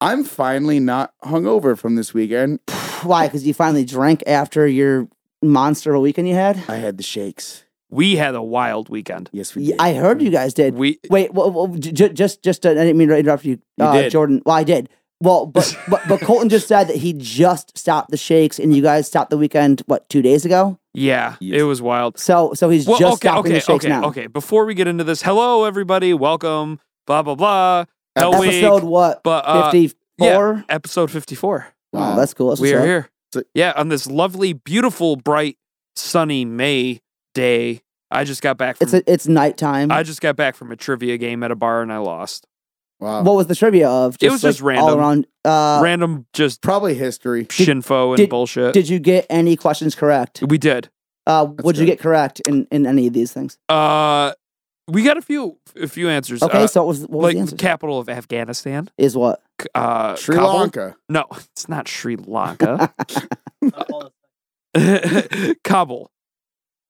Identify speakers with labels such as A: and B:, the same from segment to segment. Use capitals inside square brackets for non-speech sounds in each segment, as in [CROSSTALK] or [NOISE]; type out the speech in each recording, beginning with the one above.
A: I'm finally not hungover from this weekend.
B: Why? Because you finally drank after your monster of a weekend you had.
A: I had the shakes.
C: We had a wild weekend.
A: Yes, we
B: Yeah,
A: did.
B: I heard you guys did.
C: We
B: Wait, well, well, j- j- just just to, I didn't mean to interrupt you,
A: You
B: uh,
A: did.
B: Jordan. Well, I did. Well,
C: [LAUGHS]
B: but, but but Colton just said that he just stopped the shakes, and you guys stopped the weekend what two days ago.
C: yeah,
A: Yes.
C: it was wild.
B: So so he's
C: Well,
B: just
C: okay,
B: stopping
C: okay,
B: the shakes
C: okay,
B: now.
C: okay. Before we get into this, hello everybody, welcome. Blah blah blah. Hell week.
B: Episode what?
C: But uh,
B: Fifty four.
C: episode fifty-four.
B: Wow, that's cool. That's
C: we
B: what's
C: are
B: up.
C: here.
A: So-
C: yeah, on this lovely, beautiful, bright, sunny May day. I just got back from
B: It's a, it's nighttime.
C: I just got back from a trivia game at a bar and I lost.
A: wow.
B: what was the trivia of?
C: It was just
B: like, all
C: random.
B: around. Uh,
C: Random just
A: Probably history.
C: shinfo and
B: did-
C: bullshit.
B: Did you get any questions correct?
C: we did.
B: Uh, would you
A: good.
B: get correct in, in any of these things?
C: Uh we got a few a few answers.
B: Okay,
C: Uh,
B: so what was what was
C: like
B: the
C: the
B: answer?
C: capital of Afghanistan.
B: is what?
C: C- Uh
A: Sri
B: [LAUGHS]
C: Kabul?
A: Lanka.
C: No, it's not Sri Lanka. Kabul.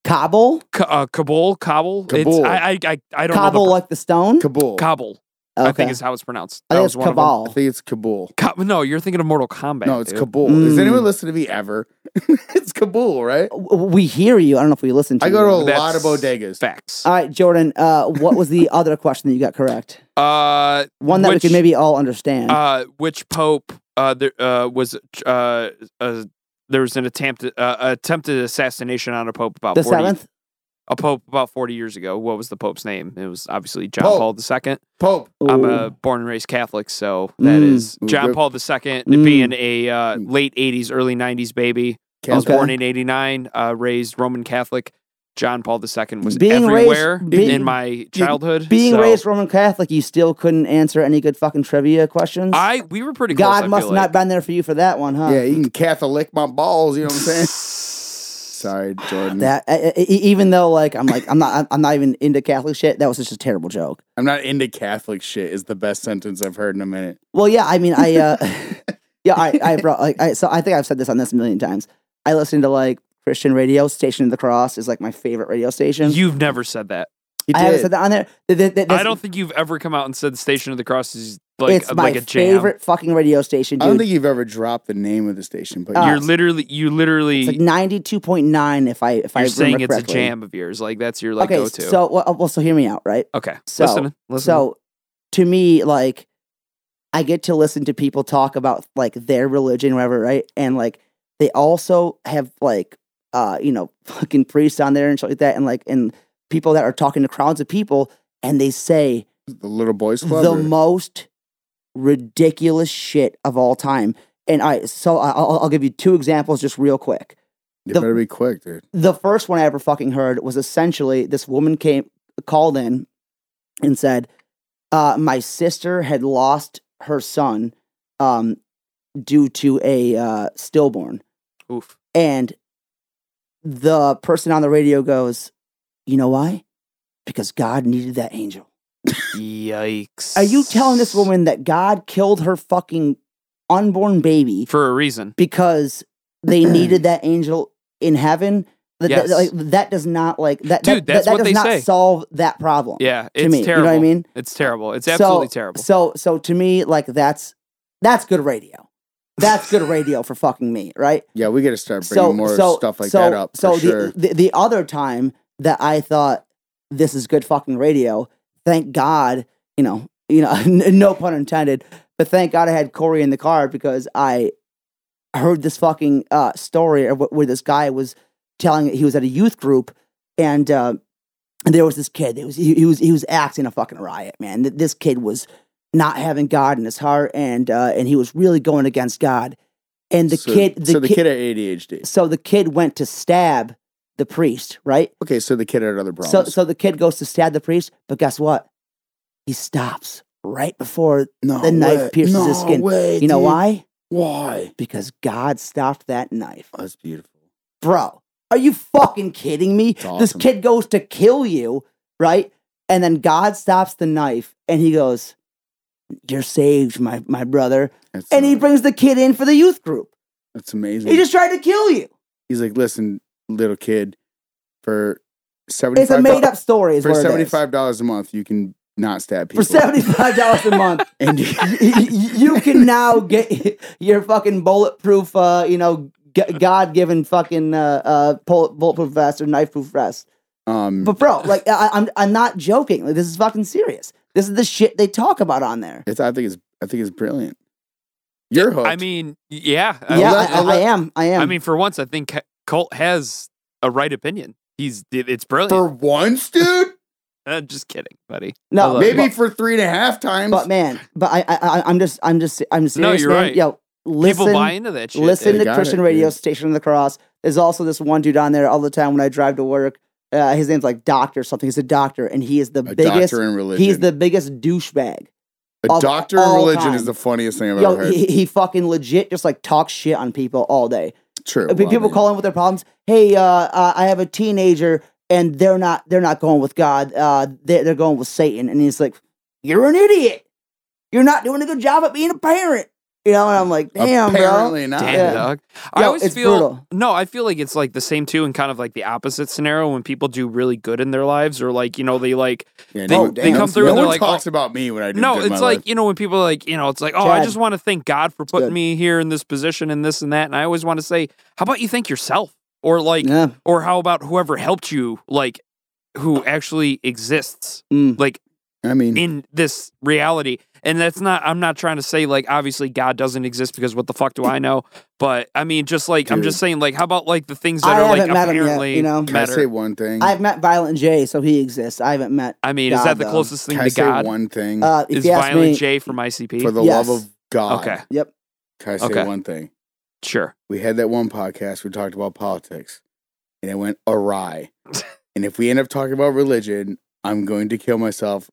B: Kabul,
C: K- uh, Kabul, Kabul.
A: Kabul.
C: It's, I, I I I don't
B: Kabul,
C: know.
B: like the stone.
A: Kabul.
C: The, Kabul.
B: okay.
C: I think is how it's pronounced.
B: I
C: That
B: think
C: was
B: it's
C: one of them.
A: I
B: Kabul.
A: think it's Kabul.
C: Ka- no, you're thinking of Mortal Kombat.
A: No, it's
C: dude.
A: Kabul. Does
B: Mm.
A: anyone listen to me ever? [LAUGHS] it's Kabul, right?
B: W- We hear you. I don't know if we listen to
A: I
B: you.
A: go to a
C: That's
A: lot of bodegas.
C: Facts.
B: All right, Jordan. Uh, what was the other question that you got correct?
C: Uh,
B: One that
C: Which-
B: we could maybe all understand.
C: uh, which pope? Uh, there uh, was uh, uh, there was an attempt uh, attempted assassination on a pope about
B: the
C: 40,
B: seventh.
C: a pope about forty years ago. What was the pope's name? It was obviously John
A: Pope.
C: Paul II.
A: Pope.
C: I'm
B: Ooh.
C: a born and raised Catholic, so that
B: Mm.
C: is
A: Ooh,
C: John
A: good.
C: Paul II
B: Mm.
C: being a uh, late '80s, early '90s baby. I was
B: Okay.
C: born in '89, uh, raised Roman Catholic. John Paul II was
B: Being raised-
C: everywhere
B: being-
C: in my childhood.
B: Being
C: so-
B: raised Roman Catholic, you still couldn't answer any good fucking trivia questions.
C: I we were pretty close.
B: God
C: I
B: must
C: feel
B: not
C: like.
B: been there for you for that one, huh?
A: Yeah, you can Catholic my balls. You know what
B: [LAUGHS]
A: I'm saying? Sorry, Jordan.
B: That I, I- even though like I'm like I'm not I'm not even into Catholic shit. That was just a terrible joke.
A: I'm not into Catholic shit. Is the best sentence I've heard in a minute.
B: Well, yeah, I mean, I, uh, [LAUGHS] yeah, I, I brought, like, I, so I think I've said this on this a million times. I listen to like Christian radio, Station of the Cross is like my favorite radio station.
C: You've never said that.
A: You
B: I haven't said that on there. Th- th- th-
C: I
B: this-
C: don't think you've ever come out and said the Station of the Cross is like
B: it's
C: a,
B: my
C: like a jam.
B: favorite fucking radio station,
A: I don't
B: dude.
A: think you've ever dropped the name of the station, but
B: Uh,
C: You're literally you literally
B: it's like ninety-two point nine. If I if I
C: you're
B: remember
C: saying it's
B: correctly.
C: a jam of yours. Like that's your like
B: okay,
C: go to.
B: so well, uh, well, so hear me out, right?
C: okay,
B: so-
C: listen, listen.
B: So to me, like I get to listen to people talk about like their religion, whatever, right? And like they also have like uh, you know, [LAUGHS] fucking priests on there and shit like that, and like and people that are talking to crowds of people and they say
A: the Little Boys Club.
B: the
A: or-
B: most ridiculous shit of all time. And I so I- I'll, I'll give you two examples just real quick
A: you
B: the-
A: better be quick, dude.
B: the first one I ever fucking heard was essentially this woman came called in and said, uh, "My sister had lost her son um, due to a uh, stillborn,"
C: Oof.
B: and the person on the radio goes, "You know why? Because God needed that angel."
C: Yikes.
B: Are you telling this woman that God killed her fucking unborn baby
C: for a reason?
B: because
C: [CLEARS THROAT]
B: they needed that angel in heaven. That,
C: Yes.
B: that, like, that does not like that.
C: Dude,
B: that,
C: that's
B: that
C: what
B: does
C: they
B: not
C: say.
B: solve that problem.
C: Yeah,
B: to
C: it's
B: me,
C: terrible.
B: you know what I mean.
C: It's terrible. It's
B: So-
C: absolutely terrible.
B: So, so to me, like that's that's good radio. That's good radio for fucking me, right?
A: Yeah, we got to start bringing
B: so,
A: more
B: so,
A: stuff like
B: so,
A: that up.
B: So
A: for
B: the,
A: sure.
B: the the other time that I thought this is good fucking radio, thank God, you know, you know, [LAUGHS] n- no pun intended, but thank God I had Corey in the car because I heard this fucking uh, story or wh- where this guy was telling he was at a youth group and uh, there was this kid. It was he, he was he was acting a fucking riot, man. Th- This kid was not having God in his heart and uh, and he was really going against God. And the
A: so,
B: kid, the
A: so the
B: kid,
A: kid had ADHD.
B: so the kid went to stab the priest, right?
A: Okay, so the kid had other problems.
B: So so the kid goes to stab the priest, but guess what? He stops right before
A: no
B: the knife pierces
A: no
B: his skin.
A: Way,
B: you know
A: dude.
B: why?
A: Why?
B: Because God stopped that knife.
A: Oh, that's beautiful.
B: Bro, are you fucking kidding me?
A: It's awesome.
B: This kid goes to kill you, right? And then God stops the knife and he goes, You're saved, my my brother.
A: That's,
B: And he
A: uh,
B: brings the kid in for the youth group.
A: that's amazing.
B: He just tried to kill you.
A: He's like, listen, little kid, for seventy
B: It's a
A: five
B: made up story, is
A: for
B: what it is.
A: seventy five dollars a month, you can not stab people.
B: for seventy five dollars a month, [LAUGHS]
A: And-
B: y- y- you can now get [LAUGHS] your fucking bulletproof, uh, you know, g- God given fucking uh, uh, pol- bulletproof vest or knife proof vest.
A: um,
B: But bro, like I, I'm I'm not joking. Like, this is fucking serious. This is the shit they talk about on there.
A: it's, I think it's I think it's brilliant. You're hooked.
C: I mean, yeah, I-
B: yeah,
A: let-
B: I, I,
A: let-
B: am. I am.
C: I mean, for once, I think Ca- Colt has a right opinion. He's it's brilliant.
A: for once, dude.
C: Uh, just kidding, buddy. I
B: no,
C: love
B: [LAUGHS]
A: Maybe
B: but-
A: for three and a half times.
B: But man, but I, I, I- I'm just, I'm just, I'm serious,
C: you're
B: man.
C: right.
B: Yo, listen,
C: People buy into that shit.
B: listen
A: They
B: to
A: got
B: Christian
A: it,
B: Radio
A: dude.
B: Station of the Cross. There's also this one dude on there all the time when I drive to work. Uh, his name's like Doctor something. He's a doctor, and he is the
A: a
B: biggest.
A: doctor in religion.
B: He's the biggest douchebag.
A: a
B: of
A: doctor in
B: all
A: religion
B: time.
A: is the funniest thing I've
B: Yo,
A: ever heard.
B: he, he fucking legit just like talks shit on people all day.
A: True.
B: I mean,
A: well,
B: people
A: I mean,
B: call in with their problems. Hey, uh, uh, I have a teenager, and they're not they're not going with God. Uh, they they're going with Satan, and he's like, "You're an idiot. You're not doing a good job at being a parent." You know, and I'm like, "Damn,
A: apparently not.
C: Damn,
B: Yeah.
C: dog.
B: bro."
C: I
B: Yo,
C: always
B: it's
C: feel
B: brutal.
C: no. I feel like it's like the same too, and kind of like the opposite scenario when people do really good in their lives, or like you know they like
A: Yeah,
C: They-
A: no,
B: they
A: no-
B: come
C: through
A: No
C: and they're
A: one
C: like, oh,
A: talks about me when I do.
C: no.
A: good in
C: It's
A: my
C: like
A: life.
C: you know when people are like you know it's like oh I
B: Chad.
C: just want to thank God for putting
B: good.
C: me here in this position and this and that, and I always want to say how about you thank yourself or like
B: Yeah,
C: or how about whoever helped you like who actually exists
B: Mm.
C: like
A: I mean,
C: in this reality. And that's not, I'm not trying to say like, obviously God doesn't exist because what the fuck do I know? But I mean, just like, I'm just saying, like, how about like the things that
B: I
C: are like
B: haven't met him yet,
C: apparently
B: you know?
A: can I
C: matter?
A: say one thing?
B: I've met Violent J, so he exists. I haven't met.
C: I mean, is
B: God,
C: that the
B: though.
C: closest thing
A: Can I
C: to
A: say
C: God?
A: one thing?
B: Uh, if
C: is
B: you ask
C: Violent
B: me,
C: J from ICP?
A: for the
B: yes.
A: love of God.
C: Okay.
B: Yep.
A: Can I say
C: Okay.
A: one thing?
C: sure.
A: We had that one podcast. We talked about politics, and it went
C: [LAUGHS]
A: awry. and if we end up talking about religion, I'm going to kill myself.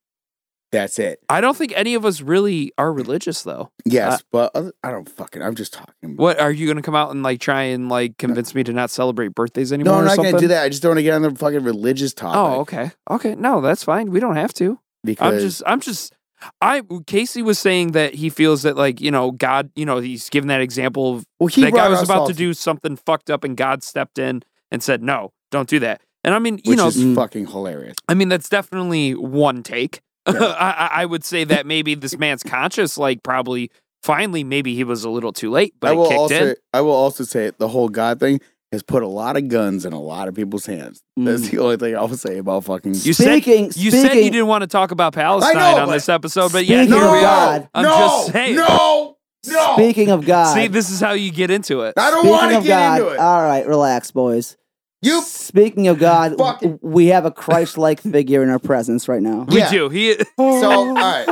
A: That's it.
C: I don't think any of us really are religious though.
A: Yes, but other, I don't fucking. I'm just talking.
C: Uh, What are you going to come out and like try and like convince me to not celebrate birthdays anymore?
A: No, I'm
C: or
A: not
C: something?
A: going to do that. I just don't want to get on the fucking religious topic.
C: Oh, okay. Okay. No, that's fine. We don't have to.
A: Because
C: I'm just, I'm just, I, Casey was saying that he feels that like, you know, God, you know, he's given that example of
A: well, he
C: that guy
A: brought
C: was
A: us
C: about
A: all
C: to do something fucked up and God stepped in and said, "No, don't do that." And I mean, you
A: which
C: know,
A: is
B: mm.
A: fucking hilarious.
C: I mean, that's definitely one take. [LAUGHS] I, I- I would say that
A: [LAUGHS]
C: maybe this man's conscious, like probably finally, maybe he was a little too late, but
A: I
C: it
A: will
C: kicked
A: also,
C: in.
A: I will also say the whole God thing has put a lot of guns in a lot of people's hands. That's [LAUGHS] the only thing I'll say about fucking.
C: Mm. You said
B: Mm. speaking,
C: you
B: speaking,
C: said you didn't want to talk about Palestine
A: I know,
C: on
A: but-
C: this episode, but yeah,
B: Speaking
C: here
B: of
C: we are.
B: God,
C: I'm
A: no,
C: just saying.
A: no, no.
B: Speaking of God,
C: See, this is how you get into it.
A: I don't
B: speaking
A: want to
B: of
A: get
B: God, uh,
A: into it.
B: all right, relax, boys.
A: you
B: Speaking of God,
A: [LAUGHS] Fuck it.
B: we have a
A: [LAUGHS]
B: Christ-like figure in our presence right now.
C: We
A: yeah.
C: do. He.
A: so
C: [LAUGHS]
A: all right.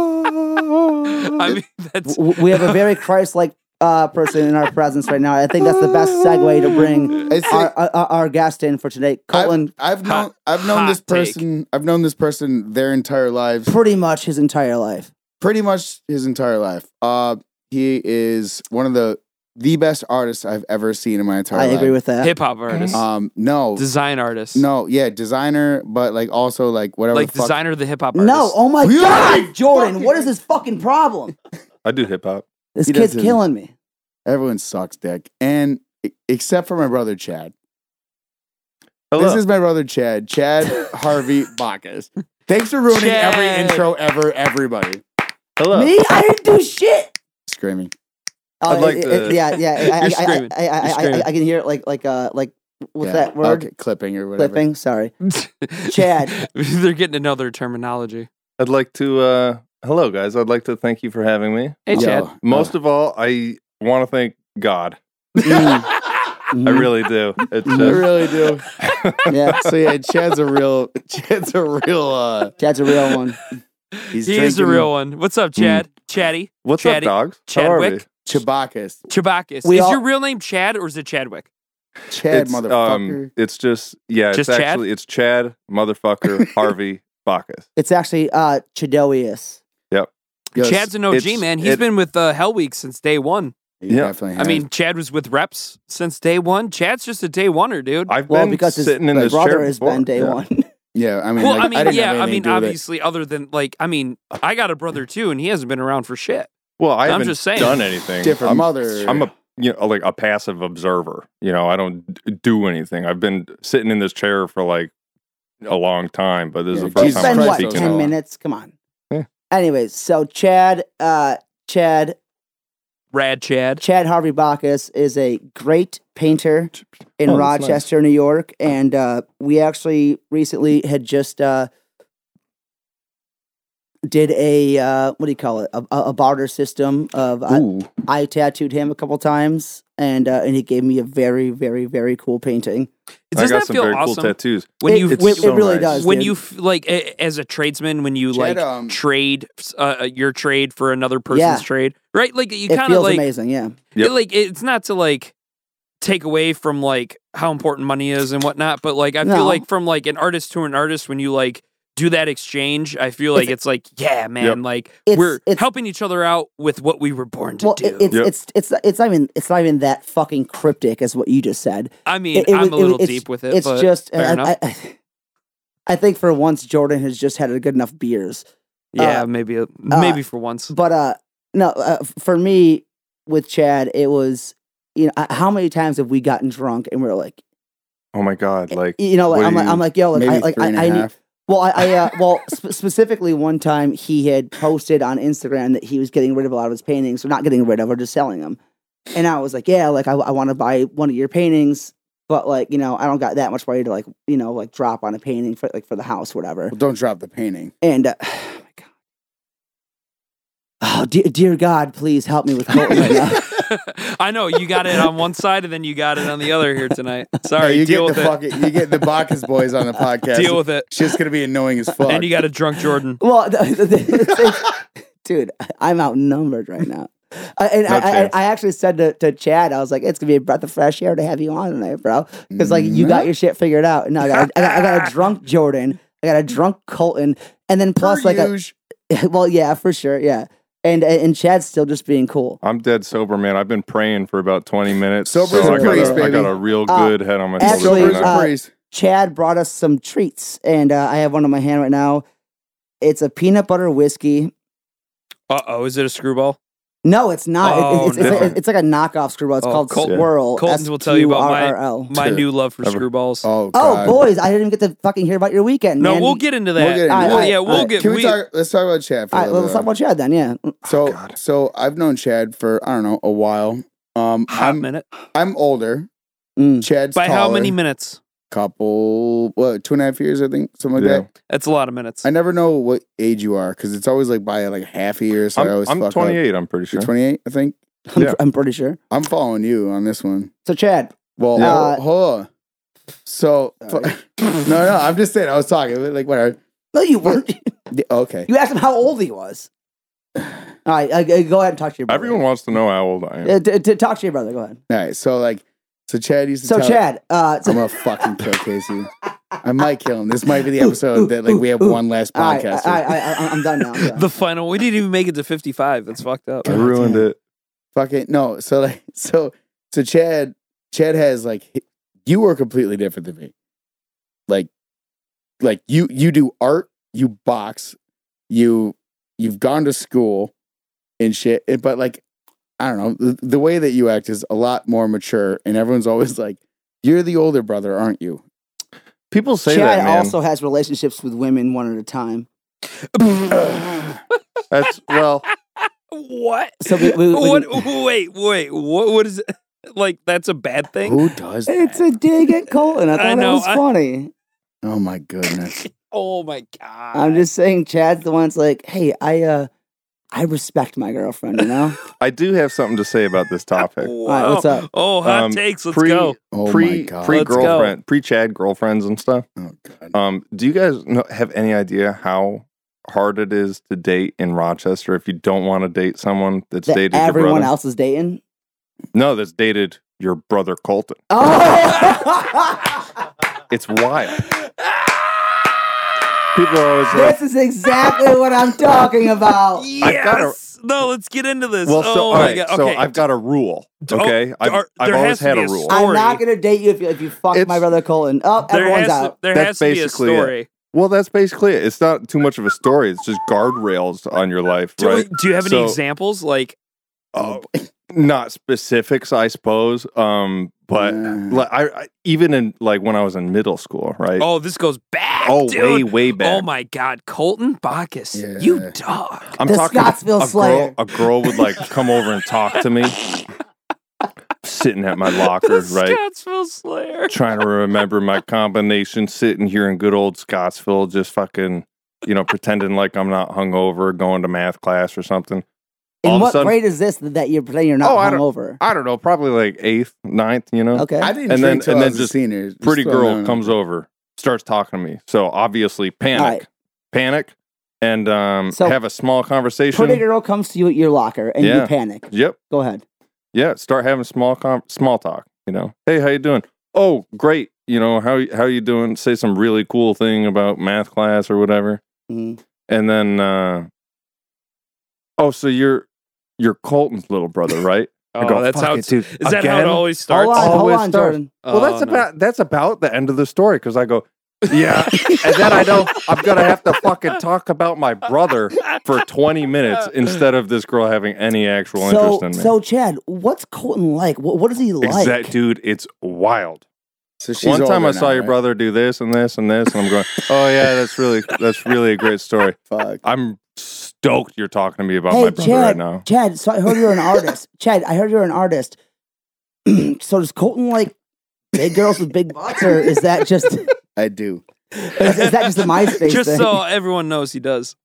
C: I mean, that's
B: W- We have a very Christ-like uh, person in our presence right now. I think that's the best segue to
A: [LAUGHS]
B: bring
A: It's
B: our, our, our guest in for today, Colin.
A: I've
C: Hot-
A: known I've known
C: hot
A: this
C: take.
A: person I've known this person their entire lives,
B: Pretty much his entire life.
A: pretty much his entire life. Uh, he is one of the the best artists I've ever seen in my entire
B: I
A: life.
B: agree with
C: [LAUGHS]
B: that.
C: hip hop artist,
A: Um, no,
C: design artist,
A: no, yeah, designer, but like also like whatever.
C: like
A: the fuck.
C: designer of the hip hop artist.
B: no, oh my
A: We already
B: God, Jordan,
A: fucking-
B: what is this fucking problem?
D: I do hip hop.
B: This
A: He
B: kid's
A: doesn't-
B: killing me.
A: Everyone sucks dick, and e- except for my brother Chad.
D: Hello.
A: oh, This is my brother Chad. Chad
C: [LAUGHS]
A: Harvey Bacchus. Thanks for ruining every
C: Chad.
A: intro ever, everybody.
D: Hello.
B: Me, I didn't do shit.
A: Screaming.
B: Oh,
D: I'd like
B: it-
D: to-
B: it- yeah,
D: [LAUGHS]
B: yeah.
C: You're
B: I- I, I,
C: screaming.
B: I, I,
C: You're
B: I, I,
C: screaming.
B: I can hear it like, like, uh, like what's
A: Yeah,
B: that word?
A: okay, clipping or whatever.
B: Clipping.
D: [LAUGHS]
B: Sorry,
C: [LAUGHS]
B: Chad.
C: They're getting another terminology.
D: I'd like to. Uh, hello, guys. I'd like to thank you for having
B: Oh.
D: me.
C: Hey,
A: Yo,
C: Chad.
D: Most of all, I want to thank God.
C: [LAUGHS]
D: I
B: Mm. [LAUGHS]
D: really do. It's
A: I
D: just,
A: really do.
B: yeah,
A: So yeah, Chad's a real [LAUGHS] Chad's a real uh
B: Chad's a real one.
A: [LAUGHS] he's
C: he is the
A: drinking Hmm.
C: real one. What's up, Chad? Chatty.
D: what's
C: Chaddy-
D: up, dogs?
C: Chadwick?
A: Chewbacca's
C: Chewbacca's.
B: We
C: is
B: all-
C: your real name Chad or is it Chadwick?
A: Chad
D: it's,
A: motherfucker.
D: Um, it's just yeah.
C: Just
D: it's
C: Chad?
D: actually it's Chad
B: [LAUGHS]
D: motherfucker Harvey Bacchus.
B: It's actually uh Chidoius.
A: Yes,
C: Chad's an OG,
D: it's-
C: man. He's
D: it-
C: been with uh, Hell Week since day one.
A: he
D: yeah.
A: definitely
C: I
A: has.
C: mean, Chad was with Reps since day one. Chad's just a day oneer, dude.
D: I've
B: Well,
D: been
B: because his
D: sitting in this
B: brother
D: chair
B: has
D: before.
B: been day
D: Yeah.
B: one.
A: yeah, I mean,
C: well,
A: like,
C: I mean,
A: didn't have
C: yeah, I
A: anything
C: mean,
A: to do with it.
C: obviously, other than like, I mean, I got a brother too, and he hasn't been around for shit.
D: Well, I
C: I'm
D: haven't
C: just saying.
D: done anything.
A: different
D: I'm-
A: mother.
D: I'm a you know like a passive observer. You know, I don't d- do anything. I've been sitting in this chair for like a long time, but this
A: Yeah,
D: is the first
A: Jesus
D: time
B: [LAUGHS] Spend
D: I'm
A: Christ,
B: what
A: those
D: speaking.
B: ten
A: are-
D: out.
B: minutes? Come on. Anyways, so Chad, uh, Chad,
C: Rad Chad.
B: Chad Harvey Bacchus is a great painter in
D: Oh, that's nice.
B: Rochester, New York, and uh, we actually recently had just uh, did a uh, what do you call it? A, a a barter system of I,
D: Ooh,
B: I tattooed him a couple times, and uh, and he gave me a very very very cool painting.
D: I
C: Doesn't
D: got
C: that
D: some
C: feel
D: very cool
C: awesome
D: tattoos.
C: when
B: it,
C: you
D: It's
B: it,
D: so
B: it really
D: nice.
B: does
C: when
B: dude.
C: you f- like a- as a tradesman when you
A: Chad,
C: like
A: um,
C: trade uh, your trade for another person's
B: Yeah.
C: trade, right? Like you
B: it
C: kind of
B: feels
C: like
B: amazing. Yeah,
D: Yep.
C: it, like it's not to like take away from like how important money is and whatnot, but like I
B: No.
C: feel like from like an artist to an artist when you like do that exchange, I feel like it's, like yeah, man,
D: Yep.
C: like
B: It's-
C: we're
B: it's-
C: helping each other out with what we were born to
B: well,
C: do.
B: it, it's,
D: Yep.
B: it's it's it's not even it's not even that fucking cryptic as what you just said.
C: I mean,
B: it- it
C: I'm
B: was-
C: a
B: it
C: little
B: was-
C: deep with it,
B: it's
C: but
B: just uh,
C: fair
B: I-
C: enough.
B: I, I, I think for once Jordan has just had a good enough beers.
C: yeah,
B: uh,
C: maybe maybe for
B: [LAUGHS]
C: once.
B: But uh no, uh, f- for me with Chad it was you know I- how many times have we gotten drunk and we're like
D: Oh my god! Like
B: you know like
D: what
B: I'm
D: do
B: like,
D: you-
B: I'm like yo like
A: Maybe
B: I like
A: three and a
B: I, I need
A: half.
B: well I, I uh, well sp- specifically one time he had posted on Instagram that he was getting rid of a lot of his paintings or not getting rid of or just selling them and I was like yeah like I, I want to buy one of your paintings but like you know I don't got that much money to like you know like drop on a painting for like for the house whatever
A: Well, don't drop the painting.
B: and uh, [SIGHS] oh my god. Oh dear, dear God, please help
D: [LAUGHS]
B: me with
C: [LAUGHS]
B: Colton right now.
C: I know you got it on one side and then you got it on the other
B: [LAUGHS]
C: here tonight. Sorry,
A: Hey, you get
C: deal with
A: the
C: it.
A: fucking, you get the Bacchus boys
C: [LAUGHS]
A: on the podcast.
C: Deal with it.
A: it's just gonna be annoying as fuck.
C: [LAUGHS] And you got a drunk Jordan.
B: Well, the, the, the- [LAUGHS] dude, I'm outnumbered right now. I, and
D: No
B: I, I,
D: chance.
B: I actually said to, to Chad, I was like, it's gonna be a breath of fresh air to have you on tonight, bro. Because Mm-hmm. like you
D: Mm-hmm.
B: got your shit figured out. And I got, I, got, I
D: [LAUGHS]
B: got a drunk Jordan, I got a drunk Colton, and
A: Mm-hmm.
B: then plus like a,
A: Usual.
B: [LAUGHS] well, yeah, for sure, yeah. And and Chad's still just being cool.
D: I'm dead sober, man. I've been praying for about 20 minutes.
A: Sober
D: so
B: as a
D: I got,
B: priest,
D: a, I got
A: baby.
D: a real
B: Uh,
D: good head on my
B: actually,
A: Sober
D: shoulders right
A: as
D: now.
A: a
B: uh,
A: priest.
B: Chad brought us some treats, and uh, I have one in my hand right now. It's a peanut butter whiskey.
C: Uh oh, is it a screwball?
B: No, it's not. It-
C: Oh,
B: it's, it's,
D: no.
B: it's, it's like a knockoff screwball. It's
C: Oh,
B: called
C: Colton-
B: Swirl.
C: Colton's will tell you about my-
B: S-Q-R-R-L.
C: My
A: Sure.
C: new love for
D: Ever.
C: screwballs.
A: Oh,
B: Oh,
A: God.
B: boys, I didn't even get to fucking hear about your weekend.
C: no,
B: man.
C: we'll get into
A: We'll
C: that.
A: get into
C: Well,
A: that.
C: yeah, we'll
B: Alright,
C: get.
A: Can we,
C: we-
A: talk? Let's talk about Chad for
B: All
A: a
B: right,
A: little
B: let's talk
A: bit.
B: about Chad then. Yeah.
A: So,
D: God.
A: so I've known Chad for I don't know a while. Um,
C: Hot
A: I'm
C: minute.
A: I'm older.
B: Mm.
A: Chad's
C: By how
A: taller.
C: many minutes?
A: Couple, what two and a half years? I think something like
D: Yeah.
A: that.
C: That's a lot of minutes.
A: I never know what age you are because it's always like by like half a year. So i
D: I'm,
A: always
D: I'm
A: fuck
D: 28, I'm pretty sure.
A: Up. 28, I think.
B: I'm,
D: Yeah.
B: I'm pretty sure.
A: I'm following you on this one.
B: So, Chad,
A: Well,
B: Yeah.
A: ho- hold on. So, fu- [LAUGHS] no, no, I'm just saying. I was talking like whatever.
B: no, you weren't. [LAUGHS]
A: Yeah, Okay,
B: you asked him how old he was. All right, uh, uh, go ahead and talk to your brother.
D: Everyone wants to know how old I am.
B: Uh, t- t- talk to your brother. Go ahead.
A: all right. So like, so Chad used to.
B: So,
A: tell-
B: Chad, uh, so-
A: I'm gonna fucking
B: [LAUGHS]
A: kill Casey. I might kill him. This might be the
B: Ooh,
A: episode
B: ooh,
A: that like we have
B: ooh,
A: one last
B: all right,
A: podcast.
B: I, am done now. I'm done.
C: the final. We didn't even make it to fifty-five. That's fucked up.
D: I ruined
A: damn.
D: it.
A: Fucking no. So like [LAUGHS] so so Chad Chad has like h- you are completely different than me. Like like you you do art, you box, you you've gone to school and shit. and- But like I don't know, the, the way that you act is a lot more mature, and everyone's always like, "You're the older brother, aren't you?"
D: People say
B: Chad
D: that, man.
B: also has relationships with women one at a time. [LAUGHS]
D: That's well.
C: what?
B: So we- we- we-
C: [LAUGHS] what? Wait, wait. What? What is? It? [LAUGHS] Like that's a bad thing?
A: Who does that?
B: It's a dig at
D: [LAUGHS]
B: Colton. I thought
C: I know,
B: it was
C: I-
B: funny.
A: [LAUGHS] oh my goodness!
C: Oh my god!
B: I'm just saying, Chad's the one that's like, hey, I uh, I respect my girlfriend. You
D: [LAUGHS]
B: know,
D: I do have something to say about this topic.
C: Wow.
B: All right, what's up?
C: Oh, hot
D: Um,
C: takes. [LAUGHS] Let's
D: pre-
C: go.
A: Oh my
D: pre
A: god!
D: pre
C: Let's go.
D: girlfriend, pre Chad girlfriends and stuff.
A: oh god!
D: Um, do you guys know, have any idea how hard it is to date in Rochester if you don't want to date someone that's
B: that
D: dated your
B: everyone
D: brother?
B: else is
D: [LAUGHS]
B: dating.
D: No, that's dated your brother Colton.
B: [LAUGHS] Oh,
C: [LAUGHS]
D: It's wild. People are always like,
B: this is exactly what I'm talking
D: [LAUGHS]
B: about.
D: I've gotta-
C: Yes. no, let's get into this.
D: well, so,
C: oh
D: all
C: my
D: right,
C: god.
D: so
C: okay.
D: I've got a rule.
C: D- oh,
D: Okay, I've,
C: are-
D: I've
C: there has
D: always
C: to
D: had
C: be
D: a
C: a
D: rule.
C: story.
B: I'm not gonna date you if you if you fuck
D: It's-
B: my brother Colton. Oh,
C: there has
B: everyone's
C: to,
B: out.
C: there
D: That's
C: has to be a
D: basically it.
C: story.
D: Well, that's basically it. It's not too much of a story. It's just guardrails on your life,
C: Do,
D: right?
C: do you have any
D: So-
C: examples? Like,
D: Oh, not specifics, I suppose. Um,
A: [LAUGHS]
D: but
B: Mm.
D: like, I, I even in like when I was in middle school, right?
C: Oh, this goes back.
D: Oh,
C: dude.
D: way way back.
C: Oh my God, Colton Bacchus,
A: Yeah.
C: you
D: [LAUGHS]
C: dog.
D: I'm
B: The
D: talking
B: Scottsville
D: a
B: Slayer.
D: girl. A girl would like come over and talk to me, sitting at my locker,
C: the
D: right?
C: Scottsville Slayer.
D: Trying to remember my combination, sitting here in good old Scottsville, just fucking, you know, pretending like I'm not hungover, going to math class or something. All
B: In
D: of a
B: what
D: sudden-
B: grade is this that you're playing? You're not
D: Oh, I don't-
B: hungover.
D: I don't know, probably like eighth, ninth, you know.
B: Okay.
A: I didn't drink
D: And then-
A: till
D: and
A: I
D: then
A: was
D: just
A: a senior.
D: pretty
A: So,
D: girl
A: no, no.
D: comes over, starts talking to me. So obviously panic,
B: All right.
D: panic, and um,
B: So-
D: have a small conversation.
B: Pretty girl comes to you at your locker and you
D: Yeah.
B: panic.
D: Yep,
B: Go ahead.
D: yeah. Start having small com- small talk. You know, hey, how you doing? Oh, great. You know how how you doing? Say some really cool thing about math class or whatever,
B: Mhm.
D: and then uh, oh, so you're you're Colton's little brother, right? I
C: Oh,
D: go,
C: that's
D: "Fuck
C: how
D: it,
C: it's.
D: dude.
C: Is that how it
D: Again?"
C: always starts?
B: Hold on, hold
D: Always
B: on,
D: starts.
B: Jordan.
D: Well, that's
C: Oh, no. [LAUGHS]
D: about that's about the end of the story because I go, yeah, and then I
C: [LAUGHS]
D: know I'm gonna have to fucking talk about my brother for 20 minutes instead of this girl having any actual
B: So,
D: interest in me.
B: so Chad, what's Colton like? What, what is he like?
D: Exact dude, it's wild.
A: So she's
D: One time
A: older
D: I saw
A: now,
D: your
A: right?
D: brother do this and this and this, and I'm going, oh yeah, that's really that's really a great story.
A: Fuck.
D: I'm stoked you're talking to me about
B: Hey,
D: my brother
B: Chad.
D: right now.
B: Chad, so I heard you're an
D: [LAUGHS]
B: artist. Chad, I heard you're an artist. [CLEARS THROAT] so does Colton like big girls with big butts, or is that just [LAUGHS] is,
A: I do.
B: is that just the MySpace
C: Just
B: thing?
C: so everyone knows, he
D: [LAUGHS]
C: does.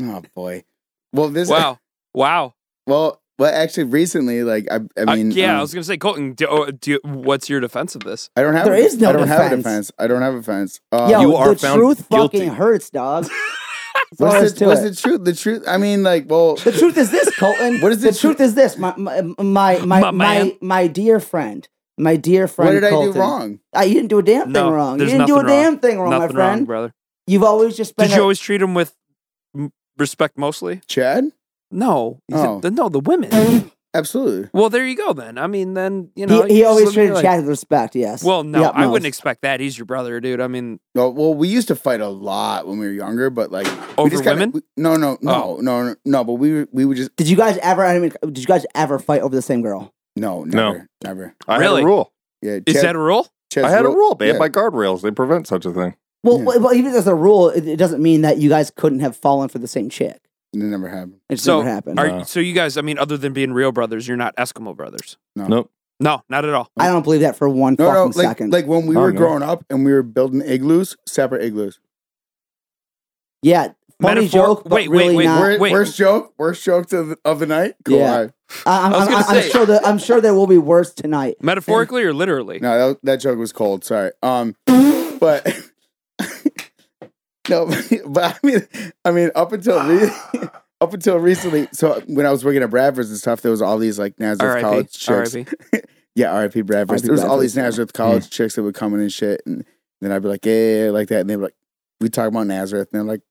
A: Oh boy. Well, this.
C: Wow, wow.
A: Well, well, actually, recently, like I,
C: I-
A: I mean,
C: Uh, yeah,
A: um,
C: I was gonna say, Colton. Do, oh, do, what's your defense of this?
A: I don't have.
B: There
A: a-
B: is no
A: I don't have a
B: defense.
A: defense. I don't have a defense. Um,
B: Yo,
D: You are
B: the
D: found
B: truth
D: guilty.
B: fucking hurts,
D: [LAUGHS]
B: dog. That's all there
A: what's
B: is
A: the,
B: to
A: what's
B: it.
A: the truth? The truth. I mean, like, well,
B: The truth is this, Colton.
A: What is
B: the
A: the
B: truth? Is this my my
C: [LAUGHS]
B: my my
C: My man.
B: my, my dear friend, my dear friend?
A: what did I do
B: Colton.
A: wrong?
B: Ah, you didn't do a damn thing
C: No,
B: wrong. You
C: there's
B: didn't do a
C: nothing wrong.
B: damn thing wrong,
C: Nothing
B: my friend.
C: wrong, brother.
B: You've always just been.
C: Did you
B: a-
C: always treat him with m- respect mostly?
A: Chad,
C: No, You
A: Oh.
C: said- no, the women.
A: absolutely.
C: well, there you go then. I mean, then you know,
B: he, he
C: you
B: always
C: just live
B: treated
C: your life.
B: Chad with respect. Yes.
C: Well, no,
B: The
C: I wouldn't
B: utmost.
C: expect that. He's your brother, dude. I mean,
A: Well, well, we used to fight a lot when we were younger, but like we
C: Over
A: just kinda-
C: women? Oh.
A: we- no, no, no, no, no, no. But we were, we would just
B: Did you guys ever? I mean, did you guys ever fight over the same girl?
A: no,
D: No.
A: never, never.
D: I
C: Really?
D: had a rule.
A: Yeah,
C: is
A: Chad-
C: that a rule?
A: Chad's
D: I had a rule. They
A: yeah.
D: had my guardrails. They prevent such a thing.
B: Well,
A: Yeah.
B: well, well, even as a rule, it, it doesn't mean that you guys couldn't have fallen for the same chick.
A: It never happened.
B: It just
C: So,
B: never happened.
C: Are,
D: No.
C: So you guys, I mean, other than being real brothers, you're not Eskimo brothers.
A: No.
D: Nope.
C: No, not at all.
B: I don't believe that for one
A: No, no,
B: fucking
A: like,
B: second.
A: like when we
D: Oh,
A: were
D: no.
A: growing up and we were building igloos, separate igloos.
B: yeah, funny
C: Metaphor-
B: joke, but
C: wait, wait,
B: really
C: wait,
B: not.
A: Wor-
C: wait.
A: worst joke, worst joke to the, of the night. Cool.
B: Uh, Yeah.
A: all right.
B: I, am
C: I was gonna say-
B: sure that I'm sure there will be worse tonight.
C: Metaphorically or literally?
A: No, that, that joke was cold. Sorry.
B: [LAUGHS]
A: Um, but [LAUGHS] no, [LAUGHS] but, but I mean, I mean, up until re- [LAUGHS] up until recently, so when I was working at Bradford's and stuff, there was all these like Nazareth
C: R.I.P.
A: college chicks.
C: R.I.P.
A: Yeah, R.I.P. Bradford's.
B: R.I.P.
A: There was all these
B: Bradford's.
A: Nazareth college chicks that would come in and shit, and then I'd be like, yeah, yeah, yeah, like that, and they were like, we talk about Nazareth, and I'm like.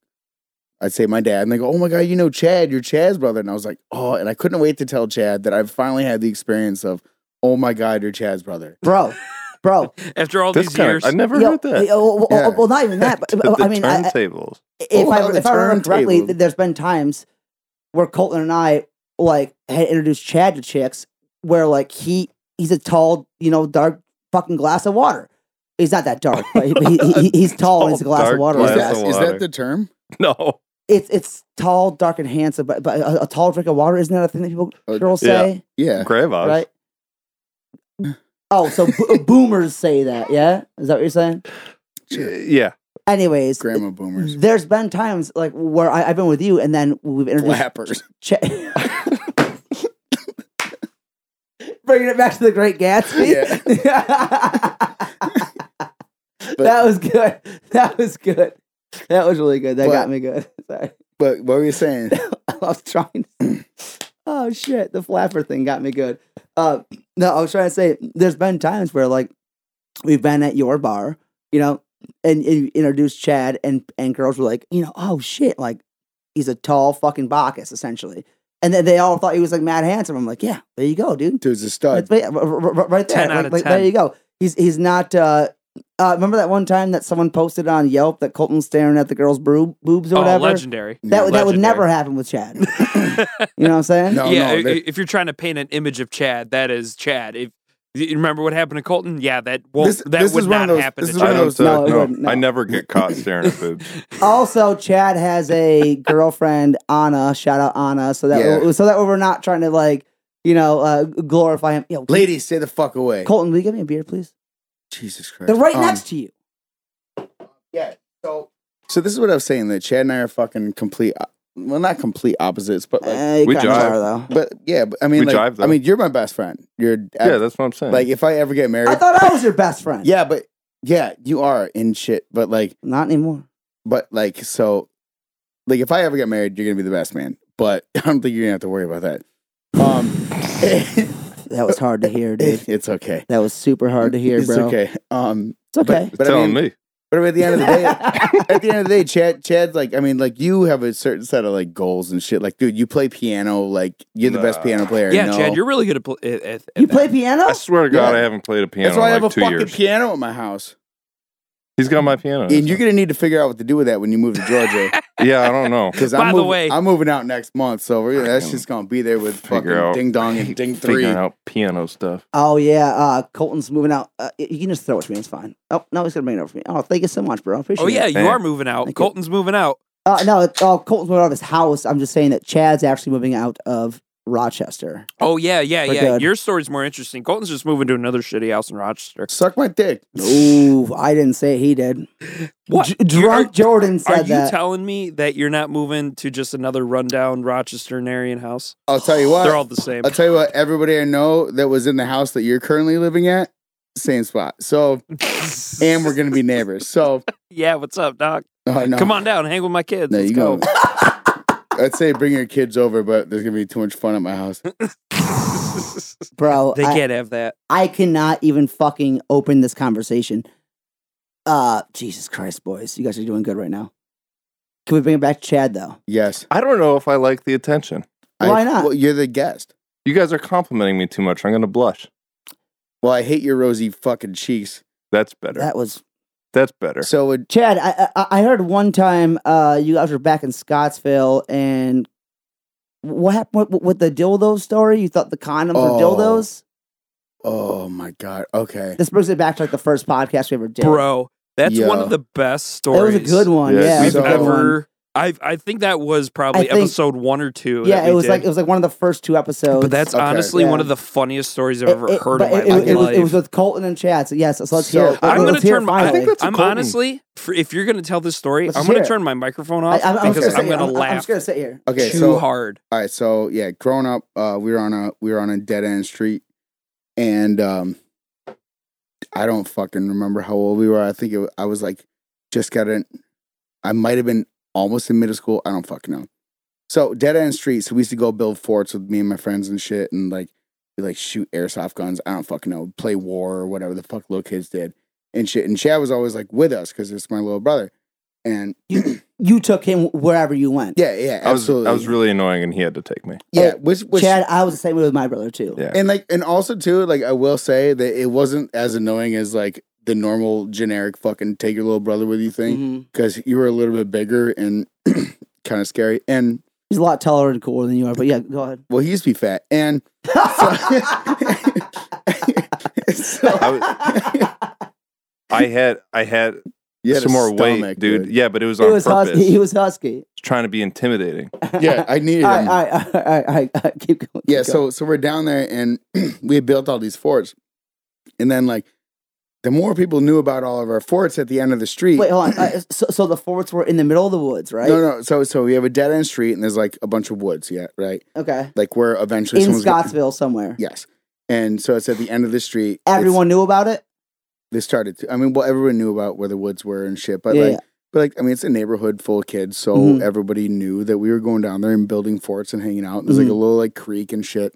A: I'd say my dad, and they go, "Oh my god, you know Chad, you're Chad's brother," and I was like, "Oh," and I couldn't wait to tell Chad that I finally had the experience of, "Oh my god, you're Chad's brother."
B: bro,
C: [LAUGHS]
B: bro.
C: [LAUGHS] After all
D: This
C: these
D: kind
C: years,
D: of, I never
B: yo,
D: heard that.
B: yo, well,
A: Yeah.
B: well, not even
C: [LAUGHS]
B: that.
D: At
B: But,
D: [LAUGHS] the
B: I mean, I,
D: turntables. [LAUGHS]
B: if,
A: Oh,
B: I,
A: on the
B: if I remember correctly,
A: turntable.
B: th- there's been times where Colton and I like had introduced Chad to chicks where like he he's a tall, you know, dark fucking glass of water. He's not that dark, but he, he, he- he's tall and he's a
D: Tall,
B: glass of
D: dark
B: water.
A: Is
D: glass
A: that,
D: of
A: is
D: water.
A: that the term?
D: No.
B: It's it's tall, dark, and handsome. But, but a, a tall drink of water isn't that a thing that people
A: Oh,
B: girls
D: yeah.
B: say,
A: Yeah.
D: Grevage.
B: right? Oh, so bo- boomers say that, yeah? Is that what you're saying?
A: Sure.
D: Yeah.
B: Anyways,
A: Grandma boomers.
B: there's been times like where I, I've been with you, and then we've introduced
A: Flappers.
B: Ch- Bringing it back to the Great Gatsby.
A: Yeah.
B: [LAUGHS] that was good. That was good. That was really good. That
A: But-
B: got me good. Sorry.
A: But what were you [LAUGHS] saying?
B: [LAUGHS] I was trying. To, [CLEARS THROAT] oh shit! The flapper thing got me good. Uh, no, I was trying to say there's been times where like we've been at your bar, you know, and, and you introduced Chad, and and girls were like, you know, oh shit, like he's a tall fucking Bacchus essentially, and then they all thought he was like mad handsome. I'm like, yeah, there you go, dude.
A: Dude's a
B: That's
A: stud.
B: ba- r- r- r- right there,
C: 10 out
B: Like-
C: of
B: like, there
C: 10.
B: you go. He's he's not uh Uh, remember that one time that someone posted on Yelp that Colton was staring at the girl's bro- boobs or
C: Oh,
B: whatever?
C: legendary.
B: That would that would
C: Legendary.
B: never happen with Chad. [LAUGHS] you know what I'm saying?
A: No,
C: yeah,
A: no,
C: i-
A: that-
C: if you're trying to paint an image of Chad, that is Chad. If you remember what happened to Colton, yeah, that won't,
A: This-
C: that
A: this
C: would
A: is one
C: not
A: of those-
C: happen
A: this
C: to
A: is one
D: I
A: of
C: Chad.
A: those-
D: don't. Uh,
B: No, it
D: no,
B: wouldn't, no.
D: I never get caught staring at
A: [LAUGHS]
D: boobs.
B: Also, Chad has a girlfriend, Anna. Shout out Anna. So that
A: Yeah.
B: so that we're not trying to like you know uh, glorify him. Yo,
A: Ladies, stay the fuck away.
B: Colton, will you give me a beer, please?
A: Jesus Christ.
B: They're right
A: Um,
B: next to you.
A: Yeah. So so this is what I was saying that Chad and I are fucking complete o- well not complete opposites, but like
B: Eh, you
D: we
B: kinda
D: jive.
B: are, though.
A: but yeah, but, I mean
D: We
A: like,
D: jive, though.
A: I mean you're my best friend. You're
D: Yeah, that's what I'm saying.
A: like if I ever get
B: I
A: married.
B: thought I was your best friend.
A: yeah, but yeah, you are in shit, but like
B: Not anymore.
A: but like so like if I ever get married, you're going to be the best man. But [LAUGHS] I don't think you're going to have to worry about that. Um
B: That was hard to hear, dude.
A: [LAUGHS] it's okay.
B: That was super hard to hear,
A: it's
B: bro.
A: okay. Um
B: It's okay.
A: but I
D: telling
A: mean-
D: me.
A: But at the end of the day, [LAUGHS] at the end of the day, Chad, Chad, like I mean, like you have a certain set of like goals and shit. Like, dude, you play piano. Like, you're the best
D: Nah.
A: piano player. I
C: Yeah,
A: know.
C: Chad, you're really good at, pl- at, at
B: [LAUGHS] you
C: at that.
B: play piano?
D: I swear to God,
A: Yeah.
D: I haven't played a piano
A: That's why I
D: in
A: have a
D: like two
A: fucking
D: years.
A: piano at my house,
D: He's got my piano.
A: and you're gonna need to figure out what to do with that when you move to
C: [LAUGHS]
A: Georgia.
D: yeah, I
A: [LAUGHS]
D: don't know.
A: Because
C: By
A: I'm
C: the
A: moving,
C: way-
A: I'm moving out next month, so we're, that's
D: Fucking
A: just gonna be there with
D: figure
A: fucking
D: out-
A: ding dong
D: [LAUGHS]
A: and ding three.
D: Figuring out piano stuff.
B: Oh yeah, uh, Colton's moving out. Uh, y- you can just throw it to me. It's fine. Oh no, he's gonna bring it over for me. Oh, thank you so much, bro. I appreciate
C: Oh yeah,
B: it.
C: you
D: Man.
C: are moving out.
B: Thank you.
C: Colton's moving out.
B: Uh, no, it's, oh, Colton's moving out of his house. I'm just saying that Chad's actually moving out of Rochester.
C: Oh yeah, yeah,
B: For
C: yeah.
B: good.
C: Your story's more interesting. Colton's just moving to another shitty house in Rochester.
A: Suck my dick.
B: Ooh, I didn't say it, he did.
C: What?
B: J-
C: You-
B: drunk
C: are-
B: Jordan
C: Are
B: said
C: you
B: that.
C: telling me that you're not moving to just another rundown Rochester and Aryan house?
A: I'll tell you what.
C: [SIGHS] They're all the same.
A: I'll tell you what. Everybody I know that was in the house that you're currently living at, same spot. So, and we're gonna be neighbors. So, [LAUGHS]
C: yeah, what's up, Doc?
A: oh, no.
C: Come on down, hang with my kids.
A: No,
C: Let's
A: you
C: go.
A: go. [LAUGHS] I'd say bring your kids over, but there's gonna be too much fun at my house.
B: bro,
C: [LAUGHS] They
B: I,
C: can't have that.
B: I cannot even fucking open this conversation. Uh, Jesus Christ, boys, you guys are doing good right now. Can we bring it back, to Chad? Though
A: Yes.
D: I don't know if I like the attention.
B: Why
A: I-
B: not?
A: Well, you're the guest.
D: You guys are complimenting me too much. I'm going to blush.
A: Well, I hate your rosy fucking cheeks.
D: That's better.
B: that was
D: That's better.
A: So would
B: Chad, I, I I heard one time uh, you guys were back in Scottsville, and what happened with, with the dildo story? You thought the condoms
A: Oh.
B: were dildos.
A: oh my god. Okay.
B: This brings it back to like the first podcast we ever did,
C: Bro, that's one
A: Yeah.
C: of the best
B: That
C: stories.
B: was a good one.
D: Yeah,
B: Yeah, it was
C: We've
B: a
A: so-
B: good one.
C: ever I I think that was probably
B: I think-
C: episode one or two.
B: Yeah,
C: that
B: it
C: we
B: was
C: did.
B: like it was like one of the first two episodes.
C: But that's
A: Okay.
C: honestly one
B: Yeah.
C: of the funniest stories I've
B: It-
C: ever
B: it-
C: heard
B: but
C: in my
B: it, it,
C: life.
B: was, it was with Colton and Chad. So yes, so let's
A: So-
B: hear. It. Let's
A: I'm
C: gonna
B: hear it
C: turn my- I
B: finally.
D: think that's- It's a
C: I'm
D: Colton.
C: honestly, for, if you're gonna tell this story,
B: Let's
C: I'm
B: hear
C: gonna
B: it.
C: turn my microphone
B: I,
C: off
B: I'm, I'm,
C: because
A: just
B: gonna
C: I'm
B: say-
C: gonna
B: I'm- I'm
C: laugh
B: just gonna sit here.
A: Okay.
C: too
A: so
C: hard.
A: all right. So yeah, growing up, uh, we were on a we were on a dead end street, and um, I don't fucking remember how old we were. I think it, wa- I was like just got in. I might have been almost in middle school. I don't fucking know. So dead end street. So we used to go build forts with me and my friends and shit, and like we like shoot airsoft guns. I don't fucking know. Play war or whatever the fuck little kids did and shit. And Chad was always like with us because it's my little brother. And
B: You took him wherever you went.
A: yeah, yeah,
D: I was
A: absolutely.
D: I was really annoying, and he had to take me.
A: yeah. Which, which
B: Chad, I was the same way with my brother too.
D: Yeah.
A: And like, and also too, like, I will say that it wasn't as annoying as like the normal generic fucking take your little brother with you thing
C: Mm-hmm.
B: Mhm.
A: because you were a little bit bigger and [CLEARS THROAT] kind of scary. And
B: He's a lot taller and cooler than you are, but yeah, go
A: [LAUGHS]
B: ahead.
A: well, he used to be fat. And [LAUGHS] so,
D: I, was- I had I had
A: [LAUGHS] you had a
D: some more
A: stomach,
D: weight, dude.
B: [LAUGHS]
D: Yeah, but it was
B: he
D: on
B: was
D: purpose.
A: [LAUGHS]
B: husky. He was husky.
D: trying to be intimidating.
A: yeah, I needed
B: [LAUGHS] All right,
A: him.
B: all right, all right, all right, all right, all right, keep going.
A: yeah
B: keep going.
A: so so we're down there and [CLEARS THROAT] we had built all these forts and then like the more people knew about all of our forts at the end of the street
B: wait, hold on. Uh, so, so the forts were in the middle of the woods, right?
A: no no so so we have a dead end street and there's like a bunch of woods yeah right
B: Okay,
A: like where eventually
B: in
A: someone's gonna-
B: Scottsville somewhere.
A: yes and so it's at the end of the street It's-
B: Everyone knew about it.
A: they started to i mean well everyone knew about where the woods were and shit but
B: yeah,
A: like but like i mean it's a neighborhood full of kids so
B: Mhm.
A: everybody knew that we were going down there and building forts and hanging out and there's like a
B: Mhm.
A: little like creek and shit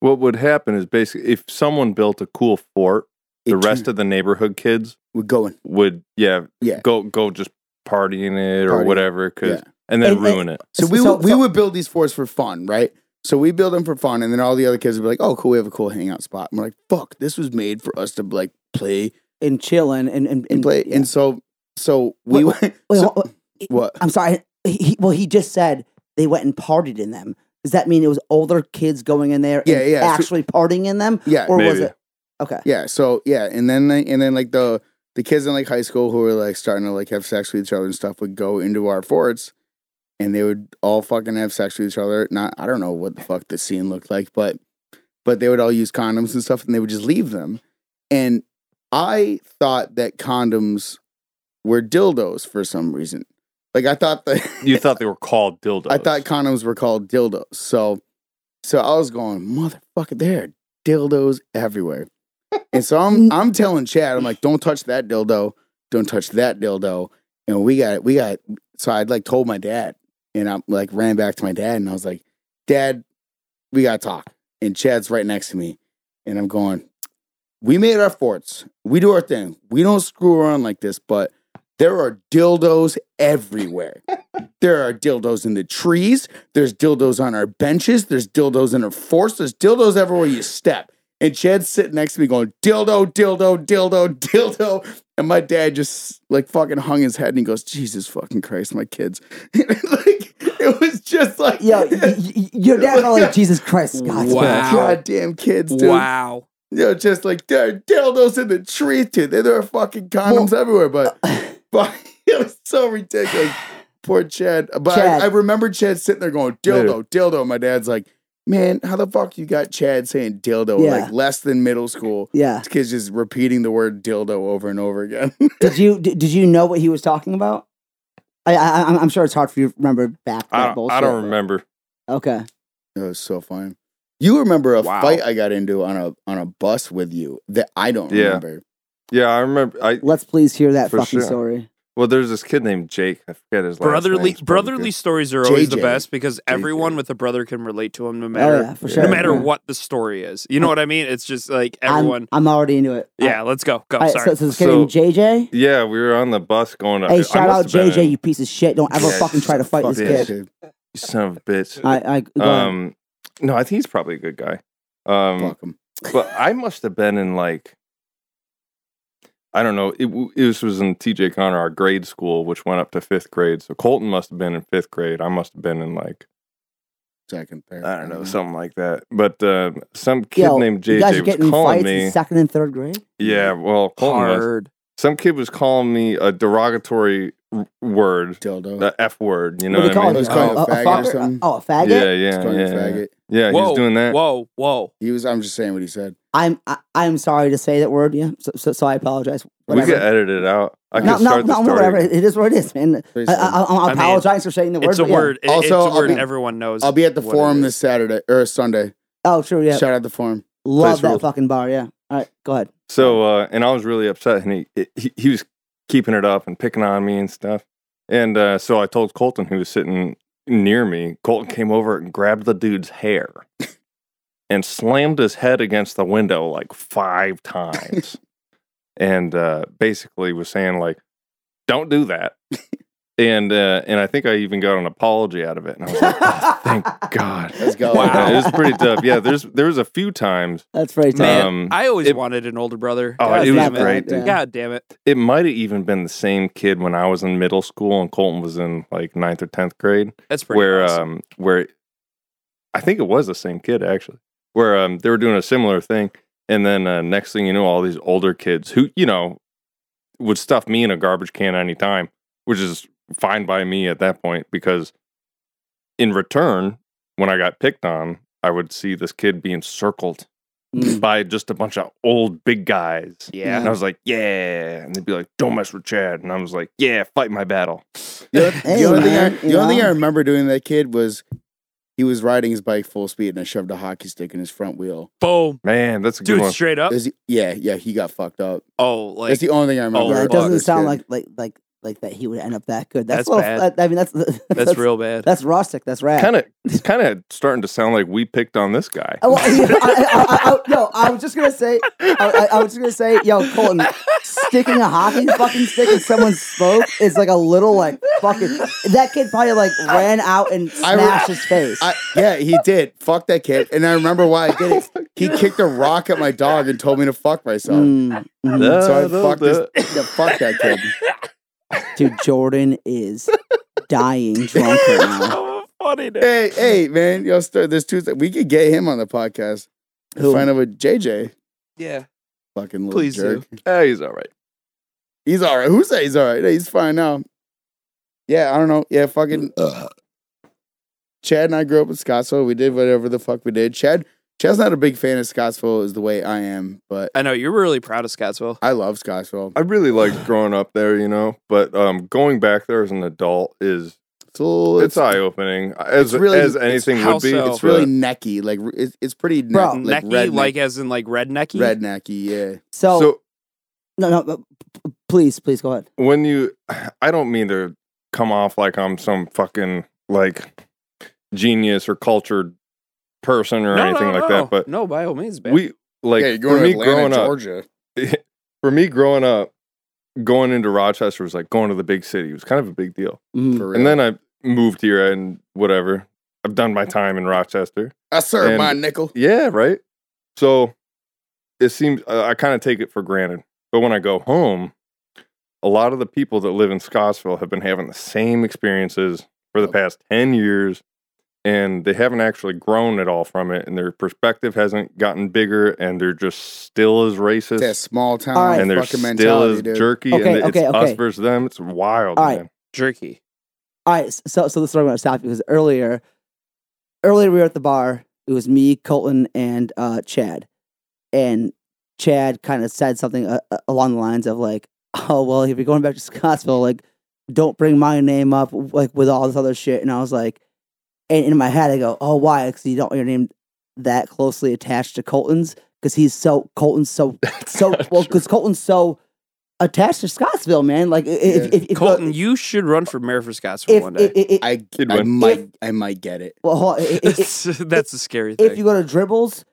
D: What would happen is basically if someone built a cool fort, the rest of the neighborhood kids
A: we're going
D: would yeah,
A: Yeah.
D: go go just partying it or
A: Party.
D: whatever 'cause-
A: Yeah.
D: and then
B: And-
D: ruin it.
A: So we
B: So-
A: would, we
B: so-
A: would build these forts for fun, right? So we build them for fun, and then all the other kids would be like, "Oh, cool, we have a cool hangout spot." And we're like, "Fuck, this was made for us to like play
B: and chilling and and,
A: and play.
B: yeah.
A: And so, so we [LAUGHS]
B: Wait,
A: went.
B: Wait,
A: so-
B: hold-
A: what?
B: I'm sorry. He, he- well, he just said they went and partied in them. Does that mean it was older kids going in there?
A: Yeah,
B: and
A: yeah, so-
B: Actually partying in them,
A: Yeah,
B: or was
D: Maybe.
B: it? Okay.
A: yeah. So yeah, and then like- and then like the the kids in like high school who were like starting to like have sex with each other and stuff would go into our forts, and they would all fucking have sex with each other. Not I don't know what the fuck the scene looked like, but but they would all use condoms and stuff, and they would just leave them. And I thought that condoms were dildos for some reason. Like I thought that [LAUGHS]
D: You thought they were called dildos.
A: I thought condoms were called dildos. So so I was going, motherfucker, there are dildos everywhere. And so I'm I'm telling Chad, I'm like, don't touch that dildo, don't touch that dildo. And we got we got so I'd like told my dad and I'm like ran back to my dad and I was like, Dad, we gotta talk. And Chad's right next to me. And I'm going, We made our forts. We do our thing. We don't screw around like this, but there are dildos everywhere. There are dildos in the trees. There's dildos on our benches. There's dildos in our forts. There's dildos everywhere you step. And Chad's sitting next to me going, dildo, dildo, dildo, dildo. And my dad just like fucking hung his head and he goes, Jesus fucking Christ, my kids. [LAUGHS] like, it was just like,
B: Yo, y-
A: [LAUGHS]
B: y- your dad felt like Jesus Christ, Scott.
C: Wow.
A: goddamn kids, dude.
C: Wow.
A: You know, just like there are dildos in the trees, dude. There there are fucking condoms everywhere,
B: uh,
A: but [LAUGHS] but it was so ridiculous. Poor Chad. But
B: Chad.
A: I, I remember Chad sitting there going, dildo, dildo. My dad's like, man, how the fuck you got Chad saying dildo
B: Yeah.
A: like less than middle school?
B: [LAUGHS] Yeah.
A: This kid's just repeating the word dildo over and over again. [LAUGHS]
B: Did you did, did you know what he was talking about? I, I I'm- I'm sure it's hard for you to remember back.
D: I,
B: that
D: don't-
B: bullshit,
D: I
B: but-
D: don't remember.
B: Okay.
A: it was so fun. You remember a
C: Wow.
A: fight I got into on a on a bus with you that I don't
D: Yeah.
A: remember.
D: Yeah, I remember. I
B: Let's please hear that
D: For
B: fucking
D: sure.
B: story.
D: well, there's this kid named Jake. I forget his last name.
C: Brotherly
D: It's probably
C: brotherly
D: good.
C: stories are always the
A: JJ.
C: best because everyone with a brother can relate to them no matter
B: oh yeah, for sure.
C: no matter
B: Yeah.
C: what the story is. You know what I mean? It's just like everyone
B: I'm, I'm already into it.
C: Yeah, let's go. Go.
B: All right,
C: Sorry.
B: so, so this kid
D: So-
B: named JJ.
D: Yeah, we were on the bus going. up.
B: Hey, shout out JJ,
D: Been,
B: you piece of shit! Don't ever
D: Yeah,
B: fucking try to fight
A: Fuck
B: this
D: yeah.
A: that
B: kid.
A: kid.
D: you [LAUGHS] son of a bitch.
B: I, I, go ahead.
D: um, no, I think he's probably a good guy. Um,
A: Fuck him.
D: but I must have been in like, I don't know. It, w- this was in TJ Connor, our grade school, which went up to fifth grade. So Colton must have been in fifth grade. I must have been in like
A: Second, third.
D: I don't know something like that. But uh, some kid
B: Yo,
D: named
B: you guys are
D: JJ
B: getting
D: was
B: in
D: calling
B: fights
D: me.
B: in second and third grade.
D: Yeah, well, Colton was.
C: Hard.
D: some kid was calling me a derogatory r- word,
A: Dildo.
D: the F word. You know
B: What do you
D: what,
B: call
D: I
B: it?
D: mean?
A: It's called
B: Oh,
A: a
B: a
A: faggot or
B: fucker?
A: something.
B: Oh, a faggot.
D: yeah, yeah,
A: It's called a
D: yeah, yeah.
A: faggot.
D: Yeah, he
C: Whoa,
D: was doing that.
C: Whoa, whoa.
A: He was. I'm just saying what he said.
B: I'm I, I'm sorry to say that word. Yeah, so, so, so I apologize.
D: we
B: Whatever.
D: could edit it out. I
B: no,
D: could
B: no, no,
D: start the story.
B: whatever. It is what it is, man. I, I, I, I
C: mean,
B: apologize for saying the word.
C: It's a
B: but yeah.
C: word. It-
A: Also,
C: it's a
A: I'll
C: word
A: be-
C: everyone knows.
A: I'll be at the
C: what it
A: forum
C: is.
A: this Saturday or Sunday.
B: Oh, sure. Yeah,
A: Shout out the forum.
B: love
D: Place
B: that
D: rules.
B: fucking bar. Yeah. All right, go ahead.
D: So, uh, and I was really upset, and he, he he was keeping it up and picking on me and stuff. And uh, so I told Colton, who was sitting near me, Colton came over and grabbed the dude's hair and slammed his head against the window like five times, and uh, basically was saying like, "Don't do that." And uh, and I think I even got an apology out of it, and I was like, oh,
B: [LAUGHS]
D: "Thank God."
A: Let's go.
C: [LAUGHS] Wow.
D: Yeah, it was pretty tough. Yeah, there's there was a few times.
B: That's very tough.
C: Man,
D: Um,
C: I always
D: it-
C: wanted an older brother.
D: Oh,
C: God
D: it was
C: damn
D: great,
B: dude.
C: God damn it.
D: It might have even been the same kid when I was in middle school and Colton was in like ninth or tenth grade,
C: That's pretty
D: where
C: awesome.
D: um where I think it was the same kid actually, where um they were doing a similar thing, and then uh, next thing you know, all these older kids who you know would stuff me in a garbage can anytime, which is fine by me at that point because in return, when I got picked on, I would see this kid being circled
B: Mm.
D: by just a bunch of old big guys.
C: yeah.
D: And I was like, yeah. And they'd be like, don't mess with Chad. And I was like, yeah, fight my battle.
A: The,
B: Hey,
A: the only,
B: man,
A: thing I, the
B: you
A: only thing
B: know?
A: I remember doing that kid was he was riding his bike full speed, and I shoved a hockey stick in his front wheel.
C: Boom.
D: Man, that's a good
C: Dude,
D: one.
C: straight up.
A: Is he- yeah, yeah, he got fucked up.
C: Oh, like
A: That's the only thing I remember.
C: Oh,
B: yeah,
A: about
B: it doesn't
A: this
B: sound
A: kid.
B: like like like like that he would end up that good. That's,
C: That's
B: a little,
C: bad.
B: I, I mean, that's [LAUGHS] that's,
C: that's real bad.
B: That's rustic. That's rad.
D: Kind of, it's kind of starting to sound like we picked on this
A: Oh.
D: guy.
B: [LAUGHS] Oh, well, I, I, I, I, I, no, I was just gonna say. I, I, I was just gonna say, yo, Colton. sticking a hockey fucking stick in someone's smoke is like a little like fucking. That kid probably like ran out and
A: I re-
B: smashed his face.
A: I, yeah, he did. Fuck that kid. And I remember why I did
C: [LAUGHS]
A: it.
C: Oh,
A: He kicked a rock at my dog and told me to fuck myself.
B: Mm, mhm.
D: Da,
A: So I
D: da,
A: fucked
D: da.
A: [LAUGHS] this. [COUGHS] Yeah, fuck that kid.
B: Dude, Jordan is dying drunk right now.
C: Oh, funny. dude.
D: Eh,
A: Hey, hey, man, yo, start this Tuesday. We could get him on the podcast.
B: Who?
A: Find out with JJ.
C: Yeah.
A: Fucking little
C: Please
A: jerk.
D: Ah, he's all right.
A: He's all right. Who said he's all right? Yeah, He's fine now. Yeah, I don't know. Yeah, fucking.
D: Uh.
A: Chad and I grew up in Scottsville. We did whatever the fuck we did. Chad, Chad's not a big fan of Scottsville, is the way I am, but
C: I know you're really proud of Scottsville.
A: I love Scottsville.
D: I really liked growing up there, you know, but um, going back there as an adult is
A: It's, a little,
D: it's eye opening as
A: it's really-
D: as
A: it's
D: anything
C: how
D: would be.
C: so?
A: it's really necky. Like it's, it's pretty ne-
B: Bro.
A: like
C: necky,
A: redneck-
C: like as in like rednecky.
A: rednecky. Yeah,
B: So,
D: so
B: no, no, no, p- please, please go ahead.
D: when you [SIGHS] i don't mean to come off like i'm some fucking like genius or cultured person or
C: No,
D: anything
C: no,
D: like
C: no.
D: that but
C: no, by all means, man.
D: we like
A: yeah. You're
D: for
A: going
D: me
A: to Atlanta,
D: growing up
A: Georgia.
D: [LAUGHS] for me growing up going into rochester was like going to the big city it was kind of a big deal
B: Mm.
A: For real.
D: and then i moved here and whatever i've done my time in rochester
A: I serve
D: and-
A: my nickel.
D: yeah right so it seems i, I kind of take it for granted but when i go home a lot of the people that live in scottsville have been having the same experiences for the past 10 years and they haven't actually grown at all from it and their perspective hasn't gotten bigger and they're just still as racist
A: It's that small town
B: All right.
D: and they're
A: fucking
D: still
A: mentality,
D: as
A: dude.
D: jerky
B: Okay,
D: and it's
B: okay,
D: us
B: okay.
D: versus them it's wild
B: All right.
D: man.
C: jerky.
B: All right, s- so so this is where I'm going to stop you because earlier, earlier we were at the bar. It was me, Colton, and uh, Chad, and Chad kind of said something uh, uh, along the lines of like, "Oh well, if you're going back to
C: Mm-hmm.
B: Scottsville, like, don't bring my name up like with all this other shit." And I was like, and in my head I go, "Oh, why? Because you don't want your name that closely attached to Colton's because he's so Colton's
C: [LAUGHS]
B: so so well because Colton's so attached to Scottsville, man. Like, i- i- if,
A: Yeah.
B: if, if
C: Colton, you should run for mayor for Scottsville
B: if,
C: one
B: if,
C: day.
B: if- if-
A: I,
D: Good
A: I
D: one.
A: might, I might get it.
B: Well, hold on. I- I- I- If,
C: that's [LAUGHS] that's a scary thing.
B: if you go to dribbles,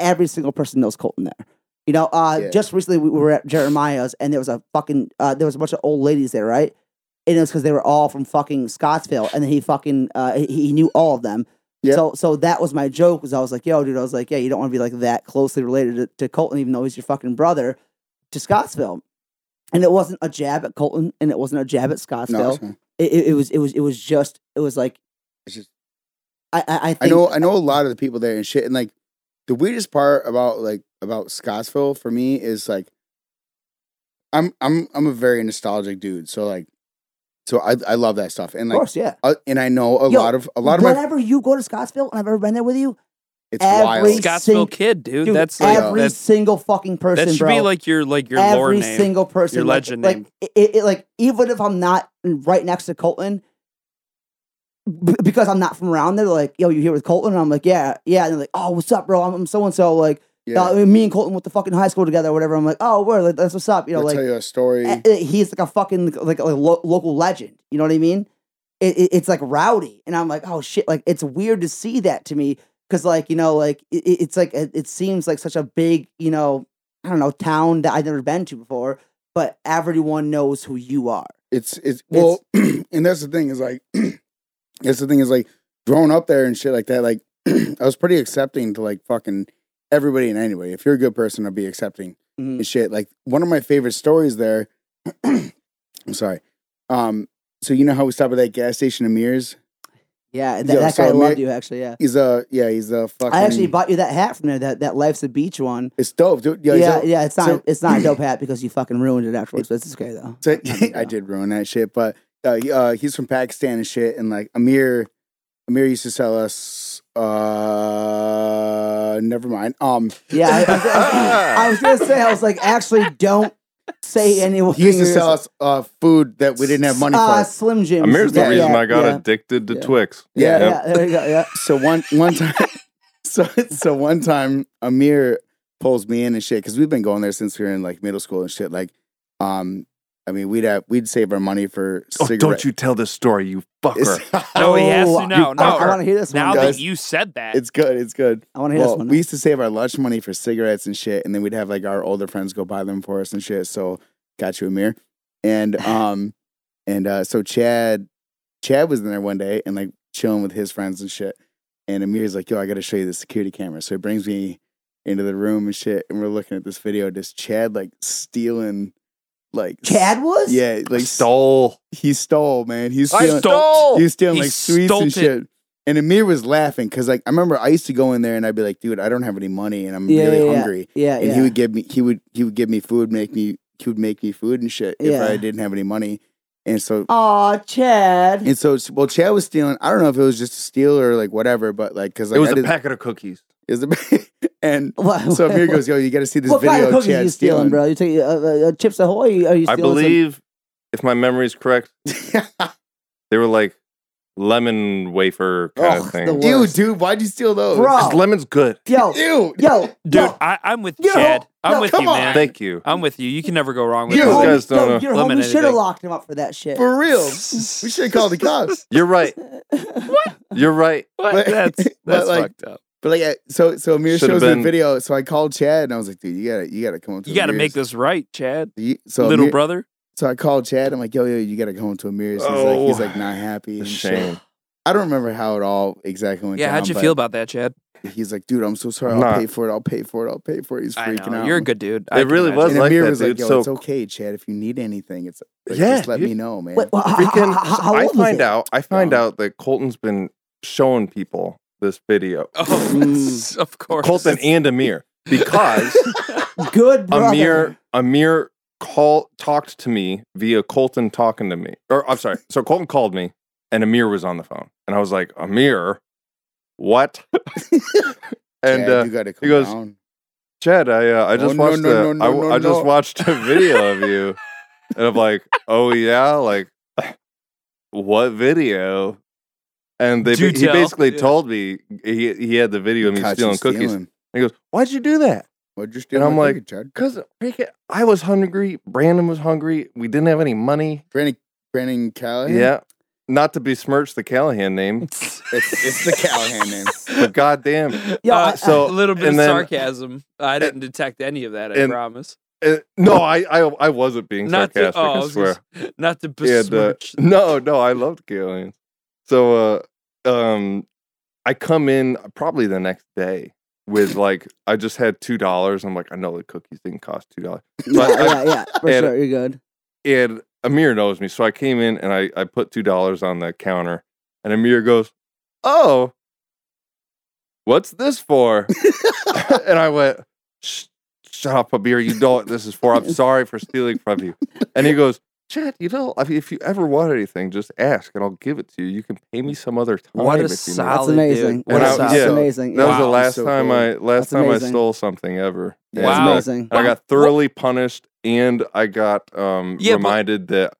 B: every single person knows Colton there. You know, uh,
A: Yeah.
B: just recently we were at Jeremiah's and there was a fucking uh, there was a bunch of old ladies there, right? And it was because they were all from fucking Scottsville, and then he fucking uh, he, he knew all of them.
A: Yeah.
B: So so that was my joke was I was like, yo, dude, I was like, yeah, you don't want to be like that closely related to, to Colton, even though he's your fucking brother, to Scottsville. And it wasn't a jab at Colton, and it wasn't a jab at
A: No,
B: Scottsville.
A: it's fine.
B: it, it, it was it was it was just it was like
A: It's just-
B: I I, I,
A: I
B: think,
A: know, I know a lot of the people there and shit. And like, the weirdest part about like about Scottsville for me is like, I'm, I'm, I'm a very nostalgic dude. So like, so I, I love that stuff. And
B: of
A: like,
B: course, yeah.
A: uh, and I know a
B: Yo,
A: lot of, a lot of my,
B: whenever you go to Scottsville, and I've ever been there with you,
A: it's
B: every
A: wild.
C: Scottsville
B: sing-
C: kid, dude.
B: dude,
C: that's like
B: every
C: that's-
B: single fucking person,
C: that should
B: bro.
C: be like your like your
B: every
C: lore name.
B: single person,
C: Your
B: like-
C: legend
B: like,
C: name.
B: It, it, it- like even if I'm not right next to Colton, b- because I'm not from around there. They're like, yo, you here with Colton? And I'm like, yeah, yeah. And they're like, oh, what's up, bro? I'm so and so. Like,
A: Yeah.
B: uh, me and Colton went to fucking high school together, or whatever. I'm like, oh, word, like, that's what's up, you know,
A: I'll
B: like.
A: tell you a story.
B: Uh, uh, he's like a fucking like a lo- local legend. You know what I mean? It, it, it's like rowdy, and I'm like, oh shit! Like it's weird to see that to me because like you know like it, it- it's like it, it seems like such a big you know I don't know town that I've never been to before, but everyone knows who you are.
A: it's it's well [CLEARS THROAT] and that's the thing is like [CLEARS THROAT] that's the thing is like growing up there and shit like that like [CLEARS THROAT] i was pretty accepting to like fucking everybody and anybody if you're a good person i'll be accepting
B: Mhm.
A: and shit like one of my favorite stories there [CLEARS THROAT] i'm sorry um so you know how we stopped at that gas station in Mears?
B: Yeah, that,
A: Yo,
B: that
A: so
B: guy
A: Ameri-
B: loved you actually. Yeah,
A: He's a yeah, he's a fucking.
B: I actually bought you that hat from there. That that life's a beach one.
A: it's dope, dude. Yeah,
B: Yeah,
A: he's
B: yeah,
A: a-
B: it's not
A: so-
B: it's
A: [CLEARS THROAT]
B: not a dope hat because you fucking ruined it afterwards. But it's okay though.
A: So, [LAUGHS]
B: Not big
A: I
B: deal.
A: did ruin that shit, but uh, he- uh, he's from Pakistan and shit. And like Amir, Amir used to sell us. Uh, never mind. Um,
B: Yeah, I, I was- I was gonna say I was like, actually, don't say anyone.
A: he used to sell us uh food that we didn't have money
B: Uh,
A: for.
B: Slim Jim.
D: Amir's the
A: Yeah,
D: reason
A: yeah,
D: I got
B: yeah.
D: addicted to
B: yeah.
D: Twix.
A: Yeah,
B: Yeah,
A: yeah.
B: yeah, there you go. Yeah,
A: So one one time, [LAUGHS] so so one time, Amir pulls me in and shit because we've been going there since we were in like middle school and shit. Like, um, I mean, we'd have we'd save our money for cigarettes. [LAUGHS]
D: tell this story, Oh, you
C: No, he has to
B: Oh,
C: now,
B: I,
C: no.
B: want to hear this
C: now
B: one.
A: guys.
C: that you said that,
A: It's good. It's good.
B: I want to hear
A: Well,
B: this one.
A: we used to save our lunch money for cigarettes and shit, and then we'd have like our older friends go buy them for us and shit. So got you a mirror. And um and uh so Chad Chad was in there one day and like chilling with his friends and shit. And Amir's like, yo, I gotta show you the security camera. So he brings me into the room and shit, and we're looking at this video. of This Chad like stealing like s-
B: Chad was?
A: Yeah, like
D: stole.
A: he stole, man. He's
C: I
A: stealing
B: Oh,
C: stole.
A: he was stealing
C: He
A: like sweets
C: stole
A: and
C: it.
A: shit. And Amir was laughing because like I remember I used to go in there and I'd be like, dude, I don't have any money and I'm
B: Yeah,
A: really
B: yeah, yeah.
A: hungry.
B: Yeah,
A: And
B: yeah.
A: he would give me he would he would give me food, make me he would make me food and shit if
B: Yeah.
A: I didn't have any money. And so
B: Aw, Chad.
A: and so well Chad was stealing. I don't know if it was just a steal or like whatever, but like because like,
D: it was
A: I
D: a
A: did-
D: packet of cookies.
A: it was a- [LAUGHS] and
B: What-
A: so
B: [LAUGHS]
A: Amir goes, yo, you got to see this
B: what
A: video.
B: kind of cookies
A: Chad
B: are you stealing, bro? You taking uh, uh, uh, Chips Ahoy? Are you stealing?
D: I
B: some-
D: believe, if my memory is correct,
A: [LAUGHS]
D: they were like lemon wafer kind
B: Ugh,
D: of
B: Oh, the
D: thing.
B: worst.
A: Ew, dude, why'd you steal those?
B: Bro.
D: Because lemon's good.
B: Yo,
A: Ew,
B: yo,
C: Dude,
B: yo,
C: I, I'm with
B: Yo,
C: Chad. I'm
B: yo,
C: with
A: come
C: you,
A: on.
C: man.
D: Thank you.
C: I'm with you. You can never go wrong with
A: You-
D: Those
C: this
B: homie-
C: guy.
D: guys don't uh,
B: yo,
D: know.
B: your
C: Lemon
B: homie should have
C: anything.
B: locked him up for that shit. [LAUGHS]
A: for real. We should have called the cops.
D: You're right. You're [LAUGHS] right.
C: What?
A: But-
C: that's
A: but,
C: that's
A: like,
C: fucked up.
A: But like, I- so so Amir
D: Should've
A: shows me the
D: been-
A: video. So I called Chad and I was like, dude, you gotta you gotta come up to
C: You got to
A: Amir's.
C: make this right, Chad.
A: You- So
C: Little
A: Amir-
C: brother.
A: So I called Chad. I'm like, yo yo, you gotta come up to Amir's. He's like, he's
D: Oh.
A: like not happy.
D: It's
A: And shit.
D: a shame.
A: I don't remember how it all exactly went.
C: Yeah,
A: down,
C: how'd you
A: but
C: feel about that, Chad?
A: He's like, dude, I'm so sorry. I'll
D: Nah.
A: pay for it. I'll pay for it. I'll pay for it. He's
C: I
A: freaking
C: know.
A: out.
C: You're a good dude. I
D: It
C: can
D: really
C: imagine.
D: was
A: And
D: like
A: Amir
D: that,
A: was like,
D: dude,
A: yo,
D: so-
A: it's okay, Chad. If you need anything, it's like,
D: Yeah,
A: just let
D: dude.
A: me know, man.
B: Wait, well, how,
D: Freaking-
B: how, how
D: I
B: old was
D: find
B: it?
D: out. I find
A: Wow.
D: out that Colton's been showing people this video.
C: [LAUGHS] Oh, that's- [LAUGHS] of course.
D: Mm. Colton and Amir, because
B: Good brother.
D: Amir Amir call talked to me via Colton talking to me. Or I'm sorry. So Colton called me, and Amir was on the phone, and I was like, Amir,
A: [LAUGHS]
D: what? and
A: Chad,
D: uh,
A: you gotta come
D: goes,
A: down.
D: Chad, I uh, I just
A: no,
D: watched
A: no,
D: a-
A: no,
D: I
A: no,
D: w-
A: no,
D: I just
A: no.
D: watched a video of you, and I'm like, oh yeah, like what video? And they
C: Do
D: he
C: tell.
D: basically
C: Yeah.
D: told me he he had the video of me
A: Caught you
D: stealing cookies.
A: stealing.
D: He goes, why'd you do that?
A: What'd you
D: And
A: steal?
D: I'm
A: my
D: like,
A: cookie, Chad?
D: Because I was hungry. Brandon was hungry. We didn't have any money.
A: Brandon, Brandon
C: Oh,
A: Callahan.
D: Yeah. Not to besmirch the Callahan name,
A: it's, it's the Callahan name.
D: [LAUGHS] but goddamn. [LAUGHS]
B: Yo,
C: Uh,
B: I-
D: so-
C: a little bit
D: and
C: of
D: then-
C: sarcasm. I didn't detect any of that. I
D: and-
C: promise.
D: Uh, no, I, I I wasn't being
C: Not to,
D: sarcastic.
C: oh, I
D: I
C: was
D: swear.
C: gonna s- not to
D: and uh,
C: besmirch.
D: no, no, I loved Killian. So, uh, um, I come in probably the next day with like I just had two dollars. I'm like, I know the cookies didn't cost two
C: [LAUGHS]
D: dollars,
B: yeah,
D: but I-
B: yeah, yeah, for
D: and-
B: sure. You're good.
D: and Amir knows me, so I came in and I I put two dollars on the counter, and Amir goes, "Oh, what's
B: [LAUGHS]
D: this for?" and I went, "Sh- "Shut up, Amir! You know what this
B: [LAUGHS]
D: is for. I'm sorry for stealing from you." And he goes, "Chad, you know, I mean, if you ever want anything, just ask, and I'll give it to you. You can pay me some other time."
C: What a
D: if you need."
C: solid
B: That's amazing.
C: dude.
D: And
B: That's
D: I-
B: that's
D: yeah.
B: amazing.
D: That was the
C: Wow.
D: last
A: So
D: time
A: cool.
D: I last
B: That's
D: time
B: amazing.
D: I stole something ever.
A: Yeah.
D: And,
B: That's
D: uh,
C: Wow.
B: amazing.
D: and I got thoroughly punished, and I got um,
C: Yeah, but-
D: reminded that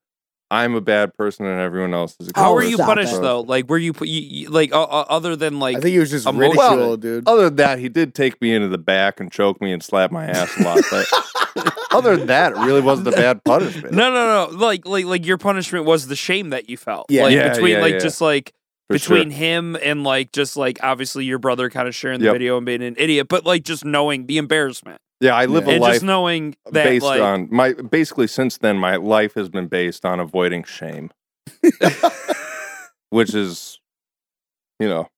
D: I'm a bad person, and everyone else is. A good
C: How
B: Oh,
C: were you
D: person.
B: stop
C: punished
B: it.
C: though? Like, were you, pu- you, you like uh, uh, other than like?
A: I think he was just
C: I'm
A: ridicule,
D: well-
A: dude.
D: Other than that, he did take me into the back and choke me and slap my ass a lot. But
C: [LAUGHS]
D: other than that, it really wasn't a bad punishment.
C: no, no, no. Like, like, like your punishment was the shame that you felt.
A: Yeah.
C: like,
D: Yeah,
C: between
D: yeah,
C: like
D: yeah.
C: just like
D: for sure.
C: between him and like just like obviously your brother kind of sharing the
D: Yep.
C: video and being an idiot, but like just knowing the embarrassment
D: yeah, I live
A: Yeah.
D: a
C: and
D: life
C: just knowing that
D: based
C: like
D: on my basically since then my life has been based on avoiding shame, which is, you know,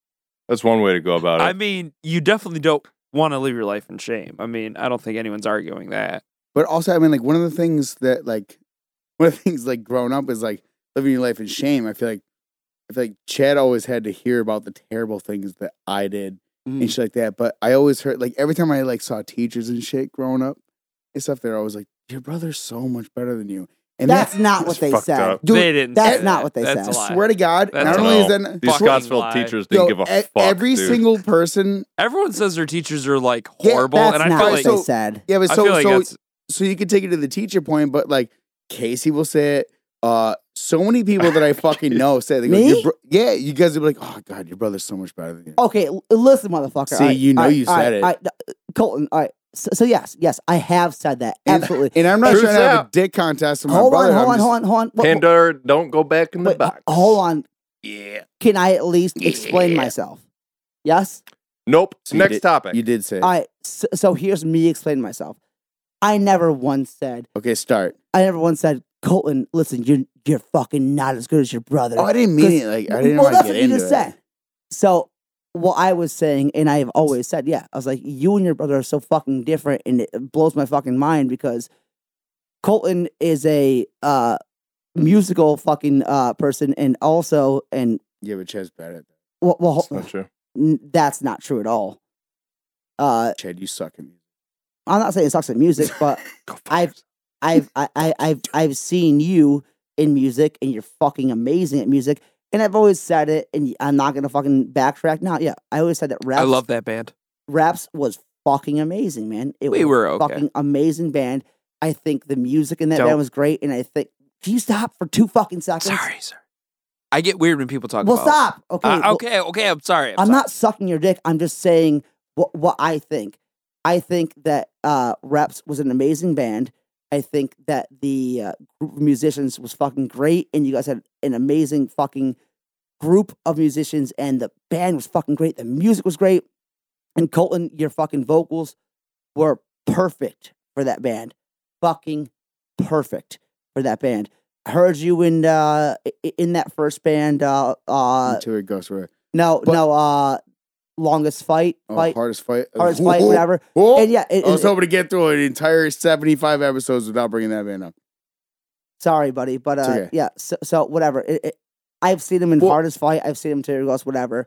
D: that's one way to go about it.
C: I mean, you definitely don't want to live your life in shame. I mean, I don't think anyone's arguing that.
A: [LAUGHS] But also, I mean, like one of the things that like one of the things like growing up is like living your life in shame. I feel like I feel like Chad always had to hear about the terrible things that I did
B: Mm.
C: Mm.
A: and shit like that. But I always heard like every time I like saw teachers and shit growing up and stuff, they're always like, "Your brother's so much better than you." And
B: That's
A: that's
B: not what
D: That's
B: they
D: fucked
B: said.
D: up.
B: Dude,
C: they didn't.
B: that's
C: say
B: not
C: that.
B: what they
C: That's
B: said.
C: a lie.
A: I swear to God.
C: That's
A: not
C: a
A: only is
D: lie.
A: that not-
D: These
C: fucking
D: Scottsville
C: lie.
D: teachers
A: yo,
D: didn't give a
A: e-
D: fuck.
A: every
D: dude.
A: single person.
C: Everyone says their teachers are like
A: Yeah,
C: horrible,
B: that's
C: and I
B: not
C: feel
A: feel
B: what
C: like
A: so-
B: they said.
A: Yeah, but
C: I
A: so
C: feel like
A: so
C: that's
A: so you could take it to the teacher point, but like Casey will say it. Uh, so many people
B: [LAUGHS]
A: that I fucking know say they go,
B: Me?
A: your bro- yeah, you guys will be like, oh god, your brother's so much better than you.
B: Okay, l- listen, motherfucker.
A: See,
B: All right,
A: you know
B: all right,
A: you
B: all right,
A: said it.
B: all right, uh, Colton, all right. So, so yes, yes, I have said that.
D: [LAUGHS]
B: Absolutely.
A: And I'm not
D: Truth's
A: trying to have a
D: out.
A: dick contest with my
B: hold,
A: brother.
B: on, hold
A: I'm
B: on,
A: just-
B: hold on, hold on, What- what-
D: Pandora, don't go back in the
B: wait,
D: box.
B: h- Hold on.
D: Yeah.
B: Can I at least explain
D: Yeah.
B: myself? Yes?
D: Nope.
A: So you
D: Next
A: did-
D: topic.
A: You did say, it.
B: All right. So, so here's me explaining myself. I never once said,
A: Okay, start.
B: I never once said, Colton, listen, you're you're fucking not as good as your brother.
A: Oh, I didn't mean it. Like I didn't
B: well,
A: want
B: that's
A: to get
B: what you
A: into
B: just
A: it.
B: said. So what I was saying, and I have always said, yeah, I was like, you and your brother are so fucking different, and it blows my fucking mind because Colton is a uh, musical fucking uh, person, and also, and
A: Yeah, but Chad's better. at that.
B: well, well
D: That's not true.
B: n- that's not true at all. Uh,
A: Chad, you suck at music.
B: I'm not saying it sucks at music, but
D: Go fuck
B: I've-
D: yourself.
B: I've I, I, I've I've seen you in music, and you're fucking amazing at music. And I've always said it, and I'm not gonna fucking backtrack now. Yeah, I always said that. Raps,
C: I love that band.
B: Raps was fucking amazing, man. It
C: We
B: was
C: were
B: a
C: okay.
B: fucking amazing band. I think the music in that
C: Don't-
B: band was great, and I think can you stop for two fucking seconds?
C: Sorry, sir. I get weird when people talk
B: Well,
C: about.
B: stop. Okay.
C: Uh,
B: well-
C: okay, okay. I'm sorry. I'm,
B: I'm
C: sorry.
B: not sucking your dick. I'm just saying what what I think. I think that uh, Reps was an amazing band. I think that the uh, group of musicians was fucking great, and you guys had an amazing fucking group of musicians, and the band was fucking great. The music was great, and Colton, your fucking vocals were perfect for that band. Fucking perfect for that band. I heard you in uh, i- i- in that first band. Uh, uh,
A: Until it goes where
B: no,
A: But-
B: no. Uh, longest fight,
A: oh,
B: fight,
A: hardest fight.
B: hardest
A: [LAUGHS]
B: fight, whatever.
A: Oh,
B: And yeah, it,
A: I was
B: it-
A: hoping to get through an entire 75 episodes without bringing that man up.
B: sorry, buddy, but uh,
A: It's okay.
B: yeah. So, so whatever. It, it, I've seen him in
A: Well-
B: hardest fight. I've seen him tear glass, whatever.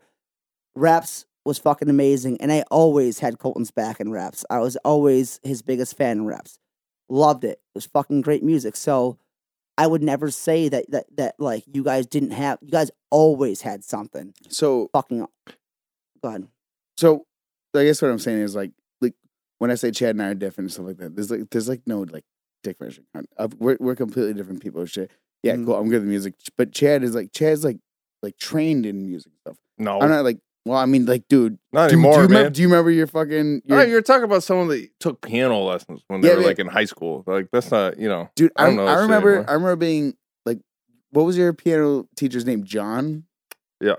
B: Raps was fucking amazing, and I always had Colton's back in Raps. I was always his biggest fan in Raps. Loved it. It was fucking great music. So I would never say that that that like you guys didn't have. You guys always had something.
A: So,
B: Fucking. Go ahead.
A: so I guess what I'm saying is like, like when I say Chad and I are different and stuff like that, there's like, there's like no like dick version. Uh, We're, we're completely different people. and Shit. Yeah,
D: Mm-hmm.
B: Mhm.
A: cool. I'm good at music, but Chad is like, Chad's like, like trained in music and stuff.
D: No,
A: I'm not like, well, I mean, like, dude,
D: Oh. not
A: do,
D: anymore,
A: do you
D: man.
A: remember? Do you remember your fucking?
D: All
A: Your,
D: right, you're talking about someone that took piano lessons when they
A: Yeah,
D: were
A: but-
D: like in high school. Like that's not, you know,
A: dude,
D: I
A: I,
D: don't know that
A: I
D: shit
A: remember.
D: anymore.
A: I remember being like, what was your piano teacher's name? John.
D: Yeah.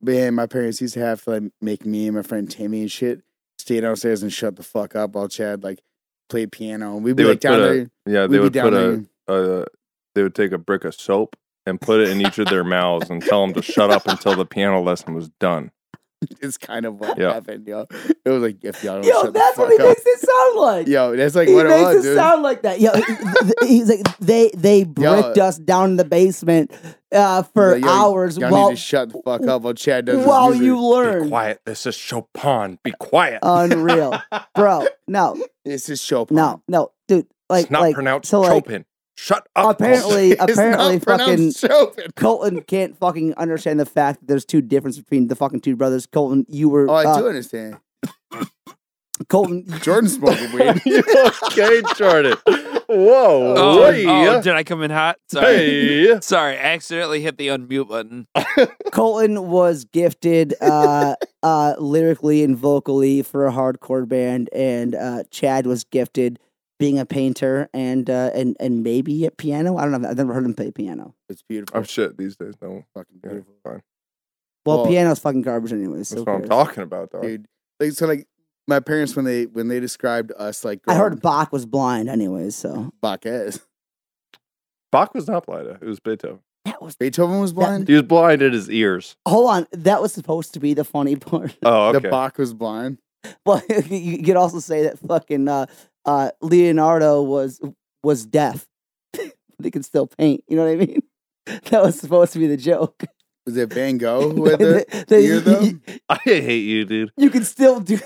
A: Man, my parents used to have to like make me and my friend Timmy and shit stay downstairs and shut the fuck up while Chad like played piano and we'd be
D: They
A: like
D: would
A: down
D: put a-
A: there.
D: yeah,
A: we'd
D: they would
A: be down
D: put
A: there. [LAUGHS]
D: a, a they would take a brick of soap and put it in each of their mouths and tell them to shut up until the piano lesson was done.
A: It's kind of what
D: Yeah.
A: happened, yo. It was like if y'all don't
B: Yo,
A: Oh, shut
B: that's
A: the
B: what
A: fuck
B: he
A: up,
B: makes it sound
A: [LAUGHS]
B: like.
A: yo, that's like
B: he
A: what it
B: makes
A: was,
B: it
A: dude.
B: sound like that. Yo, he's like they
A: [LAUGHS]
B: they bricked us down in the basement uh, for
A: Like, yo,
B: hours
A: y'all
B: while
A: need to shut the fuck up while Chad does his
B: while
A: music.
B: you
D: Be
B: learn.
D: quiet. This is Chopin. Be quiet.
A: Uh, [LAUGHS]
B: Unreal, bro. No,
A: This is Chopin. [LAUGHS]
B: no, no, dude. Like
D: it's not
B: like
D: pronounced
B: so like
D: Chopin. Shut up.
B: apparently
A: It's
B: apparently
A: not
B: fucking
A: pronounced Chopin.
B: Colton can't fucking understand the fact that there's two differences between the fucking two brothers. Colton, you were
A: Oh, I
B: uh,
A: do understand.
B: Colton.
A: Jordan smoking weed.
D: You [LAUGHS] okay, Jordan. [LAUGHS] Whoa.
C: Oh,
D: hey,
C: oh, did I come in hot? Sorry.
D: [LAUGHS] hey.
C: Sorry, I accidentally hit the unmute button.
B: Colton was gifted
D: [LAUGHS]
B: uh, uh, lyrically and vocally for a hardcore band, and uh, Chad was gifted being a painter and uh, and and maybe a piano. I don't know. I've never heard him play piano.
A: It's beautiful.
D: I'm Oh, shit these days. No,
A: fucking
D: yeah,
A: beautiful,
D: fine.
B: Well,
A: Well,
B: piano's fucking garbage, anyways. So
D: That's what I'm
B: who cares?
D: talking about, though.
A: dude. Like so, like my parents when they when they described us, like
B: I
A: growing
B: heard Bach was blind, anyways. So
A: Bach as
D: Bach was not blind. It was Beethoven.
B: that was.
A: [LAUGHS] Beethoven was blind.
D: He was blind in his ears.
B: Hold on, that was supposed to be the funny [LAUGHS] part.
D: Oh, okay.
A: The Bach was blind.
B: well, [LAUGHS] you could also say that fucking uh, uh, Leonardo was was deaf, [LAUGHS] but he could still paint. You know what I mean? [LAUGHS] That was supposed to be the joke.
A: Was it
B: [LAUGHS]
A: Van Gogh Oh, who had [LAUGHS]
B: They-
A: the?
B: they-
A: ear,
B: you-
A: though?
B: you,
D: [LAUGHS] I hate
B: [LAUGHS]
D: you, dude.
B: you can still do.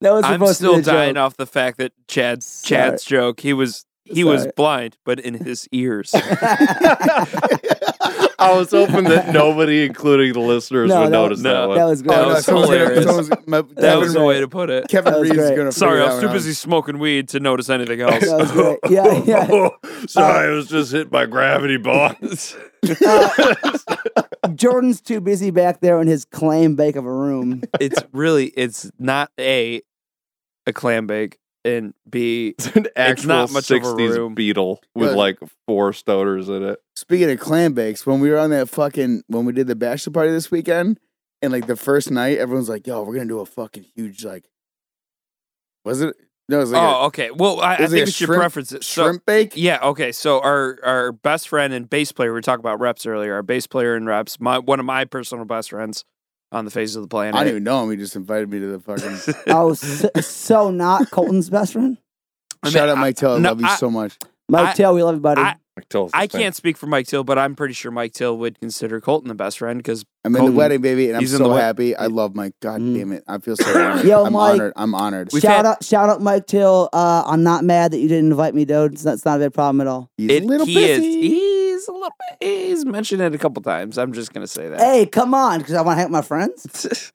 B: that was
C: I'm
B: supposed to
C: still
B: be the
C: dying
B: joke.
C: off the fact that Chad's
B: Sorry.
C: Chad's joke. He was he was
B: Sorry.
C: blind, but in his ears.
B: [LAUGHS]
A: Oh,
D: I was hoping that nobody, including the listeners,
B: No,
D: would
B: that-
D: notice
C: no,
D: that one.
B: That was good.
C: That
A: no,
C: was
A: someone's gonna-
C: hilarious.
A: someone's- my-
C: that
A: Kevin
C: was the
A: Reed-
C: way to put it.
A: Kevin
B: That was
A: Reed's
B: great.
A: gonna.
C: Sorry,
A: figure
C: I was
A: that
C: too
A: one
C: busy
A: out.
C: smoking weed to notice anything else.
B: That was
D: [LAUGHS]
B: great. Yeah, yeah.
D: Oh,
B: Uh,
D: Sorry, I was just hit by gravity bonds.
B: Uh, Jordan's too busy back there in his clam bake of a
D: [LAUGHS]
B: room.
C: it's really it's not a a clam bake and B
D: [LAUGHS] it's an actual
C: not much of a
D: 60s
C: room.
D: Beetle with
A: Good.
D: like four stoners in it.
A: Speaking of clam bakes, when we were on that fucking when we did the bachelor party this weekend, and like the first night, everyone's like, "Yo, we're gonna do a fucking huge like." Was it No, it's like
C: oh, okay. Well, I, I
A: Is it
C: think
A: a
C: we should
A: shrimp-
C: preference
A: a
C: it. So,
A: shrimp bake.
C: yeah, okay. So our our best friend and bass player, we were talking about reps earlier. Our bass player and reps, my one of my personal best friends on the face of the planet.
A: I didn't even know him. He just invited me to the
C: [LAUGHS]
A: fucking.
B: Oh, so, so not Colton's best friend?
C: I mean,
A: Shout out
C: I-
A: Mike Tell. I
C: no,
A: love you
C: I-
A: so much.
B: Mike
C: I-
B: Till, we love you, buddy.
C: I-
D: Like, tell us
C: I
D: the thing.
C: can't speak for Mike Till, but I'm pretty sure Mike Till would consider Colton the best friend because
A: I'm in
C: Colton,
A: the wedding, baby, and I'm
C: he's in the
A: so
C: wed-
A: happy. I love Mike. God
B: Mm.
A: damn it. I feel
C: [LAUGHS]
A: so honored.
B: Yo,
A: I'm
B: Mike.
A: honored. I'm honored.
C: We've
B: shout
C: had-
B: out, shout out, Mike Till. Uh, I'm not mad that you didn't invite me, dude. It's not, it's not a big problem at all.
A: He's
C: it,
A: a little
C: he
A: busy.
C: is he's a little bit, he's mentioned it a couple times. I'm just gonna say that.
B: Hey, come on, because I want to hang out with my friends.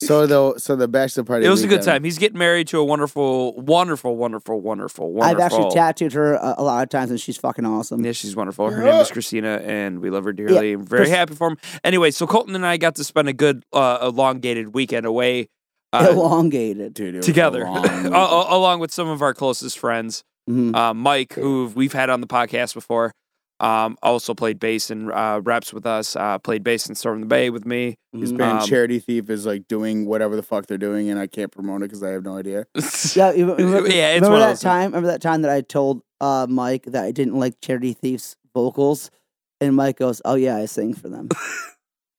A: So though, so the bachelor party.
C: it was a good
A: weekend-
C: time. He's getting married to a wonderful, wonderful, wonderful, wonderful, wonderful.
B: I've actually tattooed her a, a lot of times, and she's fucking awesome. [LAUGHS]
C: Yeah, she's wonderful. Her name is Christina, and we love her dearly. I'm very
B: Chris-
C: happy for him. Anyway, so Colton and I got to spend a good, uh, elongated weekend away uh,
B: Elongated.
A: dude. it was a
C: together, [LAUGHS] Oh,
A: long
C: a-
A: weekend.
C: a- along with some of our closest friends.
B: Mhm.
C: Uh, Mike, who we've had on the podcast before, um, also played bass and uh, reps with us. Uh, played bass in Storm the Bay with me.
A: His
B: Mhm.
A: band
C: Um,
A: Charity Thief is like doing whatever the fuck they're doing, and I can't promote it because I have no idea.
C: [LAUGHS]
B: Yeah, you remember,
C: Yeah, it's
B: remember
C: one of
B: that
C: those-
B: time? Remember that time that I told uh, Mike that I didn't like Charity Thief's vocals, and Mike goes, "Oh yeah, I sing for
C: [LAUGHS]
B: them."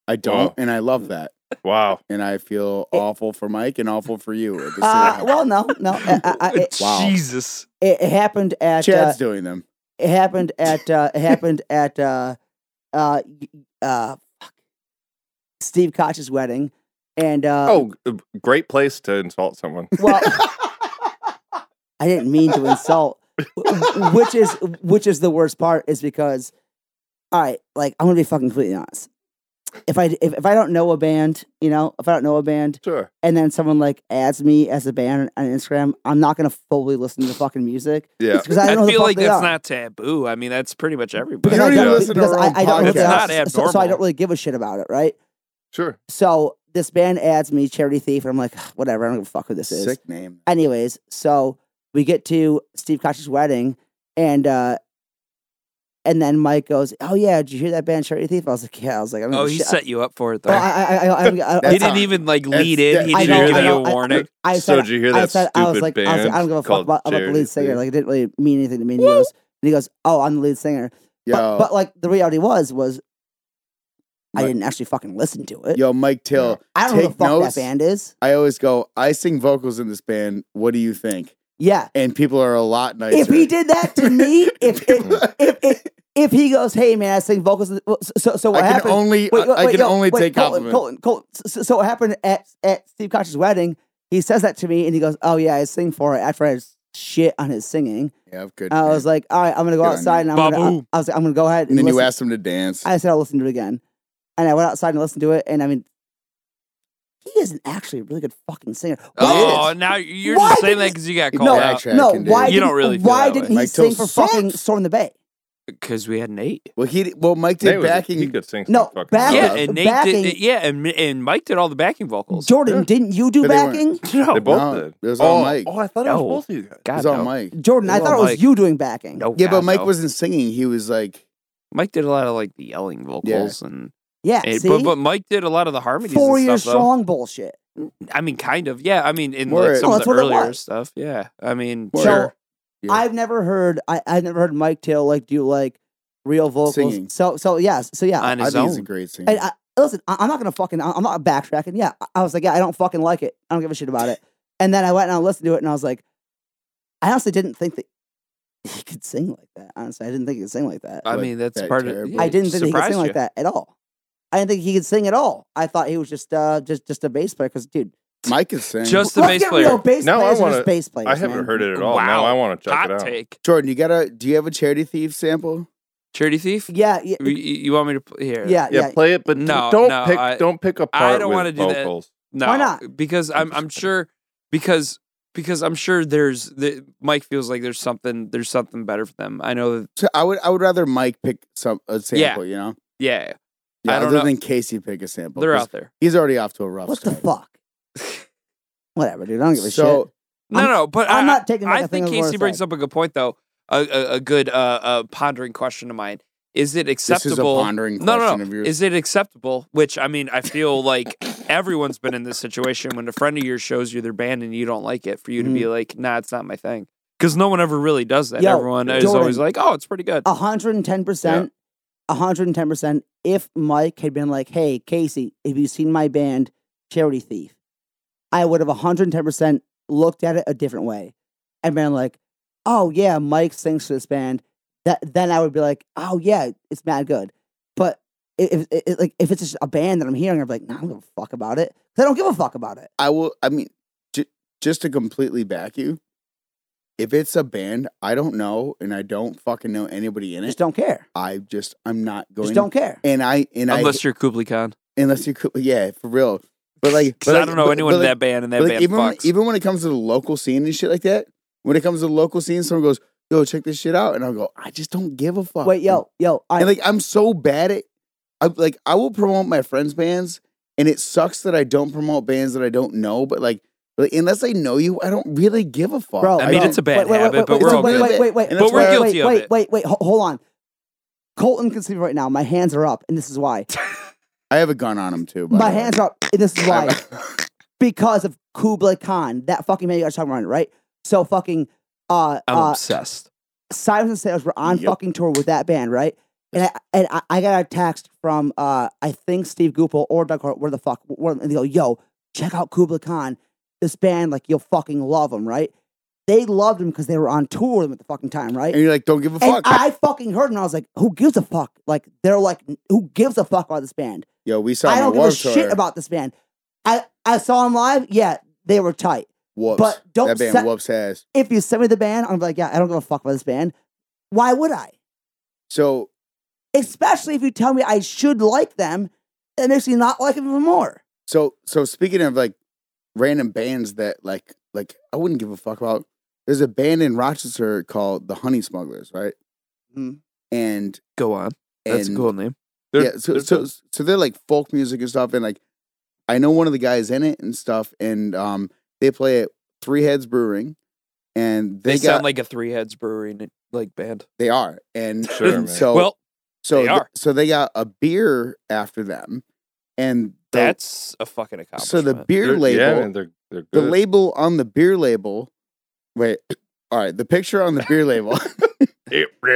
A: I don't,
D: Wow.
A: and I love that,
D: Wow.
A: and I feel awful for Mike and awful for you. At the same
B: uh,
A: time.
B: well, no, no, I, I,
D: [LAUGHS]
B: I-
C: [LAUGHS]
B: it,
C: Jesus.
B: it, it happened at uh,
A: Chad's doing them.
B: it happened at uh, it happened at uh, uh, y- uh, fuck. Steve Koch's wedding, and uh,
D: Oh, g- great place to insult someone.
B: well, [LAUGHS] I didn't mean to insult, wh- which is which is the worst part is because, all right, like I'm gonna be fucking completely honest. If I if, if I don't know a band, you know, if I don't know a band,
D: Sure.
B: and then someone like adds me as a band on Instagram, I'm not gonna fully listen to the fucking music
D: Yeah.
B: because I
C: I,
B: don't know who the
C: feel
B: fuck
C: like
B: they
C: that's
B: are.
C: not taboo. I mean, that's pretty much everybody.
B: because
A: You
B: I
A: don't even
B: don't,
A: listen to
B: because
A: our
B: I,
A: own
B: I don't
A: podcast.
B: really,
C: It's not
B: so, so I don't
C: abnormal.
B: really give a shit about it, right?
D: Sure.
B: So this band adds me, Charity Thief, and I'm like, whatever, I don't give a fuck who this is.
A: Sick name.
B: anyways, so we get to Steve Koch's wedding, and uh and then Mike goes, "Oh yeah, did you hear that band Charity Thief?" I was like, "Yeah." I was like, "I don't
C: Oh,
B: give a
C: he
B: shit."
C: set you up for it
B: Oh,
C: though.
B: I, I, I, I, I, I,
A: That's
C: he didn't
A: not-
C: even like
A: that's-
C: lead in. He
A: that-
B: I
C: didn't
B: know,
C: give
B: I
C: you
B: know,
C: a warning.
B: I, I, I
D: so
B: said,
D: did you hear that
B: I said,
D: stupid
B: I was like,
D: band?
B: I was like, I don't give a fuck
D: called
B: about, about the
D: Charity
B: lead singer.
D: Thief?
B: Like, it didn't really mean anything to me. And he goes, and he goes, "Oh, I'm the lead singer."
A: Yo,
B: But, but like, the reality was, was I
A: Mike-
B: didn't actually fucking listen to it.
A: yo, Mike Till.
B: I don't know who the
A: take
B: fuck
A: notes.
B: that band is.
A: I always go. I sing vocals in this band. What do you think?
B: Yeah,
A: And people are a lot nicer.
B: if he did that to
A: [LAUGHS]
B: me, if if, if if if he goes, hey man, I sing vocals. So so
A: I
B: what
A: can
B: happened?
A: only
B: wait,
A: I
B: wait,
A: can
B: yo,
A: only
B: wait,
A: take
B: Colton,
A: compliments.
B: Colton, Colton. So, so what happened at at Steve Koch's wedding? He says that to me, and he goes, "Oh yeah, I sing for it." After I was shit on his singing,
A: Yeah, I'm good.
B: I was like, "All right, I'm gonna go
A: Good on
B: outside." And I'm gonna,
C: Babu.
B: I, I was like, "I'm gonna go ahead."
A: and then you
B: listen."
A: asked him to dance.
B: I said, "I'll listen to it again," and I went outside and listened to it. And I mean, he isn't actually a really good fucking singer.
C: Oh,
A: What?
C: now you're
B: Why
C: just saying
B: did-
C: that because you got
A: No,
C: called
A: I
C: out
A: actually-
B: no,
A: can do
B: why?
A: it.
C: You
B: didn't-
C: don't really feel
B: Why
C: that
B: didn't
C: way.
B: he
A: Mike
B: sing
A: Till
B: for fucking
A: sucks.
B: Storm the Bay?
C: because we had Nate.
A: well, he did- well Mike
D: Nate
A: did
D: was-
A: backing.
D: He could sing some
B: No,
D: fucking
B: back-
C: Yeah,
D: stuff.
C: and Nate
B: Backing-
C: did. Yeah, and and Mike did all the backing vocals.
B: Jordan, didn't you do
A: Yeah, they weren't.
B: backing?
C: [LAUGHS] No,
D: They both
A: No,
D: did.
A: it was all
D: oh,
A: Mike.
D: Oh, I thought it
C: No.
D: was both of you guys.
C: God,
A: It's all
C: no.
A: Mike.
B: Jordan, I
C: Well,
B: thought it was
C: Mike-
B: you doing backing.
C: No,
A: Yeah, but
C: God,
A: Mike
C: no.
A: wasn't singing. He was like,
C: Mike did a lot of like the yelling vocals and,
B: Yeah,
C: and-
B: see,
C: Eh, but but Mike did a lot of the harmonies.
B: four
C: and
B: years
C: stuff, though.
B: strong bullshit.
C: I mean, kind of. Yeah, I mean, in
A: Word.
C: like, some
B: No,
C: of
B: that's
C: the
B: what it
C: earlier
B: was.
C: stuff. Yeah, I mean,
A: Word.
C: sure.
A: Yeah.
B: I've never heard. I I've never heard Mike Till like do like real vocals.
A: Singing.
B: So so yes. So yeah.
C: On
A: "I
C: his
A: think he's a
C: own.
A: great singer."
B: and I, listen, I, I'm not gonna fucking. I- I'm not backtracking. Yeah, I- I was like, yeah, I don't fucking like it. I don't give a shit about it. And then I went and I listened to it, and I was like, I honestly didn't think that he could sing like that. Honestly, I didn't think he could sing like that.
C: I
A: Like,
C: mean, that's
A: that
C: part of.
A: terrible.
C: yeah,
B: I didn't think that he could
C: surprised
B: sing
C: you.
B: like that at all. I didn't think he could sing at all. I thought he was just uh just just a bass player because dude,
A: Mike is singing.
C: Just the
B: let's
C: bass
B: get
C: player.
B: real, bass
D: No, I
B: players are
D: wanna-
B: just bass players.
D: I haven't
B: man.
D: heard it at all. Now
C: Wow.
D: I want to check
C: Hot
D: it out.
C: take.
A: Jordan, you gotta. Do you have a charity thief sample?
C: Charity thief.
B: Yeah, yeah,
C: You, you want me to pl- here?
B: yeah,
D: Yeah,
B: yeah.
D: play it, but d-
C: No,
D: don't
C: no,
D: pick.
C: I-
D: don't pick apart.
C: don't
D: with
C: wanna do that.
D: vocals.
C: No,
B: Why not?
C: Because I'm I'm sure because because I'm sure there's the Mike feels like there's something there's something better for them. I know. that-
A: So I would. I would rather Mike pick some a sample. You know,
C: Yeah,
A: yeah,
C: I don't
A: other
C: know.
A: than Casey pick a sample.
C: they're
A: 'cause
C: out there.
A: He's already off to a rough
B: What the
A: start.
B: fuck? Whatever, dude. I don't give a
A: so
B: shit.
C: No,
B: I'm-
C: no, but
B: I'm
C: I,
B: not taking. Like
C: I
B: a
C: think
B: thing of
C: Casey brings up a good point though, a, a, a good uh, uh, pondering question of mine is it
A: This
C: acceptable?
A: is a pondering
C: no,
A: question
C: no, no.
A: of yours.
C: Is it acceptable? Which I mean, I feel like everyone's been in this situation when a friend of yours shows you their band and you don't like it, for you to be
A: Mm-hmm.
C: like, "Nah, it's not my thing," because no one ever really does that.
B: Yo,
C: Everyone is
B: Jordan.
C: always like, "Oh, it's pretty good."
B: 110%. 110%. If Mike had been like, hey, Casey, have you seen my band, Charity Thief? I would have 110% looked at it a different way and been like, oh, yeah, Mike sings to this band. That Then I would be like, oh, yeah, it's mad good. But if, if, if- like, if it's just a band that I'm hearing, I'm like, nah, I don't give a fuck about it. 'Cause I don't give a fuck about it.
A: I will. I mean, j- just to completely back you, if it's a band I don't know and I don't fucking know anybody in it,
B: Just don't care.
A: I just I'm not going.
B: Just don't care.
A: And I and
C: Unless you're Kublai Khan,
A: I unless you could, yeah, for real. But
C: [LAUGHS]
A: like,
C: because
A: but
C: I
A: like-
C: don't know
A: but-
C: anyone
A: but
C: in
A: like-
C: that band, and that
A: but like,
C: band
A: even when,
C: fucks.
A: even when it comes to the local scene and shit like that, when it comes to the local scene, someone goes, "Yo, check this shit out," and I'll go, "I just don't give a fuck."
B: Wait, yo, yo, I,
A: and like I'm so bad at, I like I will promote my friends' bands, and it sucks that I don't promote bands that I don't know. But like, like, unless I know you, I don't really give a fuck.
B: Bro,
C: I mean,
B: bro.
C: it's a bad
B: Wait, wait,
C: habit,
B: wait,
C: but
B: wait,
C: we're
B: wait,
C: all
B: wait,
C: good.
A: good.
B: Wait, wait, wait,
A: And
B: wait,
A: that's
C: But we're
B: wait,
C: guilty
B: wait,
C: of
B: wait,
C: it.
B: wait, wait, ho- hold on. Colton can see right now. My hands are up, and this is
C: [LAUGHS]
B: why.
A: I have a gun on him too. by
B: My
A: the way.
B: hands are up, and this is
A: [LAUGHS] I
B: why.
A: have a-
B: Because of Kublai Khan, that fucking man you guys are talking about, right? So fucking uh,
C: I'm
B: uh
C: obsessed.
B: Simons and Sales were on
A: Yep.
B: fucking tour with that band, right? And I and I, I got a text from uh I think Steve Goupel or Doug Hart, where the fuck, where, and they go, yo, check out Kublai Khan, this band, like you'll fucking love them, right? They loved them because they were on tour with them at the fucking time, right?
A: and you're like, don't give a
B: And
A: fuck.
B: I fucking heard, and I was like, "Who gives a fuck?" Like they're like, "Who gives a fuck about this band?"
A: Yo, we saw.
B: I don't
A: my
B: give a
A: Warped
B: shit
A: Tour.
B: about this band. I I saw them live. Yeah, they were tight.
A: Whoops.
B: but don't
A: that band
B: set-
A: whoops has.
B: If you send me the band, I'm like, "Yeah, I don't give a fuck about this band." Why would I?
A: So
B: Especially if you tell me I should like them, it makes me not like them even more.
A: so so speaking of like random bands that like like I wouldn't give a fuck about. There's a band in Rochester called the Honey Smugglers, right?
D: Hmm.
B: Mhm.
A: And
C: Go on. That's
A: and
C: a cool name.
D: They're-
A: yeah, so
D: they're
A: so,
D: tough.
A: so they're like folk music and stuff, and like I know one of the guys in it and stuff, and um they play at Three Heads Brewing, and
C: They,
A: they, got
C: sound like a Three Heads Brewery like band.
A: they are,
C: [LAUGHS]
A: and
D: Sure, man.
A: so
C: well,
A: so
C: they
A: th-
C: are.
A: so they got a beer after them, and the-
C: that's a fucking accomplishment.
A: so the beer
D: They're-
A: label
D: Yeah, man, they're they're
A: the
D: good.
A: label on the beer label. Wait, [COUGHS] all right. The picture on the beer label. [LAUGHS]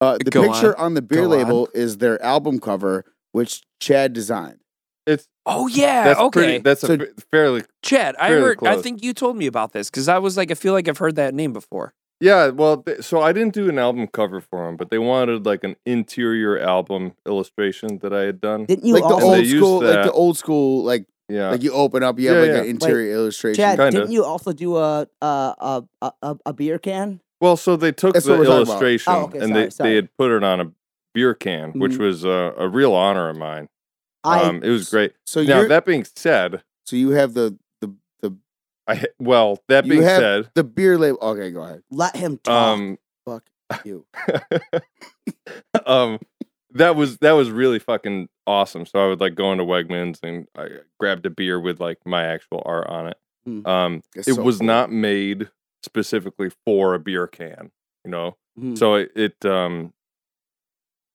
A: uh, the
C: Go
A: picture on. the beer
C: Go on.
A: label is their album cover, which Chad designed.
D: it's
C: oh yeah,
D: that's
C: okay.
D: pretty. That's
A: So-
D: a fa- fairly.
C: Chad, I
D: Fairly
C: heard. I
D: close.
C: think you told me about this because I was like, I feel like I've heard that name before.
D: Yeah, well, th- so I didn't do an album cover for them, but they wanted like an interior album illustration that I had done.
B: Didn't you
A: like the
B: also,
D: They
A: old
D: used
A: school, like
D: that.
A: the old school, like
D: Yeah,
A: like you open up, you have
D: Yeah,
A: like
D: yeah.
A: an interior
B: [LAUGHS]
A: illustration.
B: Chad?
D: kinda.
B: Didn't you also do a a a a, a- a beer can?
D: Well, so they took
A: That's
D: the
A: what we're talking about.
D: illustration
B: Oh, okay,
D: and
B: sorry,
D: they,
B: sorry.
D: they had put it on a beer can, which
A: Mm-hmm.
B: Mhm.
D: was uh, a real honor of mine.
B: I
D: um, it was great.
A: so
D: now,
A: you
D: that being said,
A: so you have the the the
D: I well, that
A: You
D: being
A: have-
D: said,
A: the beer label. Okay, go ahead.
B: let him talk.
D: um,
A: Fuck you.
D: [LAUGHS] um, that was that was really fucking awesome. So I would like go into Wegmans and I grabbed a beer with like my actual art on it.
B: Mm.
D: Um,
A: It's
D: it
A: so
D: was
A: cool.
D: not made specifically for a beer can, you know.
B: Mhm.
D: So it, it um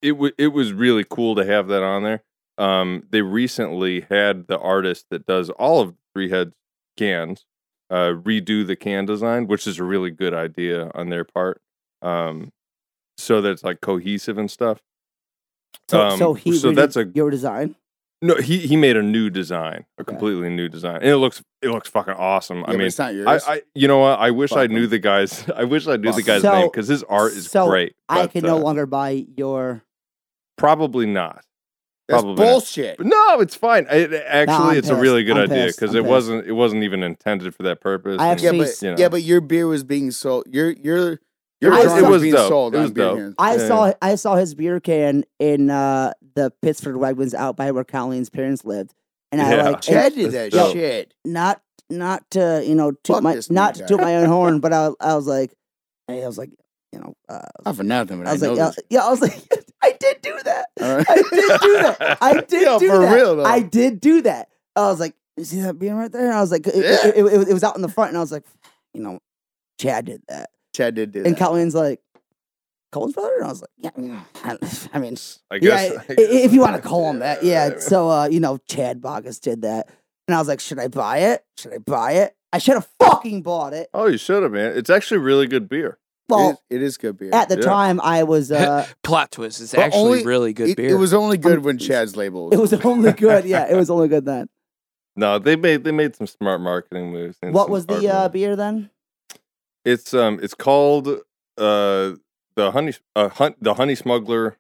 D: it wa it was really cool to have that on there. Um they recently had the artist that does all of Three Heads cans uh redo the can design, which is a really good idea on their part. Um so that it's like cohesive and stuff.
B: so,
D: um,
B: so he
D: so
B: redid
D: that's a-
B: your design.
D: No, he he made a new design, a
B: Okay.
D: completely new design. And it looks it looks fucking awesome.
A: Yeah,
D: I
A: but
D: mean
A: it's not yours.
D: I, I you know what I wish I
A: Fuck
D: knew
A: him.
D: the guy's [LAUGHS] I wish I knew the
A: Fuck
D: guy's
B: him.
D: name
B: So-
D: because his art is
B: so
D: great.
B: I
D: but,
B: can no
D: uh,
B: longer buy your.
D: probably not.
A: That's
D: probably not.
A: bullshit.
D: But no, it's fine. It, it-
B: No,
D: actually,
B: I'm
D: it's a
B: pissed.
D: really good
B: I'm
D: idea
B: pissed.
D: because
B: I'm
D: it
B: pissed.
D: wasn't it wasn't even intended for that purpose.
B: I
D: and-
A: yeah,
B: actually-
A: but
D: you know.
A: yeah, but your beer was being sold. Your your your
B: I
A: genre
B: saw-
A: was,
B: It was
A: being
D: dope.
A: sold.
D: It was
A: on beer
D: dope.
A: cans.
B: I
D: Yeah.
B: saw I saw his beer can in uh, the Pittsford Wegmans out by where Colleen's parents lived, and I
D: Yeah.
B: like and
A: Chad did that
D: That's dope.
A: shit.
B: not not to you know toot
A: Fuck
B: my
A: this new
B: not to
A: guy.
B: toot my own horn, but I I was
A: [LAUGHS]
B: like, hey, I was like, you know, uh,
A: Not for nothing. But
B: I was
A: know
B: like, yeah,
A: this.
B: yeah, I was like, [LAUGHS] I did do that,
A: All right.
B: [LAUGHS] I did do that, I
A: [LAUGHS]
B: did
A: Yeah,
B: do
A: for
B: that,
A: real, though.
B: I did do that. I was like, you see that being right there? And I was like, it,
A: Yeah.
B: it, it- it was out in the front, and I was like, you know, Chad did that,
A: Chad did do
B: and
A: that.
B: Colleen's like, Cole's brother? And I was like, yeah, mm, I- I mean,
D: [LAUGHS] I guess.
B: yeah,
D: I
B: i-
D: guess
B: if
D: [LAUGHS]
B: you want to
D: that's-
B: call him that. Yeah. So, uh, you know, Chad Bogus did that. And I was like, should I buy it? Should I buy it? I should have fucking bought it.
D: Oh, you should have, man. It's actually really good beer.
A: Well,
B: Well,
A: it is good beer.
B: at the
D: yeah.
B: time, I was, uh,
C: Plot twist. It's
A: But
C: actually
A: only-
C: really good
A: it,
C: beer.
A: it was only good when Chad's label was.
B: it was only good. Yeah, it was only good then.
D: No, they made they made some smart marketing moves. and
B: What
D: some
B: was
D: smart
B: the uh,
D: moves.
B: beer then?
D: It's um, it's called uh, the honey uh, hunt the honey smuggler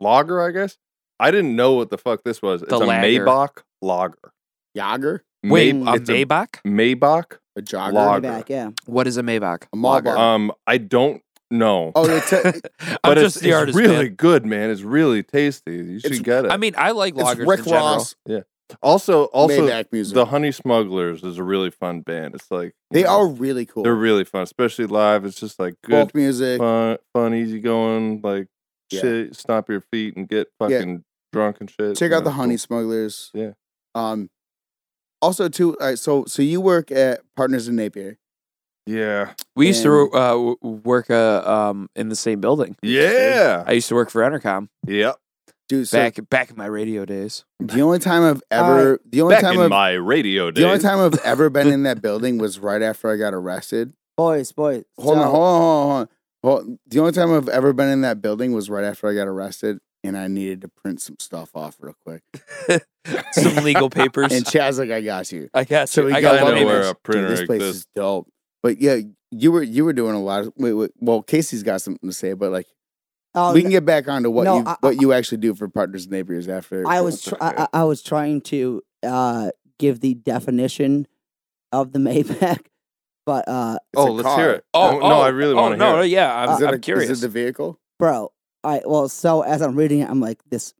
D: lager, I guess. I didn't know what the fuck this was. It's
C: The
D: a
C: lager.
D: Maybach lager.
A: Yager,
C: Wait,
D: Mayb-
C: a
D: it's a
C: Maybach?
D: Maybach.
A: a jogger.
D: Log-
B: Way back, yeah.
C: What is a Maybach?
A: A mall bar.
D: Um, I don't know,
A: Oh, it's
D: [LAUGHS]
A: a,
C: [LAUGHS] I'm
D: but it's,
C: just the
D: it's
C: artist.
D: really
C: man.
D: good, man. It's really tasty. You should
A: It's-
D: get it.
C: I mean, I like
A: it's
C: lagers
A: Rick
C: in general.
A: Ross
D: also, also
A: Maybach music.
D: the Honey Smugglers is a really fun band. It's like
A: they
D: you know,
A: are really cool.
D: they're really fun, especially live. It's just like good
A: folk music.
D: fun, fun, easy going, like
A: Yeah.
D: shit, stomp your feet and get
A: Yeah.
D: fucking drunk and shit.
A: Check
D: you
A: out the
D: know?
A: Honey Smugglers.
D: Yeah.
A: Um. Also, too. All right. So, so you work at Partners in Napier.
D: Yeah.
C: We used to
A: And-
C: uh, w- work uh, um, in the same building.
D: Yeah.
C: I used to work for Entercom
D: Yep.
A: Dude, so
C: back back in my radio days.
A: the only time
D: [LAUGHS]
A: I've ever, the only
D: Back
A: time
D: in
A: I've,
D: my radio days.
A: the only
D: [LAUGHS]
A: time I've ever been in that building was right after I got arrested.
B: Boys, boys.
A: Hold
B: so-
A: on, hold on, hold on, hold on. Hold- the only time I've ever been in that building was right after I got arrested, and I needed to print some stuff off real quick.
C: [LAUGHS] Some [LAUGHS] legal papers.
A: And Chad's like, "I got you."
C: I got
A: So
C: you.
A: we
C: I
A: got
C: got
D: I
A: one of
D: know
C: papers.
D: where
A: those.
D: a printer
A: Dude, this place
D: exists.
A: is dope. But yeah, you were you were doing a lot. Of, wait, wait. Well, Casey's got something to say, but like
B: Oh,
A: we can get back onto what
B: No,
A: you
B: I-
A: what you actually do for partners and neighbors after.
B: I was
D: That's
B: try- I, I I was trying to uh, give the definition of the Maybach, but uh,
A: It's a
D: oh, let's
A: car.
D: hear it.
C: Oh,
D: no,
C: oh,
D: I really
C: oh,
D: want to
C: no,
D: hear
C: no,
D: it.
C: yeah, I'm,
A: Is it
C: I'm
A: a-
C: curious.
A: Is it the vehicle?
B: bro, I well, so as I'm reading it, I'm like, this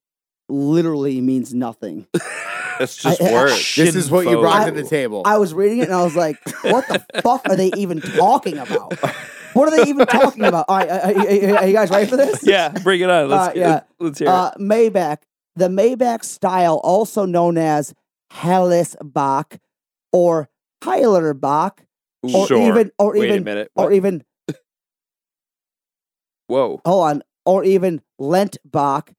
B: literally means
C: [LAUGHS]
B: nothing.
D: It's just
B: I- I-
D: words.
A: This is what you brought to
D: Shinfo.
A: the table.
B: I was reading it and I was like, what the fuck are they
A: [LAUGHS]
B: even talking about? What are they even talking about? All right, are, are- are you guys ready for this?
C: yeah, bring it on. Let's,
B: Uh, yeah.
C: let's hear
B: Uh, Maybach, the Maybach style, also known as Hellesbach or Heilerbach,
C: it.
B: or
D: Sure.
B: even or
C: Wait a
B: even
C: minute.
B: or
C: What?
B: even
C: Whoa.
B: hold on, or even Lentbach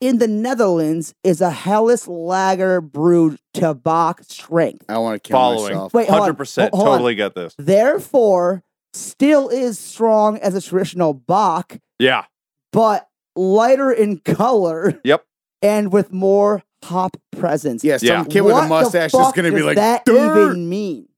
B: in the Netherlands is a Helles lager brewed to Bach strength.
A: I want to kill
D: Following.
A: myself.
B: Wait, hold on,
D: 100%.
B: ho- hold on.
D: totally get this.
B: Therefore, still is strong as a traditional Bach,
D: Yeah.
B: but lighter in color.
D: Yep.
B: [LAUGHS] And with more hop presence.
A: Yeah, some
D: Yeah.
A: kid with
B: What
A: a
B: the
A: mustache is
B: fuck
A: going to be
B: does
A: like,
B: that
A: "Dirt."
B: even mean?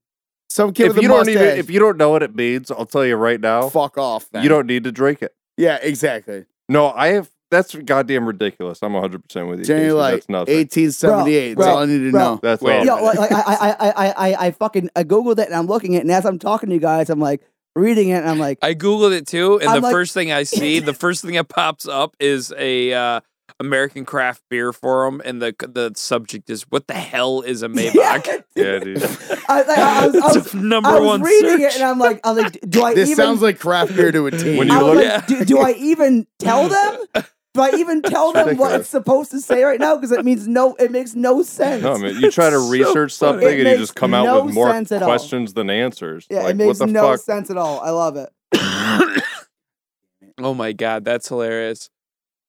A: some kid
D: If
A: with a
D: you don't
A: mustache.
D: even if you don't know what it means, I'll tell you right now.
A: fuck off. then.
D: You don't need to drink it.
A: Yeah, exactly.
D: No, I have. That's goddamn ridiculous. I'm 100 percent with you.
A: Jenny
D: Casey.
A: like
D: that's nothing.
A: 1878.
B: Bro,
A: That's
B: bro,
A: all I need to
B: bro.
A: know.
D: that's
C: Wait
D: all.
C: a
B: Yo, like, like, I, I, I, I, I fucking I googled it and I'm looking at it, and as I'm talking to you guys, I'm like reading it and I'm like,
C: I googled it too, and
B: I'm
C: the
B: like-
C: first thing I
B: [LAUGHS]
C: see, the first thing that pops up is a uh, American craft beer forum, and the the subject is what the hell is
B: [LAUGHS]
C: a Maybach?
D: [LAUGHS] Yeah, dude.
B: I, I, I
A: [LAUGHS]
B: was, I was,
C: [LAUGHS] It's number
B: I was
C: one
B: reading
C: search.
B: it and I'm like, I'm like, do I
A: This
B: even?
A: sounds like craft beer
D: [LAUGHS]
A: to a teen.
D: When you
B: I was
D: look-
B: like, do, do I even
A: [LAUGHS]
B: tell them? Do I even tell them what
D: ridiculous.
B: it's supposed to say right now? Because it means no, it makes no sense.
D: No, man, you try
B: [LAUGHS]
D: to
C: It's so
D: research
C: funny.
D: something
B: It
D: and you
B: makes
D: just come out
B: no
D: with more
B: sense at all.
D: questions than answers.
B: yeah,
D: like,
B: it makes
D: what the
B: no
D: fuck?
B: sense at all. I love it.
C: [COUGHS] oh my god, that's hilarious.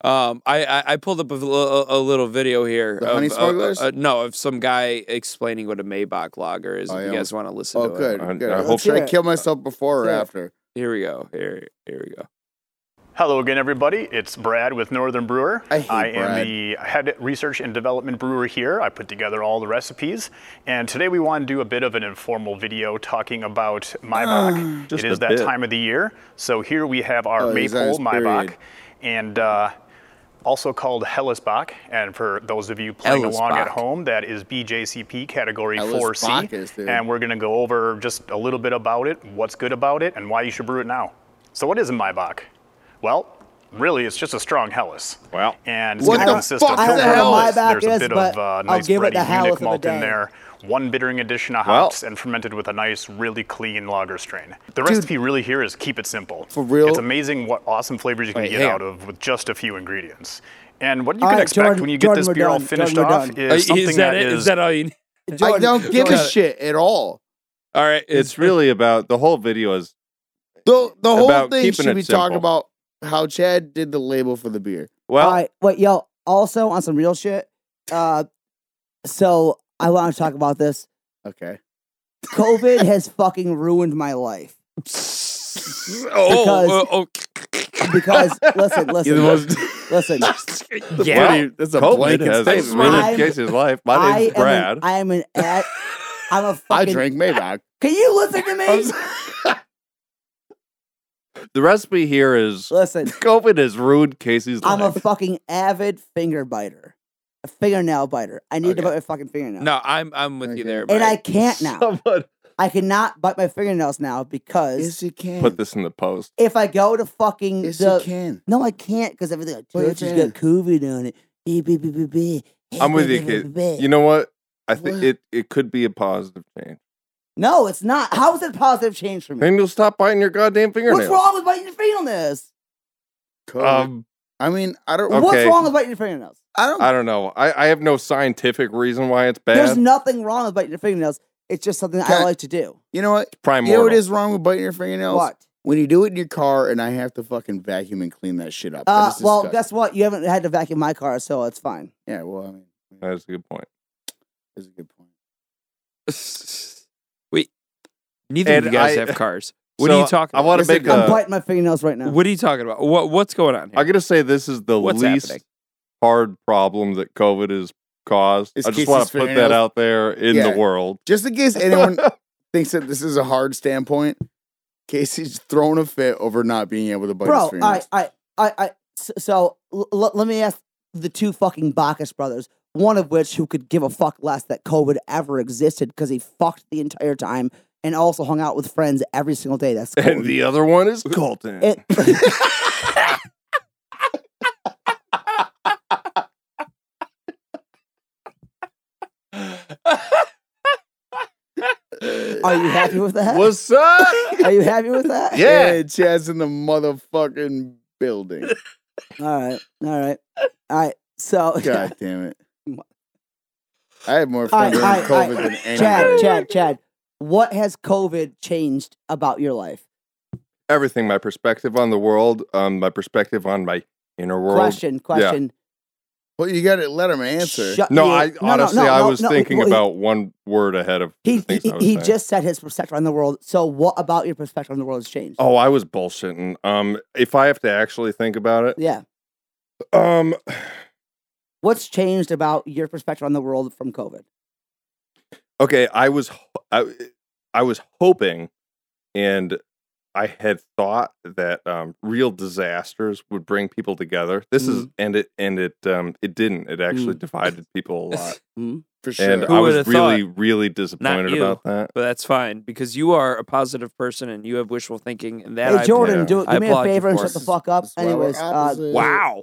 C: Um, I, I, I pulled up a, li- a little video here.
A: The
C: of,
A: honey
C: uh,
A: smugglers?
C: uh, no, of some guy explaining what a Maybach lager is.
A: Oh,
C: if
A: yeah.
C: you guys want to listen
A: Oh,
C: to
A: good.
C: it,
D: I-
A: good.
D: I
A: Let's
D: hope-
A: Should I
B: Yeah.
A: kill myself before or
B: Yeah.
A: after?
C: here we go. Here here we go.
E: Hello again, everybody. It's Brad with Northern Brewer.
A: I hate Brad.
E: am the head research and development brewer here. I put together all the recipes, and today we want to do a bit of an informal video talking about
A: Ah,
E: Maybach.
D: just
E: it is
D: a
E: that
D: bit.
E: time of the year, so here we have our
A: Oh, he's on
E: maple
A: his period.
E: Maybach, and uh, also called Hellesbach. And for those of you playing along
C: Hellesbach.
E: at home, that is BJCP category
A: Hellesbach is,
E: 4C,
A: dude.
E: and we're going to go over just a little bit about it, what's good about it, and why you should brew it now. So, what is a Maybach? Well, really, it's just a strong Helles.
D: Wow.
E: And it's
A: What
E: going
A: the
E: to consist of
A: fuck is
E: filter
A: a
E: Helles.
B: Maybach
E: There's a
B: is,
E: bit
B: but
E: of uh,
B: I'll
E: nice
B: give it
E: bready
B: the Helles of
E: Munich
B: a
E: malt in
B: day.
E: there, one bittering addition of
D: Wow.
E: hops, and fermented with a nice, really clean lager strain. The recipe really here is keep it simple. For
A: real?
E: It's amazing what awesome flavors you can
C: Wait,
E: get
C: hang
E: out
C: on.
E: of with just a few ingredients. And what you
B: All
E: can
B: right,
E: expect
B: Jordan-
E: when you get
B: Jordan,
E: this
B: we're
E: beer all
B: done.
E: finished
B: Jordan, we're
E: off
B: done.
C: Uh,
E: is something
C: is that it? Is that all you? Need?
A: I don't give a
C: Jordan.
A: shit at all.
C: All right,
D: It's really about the whole video is
A: The, the whole
D: About
A: thing
D: keeping
A: should
D: it
A: be talking
D: simple.
A: about how Chad did the label for the beer.
D: Well,
B: All right, wait, yo. Also on some real shit. Uh, so I want to talk about this.
A: Okay. [LAUGHS]
B: COVID has fucking ruined my life
C: oh, oh, oh.
A: [LAUGHS]
B: because listen, listen,
A: You're the most- [LAUGHS]
B: listen.
C: [LAUGHS] yeah.
A: What do you- that's a
D: COVID
A: blanket
D: has
A: statement.
D: ruined
B: I'm-
D: Casey's life. My
B: I
D: name's
B: am
D: Brad.
B: an, I am
A: [LAUGHS]
B: an ad, I'm a
A: I
B: fucking.
A: drank Maybach.
B: Can you listen to
A: I'm
B: me?
A: sorry.
D: the recipe here is
B: Listen,
D: COVID has ruined Casey's
B: I'm a
D: life.
B: fucking avid finger biter, a fingernail biter. I need to
A: Okay.
B: bite my fucking fingernail.
C: No, I'm I'm with you
A: Okay.
C: there.
B: and I
C: Mike.
B: can't now.
D: [LAUGHS] Someone
B: I cannot bite my fingernails now because
A: yes, you can.
D: put this in the post.
B: if I go to fucking
A: Yes,
B: the-
A: you can.
B: no, I can't because everything. Like,
A: Well, you
B: Tootsie's got
A: can.
B: COVID on it. Eh, beh, beh, beh, beh. Eh,
D: I'm with
B: beh,
D: you,
B: beh,
D: kid.
B: beh, beh.
D: You know what? I think
A: What?
D: it, it could be a positive change.
B: no, it's not. How is it a positive change
A: Hmm.
B: for me?
D: Then you'll stop biting your goddamn
B: What's
D: fingernails.
B: wrong with biting your fingernails?
A: Um,
D: Um,
A: I mean, I don't.
D: Okay.
B: What's wrong with biting your fingernails?
A: I don't.
D: I don't know. I, I have no scientific reason why it's bad.
B: There's nothing wrong with biting your fingernails. It's just something I
A: Can-
B: like to do.
A: you know what?
D: Primordial.
A: You know what is wrong with biting your fingernails?
B: What?
A: When you do it in your car, and I have to fucking vacuum and clean that shit up. That
B: Uh,
A: is
B: well,
A: disgusting.
B: guess what? You haven't had to vacuum my car, so it's fine.
A: yeah. Well, I mean,
D: That's a good point.
A: that's a good point.
C: [LAUGHS] Wait, neither
D: And
C: of you guys
D: I-
C: have cars. What
D: So,
C: are you talking?
D: I
C: about?
D: want to
A: Listen,
D: make
B: I'm
D: a.
B: biting my fingernails right now.
C: Uh, What are you talking about? What what's going on? Here?
D: I'm gonna say this is the
C: What's
D: least
C: happening?
D: hard problem that COVID has caused.
A: It's
D: I just
A: Casey's
D: want to put that
A: fingernails.
D: out there in
A: Yeah.
D: the world.
A: Just in case
D: [LAUGHS]
A: anyone thinks that this is a hard standpoint, Casey's throwing a fit over not being able to bite his
B: Bro,
A: fingernails.
B: [LAUGHS] I, I, I, I, so- so l- l- let me ask the two fucking Bacchus brothers, one of which who could give a fuck less that COVID ever existed because he fucked the entire time and also hung out with friends every single day. That's
D: and
B: Colton.
D: the other one is Colton. [LAUGHS]
B: It, [LAUGHS] are you happy with that?
D: [GASPS] What's up?
B: are you happy with
A: [LAUGHS]
B: that?
D: yeah.
A: Hey, Chad's in the motherfucking
B: [LAUGHS]
A: building.
B: All right. All right. All right. So, [LAUGHS]
A: God damn it. I had more
B: Alright,
A: fun during
B: alright,
A: COVID
B: alright.
A: than anything.
B: Chad, Chad, Chad, what has COVID changed about your life?
D: Everything. My perspective on the world. Um, my perspective on my inner world.
B: Question, question.
A: Well, you got to let him answer.
B: Shut
D: No,
B: your-
D: I
B: no, no,
D: honestly
B: no,
D: I
B: no,
D: was
B: no,
D: thinking
B: well, he-
D: about one word ahead of
B: He
D: the
B: he,
D: things I was
B: he
D: saying.
B: just said his perspective on the world. So what about your perspective on the world has changed?
D: Oh, I was bullshitting. Um, if I have to actually think about it,
B: Yeah.
D: um,
B: What's changed about your perspective on the world from COVID?
D: okay, I was, ho- I, I was hoping, and I had thought that um, real disasters would bring people together. This is,
B: Mm.
D: and it, and it, um, it didn't. It actually divided people a
B: [LAUGHS]
D: lot,
A: For sure.
D: and
C: Who
D: I
C: would've
D: was
C: thought?
D: really, really disappointed
C: you.
D: about that.
C: But that's fine because you are a positive person and you have wishful thinking. And that
B: hey
C: I
B: Jordan,
D: yeah.
B: do it.
C: I
B: Do me a
C: applaud you
B: favor and
C: for
B: shut
C: it.
B: the fuck up.
A: That's why we're
B: Anyways, uh,
A: opposite.
C: Wow,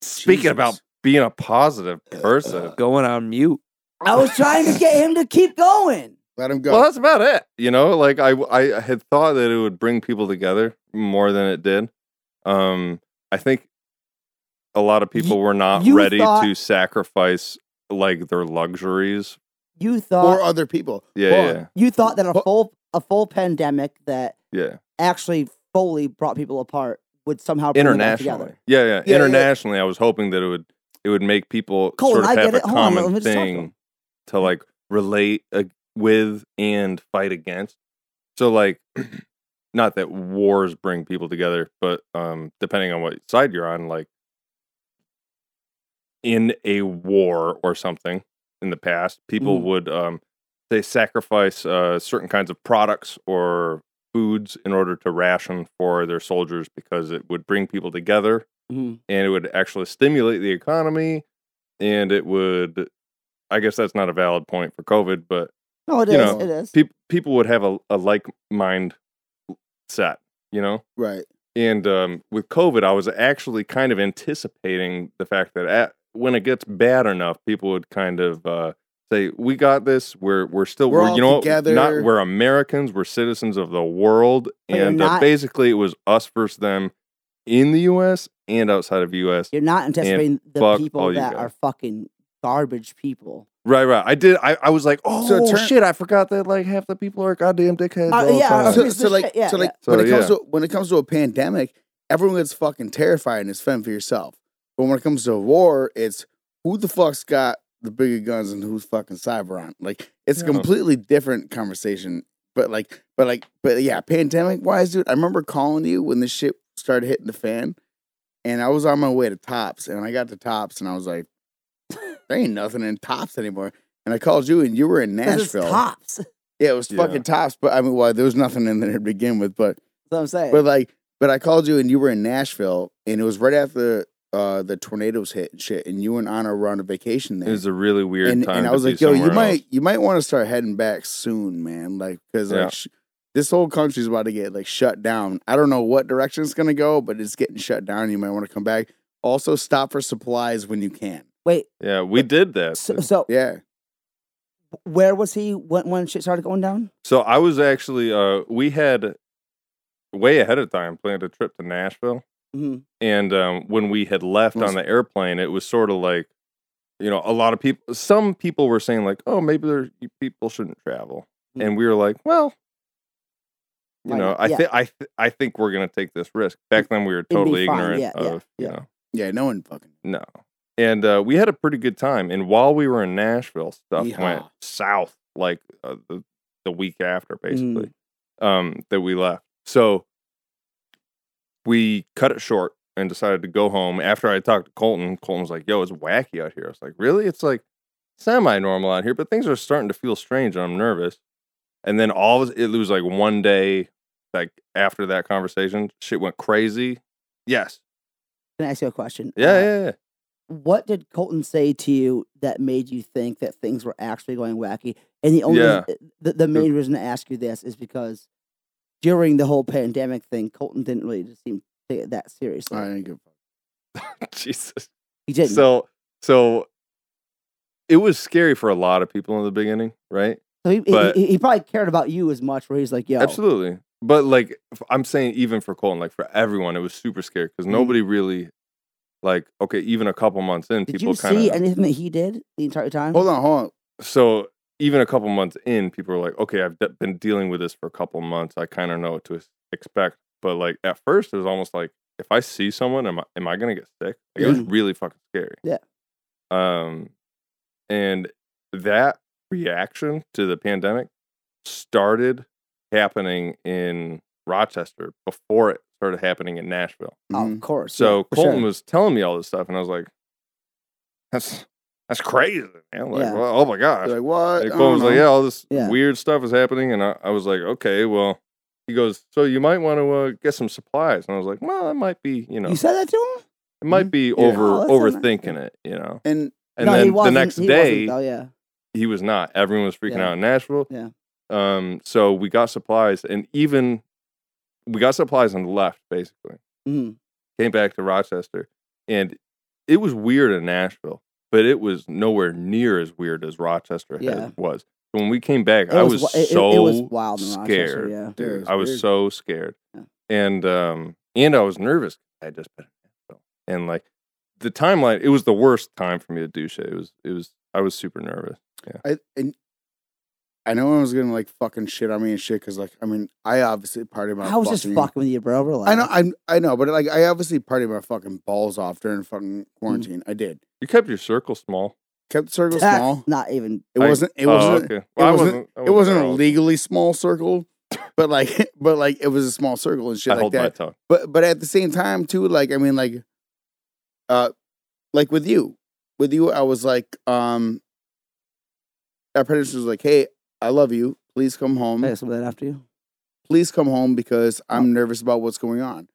D: Speaking about being a positive
B: Uh,
D: person,
C: going on mute.
B: I was trying to get him to keep going.
A: Let him go.
D: Well, that's about it. You know, like I I had thought that it would bring people together more than it did. Um, I think a lot of people were not
B: you
D: ready
B: thought-
D: to sacrifice like their luxuries.
B: You
A: or
B: thought
A: other people.
D: Yeah,
A: Well,
D: yeah,
B: you thought that a
A: Well-
B: full a full pandemic that
D: yeah.
B: actually fully brought people apart would somehow bring them back
D: Internationally,
B: together.
D: yeah, yeah,
A: yeah.
D: Internationally, I was hoping that it would it would make people
B: Colin,
D: sort of
B: I
D: have
B: get
D: a
B: it. Hold on, let
D: common
B: me just talk to
D: thing
B: him.
D: to, like relate uh, with and fight against. So like, [CLEARS THROAT] not that wars bring people together, but um, depending on what side you're on, like in a war or something in the past, people
B: Mhm.
D: would um, they sacrifice uh, certain kinds of products or foods in order to ration for their soldiers because it would bring people together
B: Mhm.
D: and it would actually stimulate the economy and it would i guess that's not a valid point for covid but
B: No, it is.
D: You know,
B: it is.
D: peop people would have a, a like mind set you know
A: Right.
D: and um, with covid i was actually kind of anticipating the fact that at, when it gets bad enough people would kind of uh, say we got this we're we're still
A: We're
D: we're,
A: all
D: you know what,
A: together."
D: not we're americans we're citizens of the world
B: But you're
D: and uh,
B: not-
D: basically it was us versus them in the us and outside of us
B: You're not anticipating the
D: fuck
B: people
D: all you
B: that
D: guys.
B: are fucking garbage people.
D: Right, right. I did. I, I was like, oh
A: So turn-
D: shit, I forgot that like half the people are goddamn dickheads.
B: Uh,
D: all the
B: yeah,
D: time.
B: uh,
A: So,
B: piece
A: so
B: of
A: like,
B: shit, yeah,
A: so like
D: yeah.
A: when
D: So,
A: it comes
D: yeah.
A: to when it comes to a pandemic, everyone gets fucking terrified and it's fend for yourself. But when it comes to war, it's who the fuck's got the bigger guns and who's fucking cyber on. Like it's a
D: Yeah.
A: completely different conversation. But like, but like, but yeah, pandemic wise, dude. I remember calling you when this shit started hitting the fan, and I was on my way to Tops, and I got to Tops, and I was like, [LAUGHS] there ain't nothing in Tops anymore. And I called you, and you were in
B: 'Cause it's
A: Nashville.
B: tops. [LAUGHS] That's
A: Yeah, it was
D: Yeah.
A: fucking Tops. But I mean, well, there was nothing in there to begin with, but
B: what I'm saying.
A: but like, but I called you and you were in Nashville, and it was right after uh, the tornadoes hit and shit, and you went on a run of vacation
D: It
A: there.
D: was a really weird
A: and,
D: time.
A: and I
D: to
A: was
D: be
A: like, yo, you
D: somewhere
A: might
D: else.
A: you might want to start heading back soon, man. Like, because
D: Yeah.
A: like, sh- this whole country's about to get like shut down. I don't know what direction it's gonna go, but it's getting shut down. You might want to come back. Also, stop for supplies when you can.
B: Wait,
D: Yeah, we did that.
B: so, so
A: Yeah,
B: where was he when, when shit started going down?
D: So I was actually uh we had way ahead of time planned a trip to Nashville.
B: Mhm.
D: And um when we had left
A: Was-
D: on the airplane, it was sort of like you know, a lot of people some people were saying like, "Oh, maybe there people shouldn't travel."
B: Mhm.
D: And we were like, "Well, you
B: Why
D: know,
B: not?
D: I
B: Yeah.
D: think I th- I think we're going to take this risk." Back then we were
B: be
D: totally
B: fine.
D: ignorant
B: Yeah, yeah,
D: of,
B: yeah.
D: you know,
A: yeah. No one fucking.
D: no. And uh, we had a pretty good time. And while we were in Nashville, stuff went
A: Yeehaw.
D: south like uh, the, the week after, basically, um, that we left. So we cut it short and decided to go home. After I talked to Colton, Colton was like, yo, it's wacky out here. I was like, really? It's like semi normal out here, but things are starting to feel strange and I'm nervous. And then all of a- it was like one day, like after that conversation, shit went crazy. Yes.
B: Can I ask you a question?
D: Yeah,
B: Uh,
D: yeah, [LAUGHS] yeah.
B: What did Colton say to you that made you think that things were actually going wacky? And the only
D: Yeah.
B: the, the main reason to ask you this is because during the whole pandemic thing, Colton didn't really just seem to take it that seriously.
A: I didn't give a fuck.
D: Jesus.
B: He didn't. So,
D: So so it was scary for a lot of people in the beginning, right?
B: he, he-
D: but-
B: he, he probably cared about you as much. Where he's like, "Yo,
D: Absolutely. But like f- I'm saying even for Colton, like for everyone, it was super scary because
B: Mhm.
D: nobody really like okay, even a couple months in,
B: did
D: people
B: you see
D: kind of
B: anything that he did the entire time?"
A: Hold on, hold on.
D: so even a couple months in, people were like, okay, I've de- been dealing with this for a couple months. I kind of know what to ex- expect. But like at first, it was almost like if I see someone, am I am I gonna get sick? Like, It was
B: Yeah.
D: really fucking scary.
B: Mm. Yeah.
D: Um, and that reaction to the pandemic started happening in Rochester before it started happening in Nashville.
B: Oh,
A: Mhm.
B: of course. yeah,
D: So
B: for sure.
D: Colton was telling me all this stuff, and I was like, that's that's crazy, man. Like,
B: Yeah.
D: well, oh my gosh.
A: They're like what?
D: And
A: I
D: Colin
A: don't
D: was like,
A: know."
D: yeah, all this
B: Yeah.
D: weird stuff is happening. And I, I was like, okay, well, he goes, so you might want to uh, get some supplies. And I was like, well, it might be, you know,
B: you said that to him?
D: it might be
A: Yeah.
D: over
B: Oh, that's so nice.
D: overthinking it, you know.
A: And
D: And
B: no, he
D: then the
B: wasn't,
D: next
B: he
D: day,
B: Wasn't, oh yeah.
D: he was not. Everyone was freaking
B: Yeah.
D: out in Nashville.
B: Yeah.
D: Um, so we got supplies and even we got supplies and left basically
B: Mhm.
D: came back to Rochester, and it was weird in Nashville, but it was nowhere near as weird as Rochester has-
B: Yeah.
D: was. When we came back,
B: It
D: I
B: was
D: was,
B: wi- it- it-
D: so
B: it was wild in Rochester,
D: scared.
B: yeah.
D: dude.
A: Dude, it's
D: I was
A: weird.
D: so scared,
B: Yeah.
D: and um, and I was nervous. I had just been in Nashville, and like the timeline, it was the worst time for me to do shit. It was, it was, I was super nervous.
A: I and I know I was gonna like fucking shit on me and shit because like I mean I obviously party about.
B: I was just fucking with you, bro. Relax.
A: I know I'm I know, but like I obviously party my fucking balls off during fucking quarantine. I did.
D: You kept your circle small.
A: Kept the circle
B: That's
A: small.
B: Not even.
A: It
D: I-
A: wasn't. It
D: Oh,
A: wasn't.
D: okay.
A: it
D: I
A: wasn't-
D: I
A: It wasn't
D: there
A: a
D: all-
A: legally small circle, but like, [LAUGHS] but like it was a small circle and shit
D: I
A: like
D: hold
A: that.
D: my tongue.
A: But but at the same time too, like I mean, like, uh, like with you, with you, I was like, um, our parents was like, hey, I love you. Please come home.
B: I got some of that after you.
A: please come home because I'm nervous about what's going on.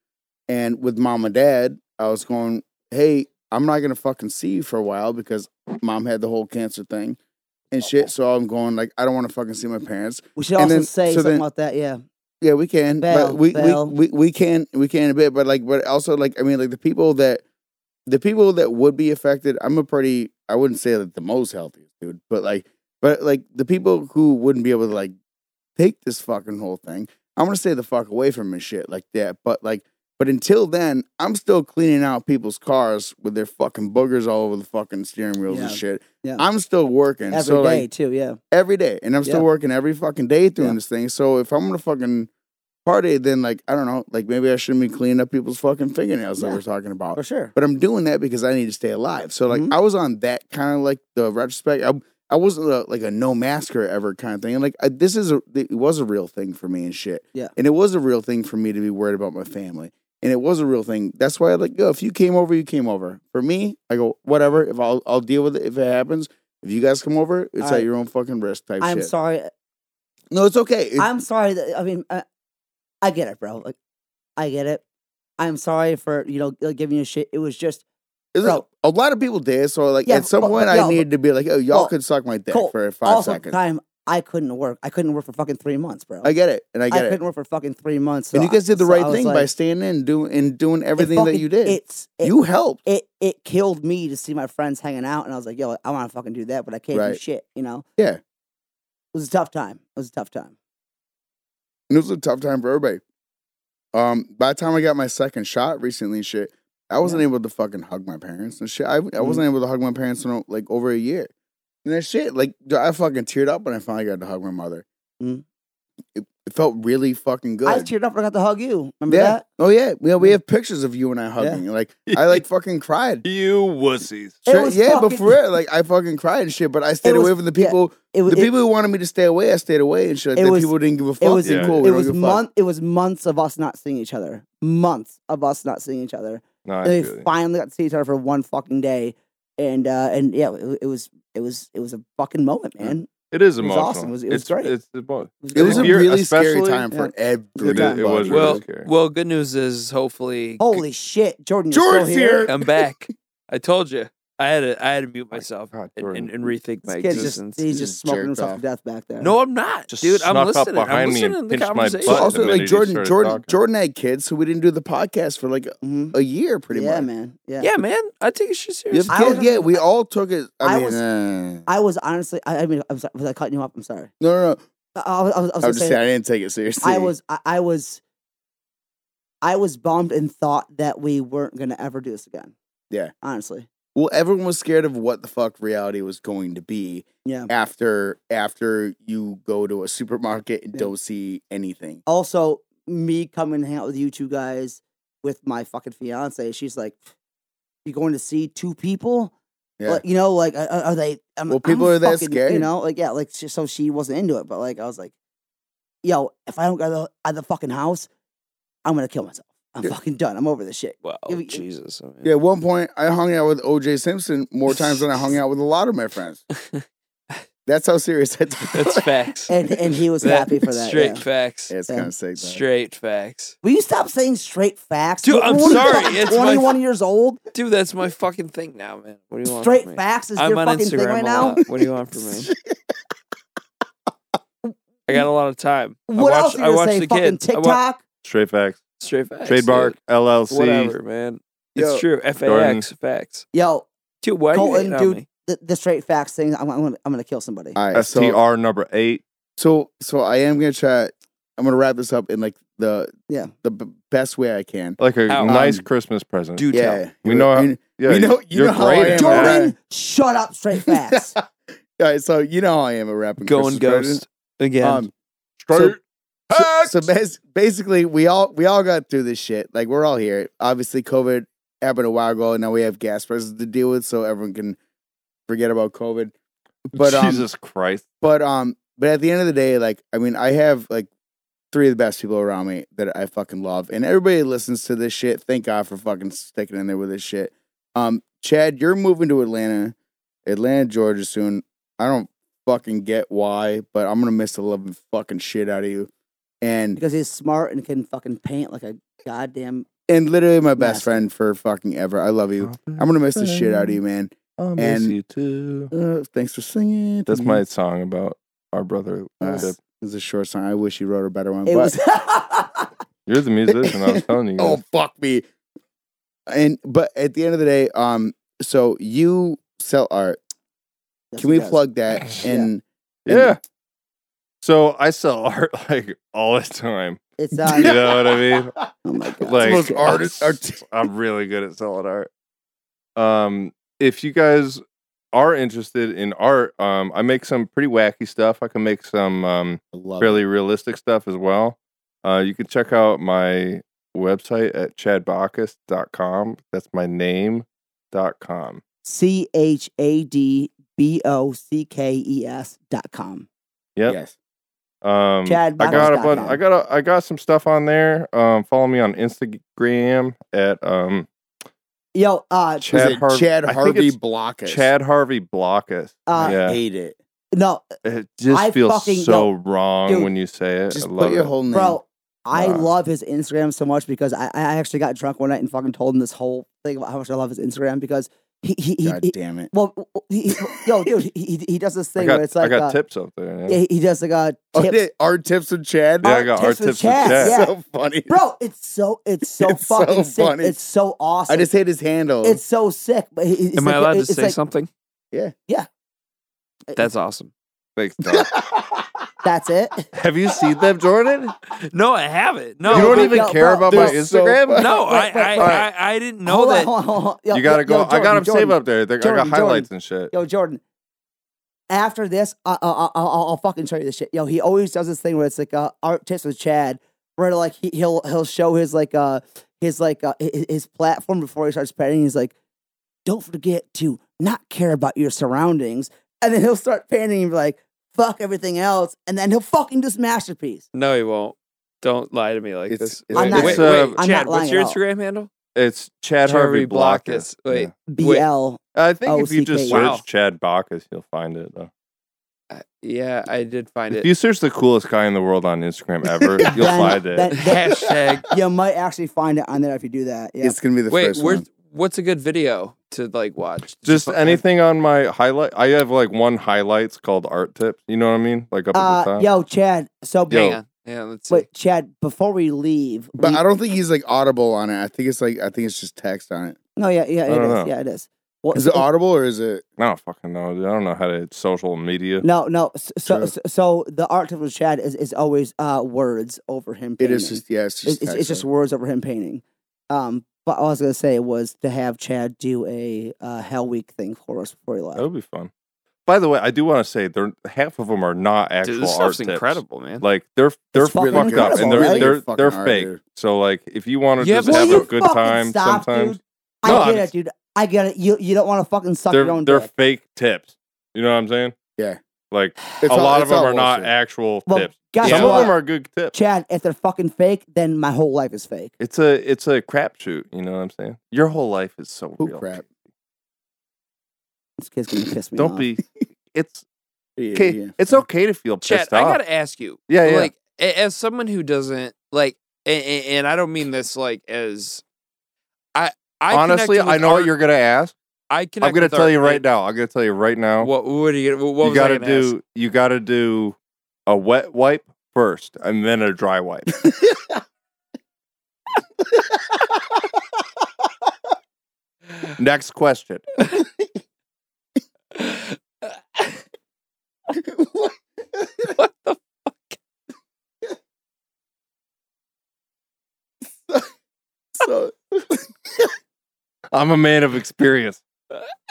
A: And with mom and dad, I was going, hey, I'm not gonna fucking see you for a while because mom had the whole cancer thing and shit. So I'm going like, I don't want to fucking see my parents.
B: We should
A: And
B: also
A: then-
B: say
A: so
B: something
A: then-
B: about that. Yeah.
A: Yeah, we can,
B: Bell,
A: but we,
B: bell.
A: we we we can we can a bit, but like, but also like, I mean, like the people that the people that would be affected. I'm a pretty, I wouldn't say like the most healthy dude, but like, but like the people who wouldn't be able to like take this fucking whole thing. I'm gonna stay the fuck away from and shit like that. But like, but until then, I'm still cleaning out people's cars with their fucking boogers all over the fucking steering wheels and
B: Yeah.
A: shit.
B: Yeah.
A: I'm still working.
B: every day
A: so like,
B: too. Yeah.
A: every day, and I'm still
B: Yeah.
A: working every fucking day doing
B: Yeah.
A: this thing. So if I'm gonna fucking party, then like I don't know, like maybe I shouldn't be cleaning up people's fucking fingernails that
B: Yeah.
A: we're talking about.
B: for sure.
A: But I'm doing that because I need to stay alive. So like
B: Mhm.
A: I was on that kind of like the retrospect. I, I wasn't a, like a no masker ever kind of thing. And like I, this is a it was a real thing for me and shit.
B: Yeah.
A: And it was a real thing for me to be worried about my family. And it was a real thing. That's why I like go. If you came over, you came over. For me, I go whatever. If I'll I'll deal with it if it happens. If you guys come over, it's
B: All
A: at
B: right.
A: your own fucking risk type
B: I'm
A: shit.
B: sorry.
A: No, it's okay. It-
B: I'm sorry that I mean I, I get it, bro. Like I get it. I'm sorry for you know like, giving you shit. It was just
A: It's
B: Bro.
A: like, a lot of people did, so like
B: Yeah,
A: at some
B: but-
A: point
B: but
A: I
B: yo,
A: needed to be like, oh, y'all
B: well,
A: could suck my dick
B: Cole,
A: for five
B: also
A: seconds.
B: time I couldn't work. I couldn't work for fucking three months, bro.
A: I get it, and I get it.
B: couldn't work for fucking three months. so
A: and you guys did the
B: I- so I
A: right
B: was
A: thing
B: like,
A: by
B: it
A: staying in and doing and doing everything that
B: fucking-
A: you did.
B: It's it,
A: you helped.
B: it it killed me to see my friends hanging out, and I was like, yo, I want to fucking do that, but I can't do
A: Right.
B: shit. You know?
A: Yeah.
B: It was a tough time. It was a tough time.
A: And it was a tough time for everybody. Um, by the time I got my second shot recently, and shit, I wasn't able to fucking hug my parents and shit. I, I
B: Mm-hmm.
A: wasn't able to hug my parents in like over a year. And that shit, like dude, I fucking teared up when I finally got to hug my mother.
B: Mhm.
A: It, it felt really fucking good.
B: I teared up when I got to hug you. Remember
A: yeah.
B: that? Mm.
A: Oh yeah. Yeah, we have pictures of you and I hugging.
B: [LAUGHS]
A: Like I like fucking cried.
D: You wussies.
B: It
A: Sure,
B: was
A: yeah, but
B: fucking-
A: for real, like I fucking cried and shit. But I stayed
B: It was-
A: away from the
B: yeah,
A: people.
B: It was
A: the
B: it-
A: people who wanted me to stay away, I stayed away and shit.
B: It
A: the
B: was-
A: people didn't give a fuck.
B: it was
A: and
D: yeah.
A: cool. we
B: it
A: don't
B: was
A: give a fuck.
B: month. It was months of us not seeing each other. Months of us not seeing each other.
D: No, I
B: And
D: feel
B: we
D: you.
B: finally got to see each other for one fucking day, and uh, and yeah, it, it was it was it was a fucking moment, man. It
D: It is
B: It was
D: emotional.
B: awesome. It was- it was
D: it's,
B: great.
D: It's, emo-
B: was,
A: It was a
D: If you're-
A: really scary
D: especially-
A: time for
D: It,
A: everybody.
D: it was really
C: Well,
D: scary.
C: well, good news is hopefully
B: holy shit, Jordan. you're
A: Jordan's
B: still here.
A: here.
C: I'm back. I told you. I had to. I had to mute
D: My
C: myself
D: God,
C: and, and,
D: Jordan.
C: and rethink my
B: This kid's just
C: existence.
B: he's
A: Just
B: just smoking
A: jerked
B: himself
A: off.
B: to death back there.
C: no, I'm not,
D: Just
C: dude. I'm
D: snuck up
C: listening. I'm
D: behind me and
C: listening to the
D: pinched my
C: conversation.
A: So
D: But-
A: also
D: and then he
A: like
D: just
A: Jordan,
D: started
A: Jordan,
D: talking.
A: Jordan had kids, so we didn't do the podcast for like
B: Mhm.
A: a year, pretty
B: yeah,
A: much.
B: man. Yeah,
C: yeah, man. I take it shit
A: You have
C: serious.
B: I
A: kids?
B: was-
A: yeah, we all took it. I,
B: I
A: mean,
B: was-
A: uh,
B: I was honestly. I, I mean, I'm sorry. Was I cutting you off? I'm sorry.
A: no, no, no.
B: I, I was. I was, I was gonna
A: I was just
B: say-
A: saying I didn't take it seriously.
B: I was I, I was I was bummed and thought that we weren't gonna ever do this again.
A: Yeah.
B: Honestly.
A: well, everyone was scared of what the fuck reality was going to be
B: Yeah.
A: after after you go to a supermarket and
B: Yeah.
A: don't see anything.
B: Also, me coming to hang out with you two guys with my fucking fiance, she's like, You're going to see two people?
A: Yeah.
B: Like, you know, like are, are- are they I'm,
A: Well, people
B: I'm
A: are that
B: fucking- You
A: scared.
B: know, like yeah, like she, so she wasn't into it, but like I was like, Yo, if I don't go to the, out of the fucking house, I'm gonna kill myself. I'm
A: Yeah.
B: fucking done. I'm over this
A: [LAUGHS]
B: shit.
C: Well,
B: Give me-
C: Jesus. I mean-
A: Yeah, at one point I hung out with OJ Simpson more times than I hung out with a lot of my
C: [LAUGHS]
A: friends. That's how serious I took
C: That's
B: [LAUGHS]
C: facts.
B: And and he was
C: That-
B: happy for that. yeah.
C: Straight facts.
A: Yeah, it's
B: Yeah.
A: kind of sick. Though.
C: Straight facts.
B: Will you stop saying straight facts?
C: Dude,
B: You're
C: I'm
B: only
C: sorry,
B: fucking
C: it's my-
B: 21 years old.
C: Dude, that's my fucking thing now, man. What do you want?
B: Straight
C: from me?
B: facts is
C: I'm
B: your
C: on
B: fucking
C: Instagram
B: thing right
C: a
B: now.
C: lot. What do you want from me? I got a lot of time.
B: What
C: I watch,
B: else are
C: I
B: you
C: watch
B: gonna say?
C: the
B: Fucking
C: kids. I wa-
B: TikTok.
D: Straight facts.
C: straight facts.
D: Trademark,
C: dude.
D: LLC.
C: Whatever, man. It's
A: Yo,
C: true.
D: Jordan.
C: FAX facts.
B: Yo,
C: Dude, why are you
B: Colton,
C: hating on
B: dude.
C: me?
B: the, the straight facts thing. I'm, I'm gonna I'm gonna kill somebody.
A: All right, so,
D: STR number eight.
A: so so I am gonna try. I'm gonna wrap this up in like the
B: Yeah.
A: the b- best way I can.
D: Like a
C: Ow.
D: nice
A: Um,
D: Christmas present.
C: Do tell.
A: Yeah,
D: We know how-
A: You,
D: yeah,
A: we know- you
D: you're
A: know how I
D: great
A: am, man.
D: at that.
B: Jordan, shut up. Straight facts.
A: [LAUGHS] all right, so you know how I am at rapping.
C: Going ghost again.
A: Um,
D: Straight
A: So,
D: facts.
A: so bas- basically, we all we all got through this shit. Like we're all here. Obviously, COVID happened a while ago, and now we have gas prices to deal with, so everyone can forget about COVID. But um,
D: Jesus Christ.
A: but um, but at the end of the day, like I mean, I have like three of the best people around me that I fucking love, and everybody that listens to this shit. Thank God for fucking sticking in there with this shit. Um, Chad, you're moving to Atlanta, Atlanta, Georgia soon. I don't fucking get why, but I'm gonna miss the loving fucking shit out of you. And
B: because he's smart and can fucking paint like a goddamn.
A: and literally my best
B: Nasty.
A: friend for fucking ever. I love you. I'm gonna miss the shit out of you, man.
D: I
A: and-
D: miss
A: Mm-hmm.
D: you too.
A: Uh, thanks for singing.
D: That's my song about our brother.
A: Uh,
D: Dip.
A: It's a short song. I wish you wrote a better one.
B: It
A: but [LAUGHS]
B: was.
D: You're the musician. I was telling you. [LAUGHS]
A: oh
D: guys.
A: fuck me. And but at the end of the day, um, so you sell art. Can we plug [LAUGHS] that?
B: Yeah.
A: And
D: yeah. So I sell [LAUGHS] art like all the time.
A: [LAUGHS]
B: It's
D: You
B: on.
D: know what I mean?
B: Oh my god.
D: like
A: most artist-
D: I'm,
A: art-
D: [LAUGHS] I'm really good at selling art. Um, if you guys are interested in art, um, I make some pretty wacky stuff. I can make some um
A: I love
D: fairly realistic stuff as well. Uh, you can check out my website at chadbacchus.com. That's my name dot com.
B: C H A D B O C K E S dot com.
D: Yep.
A: Yes.
D: Um,
B: Chad
D: I got a
B: Bacchus.com.
D: bunch, I got a, I got some stuff on there. Um, follow me on Instagram at um,
B: Yo, uh,
D: Chad
A: Is it
D: Harv-
A: Chad
D: I think
A: Harvey
D: it's
A: Blockus.
D: Chad Harvey Blockus.
B: Uh,
A: I
D: yeah,
A: hate it.
B: no,
D: it just
B: I
D: feels
B: fucking- no,
D: so wrong
B: dude,
D: when you say it.
A: Just
D: I love
A: put your
D: it.
A: whole name.
B: bro, I
D: Wow.
B: love his Instagram so much because I, I actually got drunk one night and fucking told him this whole thing about how much I love his Instagram because he, he, he,
A: God
B: he-
A: damn [LAUGHS] it.
B: well, he, he- yo, dude, he, he, he does this
D: I
B: thing
D: got,
B: where it's like,
D: I got
B: uh,
D: tips up there. Yeah.
B: yeah, he- he does like a
A: Oh,
B: tips.
A: yeah, our tips with Chad.
D: Yeah, I
B: Art
D: got
B: tips
D: art
B: with
D: tips with
B: Chad,
D: Chad.
B: yeah.
A: So funny.
B: Bro, it's so it's so
A: It's so
B: fucking sick.
A: funny.
B: It's so awesome.
A: I just hate his handle.
B: it's so sick. But he- it's
C: Am
B: like,
C: I allowed to
B: it's
C: say
B: like,
C: something?
A: Yeah.
B: Yeah.
C: That's awesome.
D: [LAUGHS] Thanks, Doc.
B: That's [LAUGHS]
C: [LAUGHS]
B: it.
D: Have you seen them, Jordan?
C: No, I haven't. No,
D: you don't
B: but-
D: even
B: no,
D: care
B: but-
D: about my
A: They're so
D: Instagram.
A: funny.
C: no,
B: [LAUGHS]
C: I,
B: Wait, wait,
C: I,
D: wait.
C: I, I didn't know
B: Hold on,
C: that.
B: hold on, hold on. Yo,
D: you gotta
B: yo,
D: go.
B: yo,
D: I got
B: Jordan,
D: them saved
B: Jordan.
D: up there. They- I
B: Jordan,
D: got highlights and shit.
B: Yo, Jordan. After this, I, I, I, I'll, I'll fucking show you this shit. Yo, he always does this thing where it's like uh, art tips with Chad, where like he, he'll he'll show his like uh his like uh, his, his platform before he starts painting. He's like, don't forget to not care about your surroundings, and then he'll start painting and be like, fuck everything else, and then he'll fucking do this masterpiece.
C: No, he won't. Don't lie to me like
A: It's-
C: this.
A: it's-
B: I'm not-
C: wait,
D: uh,
C: wait,
B: I'm
C: Chad,
B: not
C: what's
B: lying
C: your
B: at all.
C: Instagram handle?
D: It's Chad
C: Harvey
D: Harvey
C: Blockus.
D: Blockus.
C: Wait.
D: Yeah.
B: B L.
D: I think if you
B: OCK.
D: just
C: Wow.
D: search Chad Bacchus, you'll find it. Though.
C: Yeah, I did find
D: If
C: it.
D: you search the coolest guy in the world on
B: [LAUGHS]
D: Instagram ever, you'll
B: Then-
D: find it.
B: then- [LAUGHS]
C: [LAUGHS] Hashtag.
B: You might actually find it on there if you do that. Yeah.
A: It's gonna be the
C: Wait,
A: first
C: where's,
A: one.
C: what's a good video to like watch?
D: just
C: fu-
D: anything on my highlight. I have like one highlights called art tips. You know what I mean? Like up at the
B: Uh,
D: top.
B: yo, Chad. So,
D: Yo.
C: Hang on. Yeah, let's see.
B: wait, Chad. Before we leave,
A: But
B: we-
A: I don't think he's like audible on it. I think it's like I think it's just text on it.
B: No, Oh, yeah, yeah,
D: I
B: it is.
D: don't know.
B: Yeah, it is. Well,
A: Is it audible or is it
D: I don't fucking know. dude. I don't know how to social media.
B: No, no. s- So,
A: True.
B: so, so the art of Chad is, is always uh, words over him.
A: it
B: Painting.
A: is just yeah, it's
B: It's- it's,
A: just
B: it's
A: text
B: just
A: on
B: words over him painting. Um, but all I was gonna say was to have Chad do a uh, Hell Week thing for us before he left.
D: That would be fun. By the way, I do want to say they're half of them are not actual
C: Dude, this
D: art
C: stuff's
D: tips.
C: incredible, man.
D: Like they're they're
B: fucking
D: fucked up and
B: incredible,
D: they're
B: right?
D: they're
A: Fucking
D: they're
A: art,
D: fake.
A: dude.
D: So like if you want to
C: You
D: just
C: haven't-
D: have
C: Will
D: a
C: you
D: good
B: fucking
D: time
B: stop,
D: sometimes,
B: dude? I
D: No,
B: get
D: I'm-
B: it, dude. I get it. You you don't want to fucking suck your
D: they're
B: own
D: they're
B: dick.
D: fake tips. You know what I'm saying?
A: Yeah.
D: Like
A: It's
D: a
A: all-
D: lot
A: it's
D: of them
A: all
D: are not
A: bullshit.
D: actual
B: Well,
D: tips.
B: guess
D: Some
B: what?
D: of them are good tips.
B: Chad, if they're fucking fake, then my whole life is fake.
D: It's a it's a crapshoot. You know what I'm saying? Your whole life is so
A: Who
D: real.
A: Oh, crap?
B: This kid's gonna piss me
D: Don't
B: off.
D: be.
A: [LAUGHS]
D: It's
A: Yeah,
D: okay.
A: yeah.
D: It's okay to feel
C: Chad,
D: pissed
C: I
D: off.
C: gotta ask you.
D: yeah, yeah.
C: Like, a- as someone who doesn't like, and, and I don't mean this like as, I, I
D: Honestly,
C: connected
D: I
C: with
D: know
C: art-
D: what you're gonna ask.
C: I
D: I'm
C: connect
D: gonna
C: with
D: tell
C: art-
D: you right
C: like,
D: now. I'm gonna tell you right now.
C: What what are you what
D: you
C: was I
D: gotta
C: gonna ask?
D: do. You gotta do a wet wipe first, and then a dry wipe.
C: [LAUGHS]
D: Next question.
C: [LAUGHS] what
D: [LAUGHS]
C: the
A: so
D: I'm a man of experience.
C: [LAUGHS]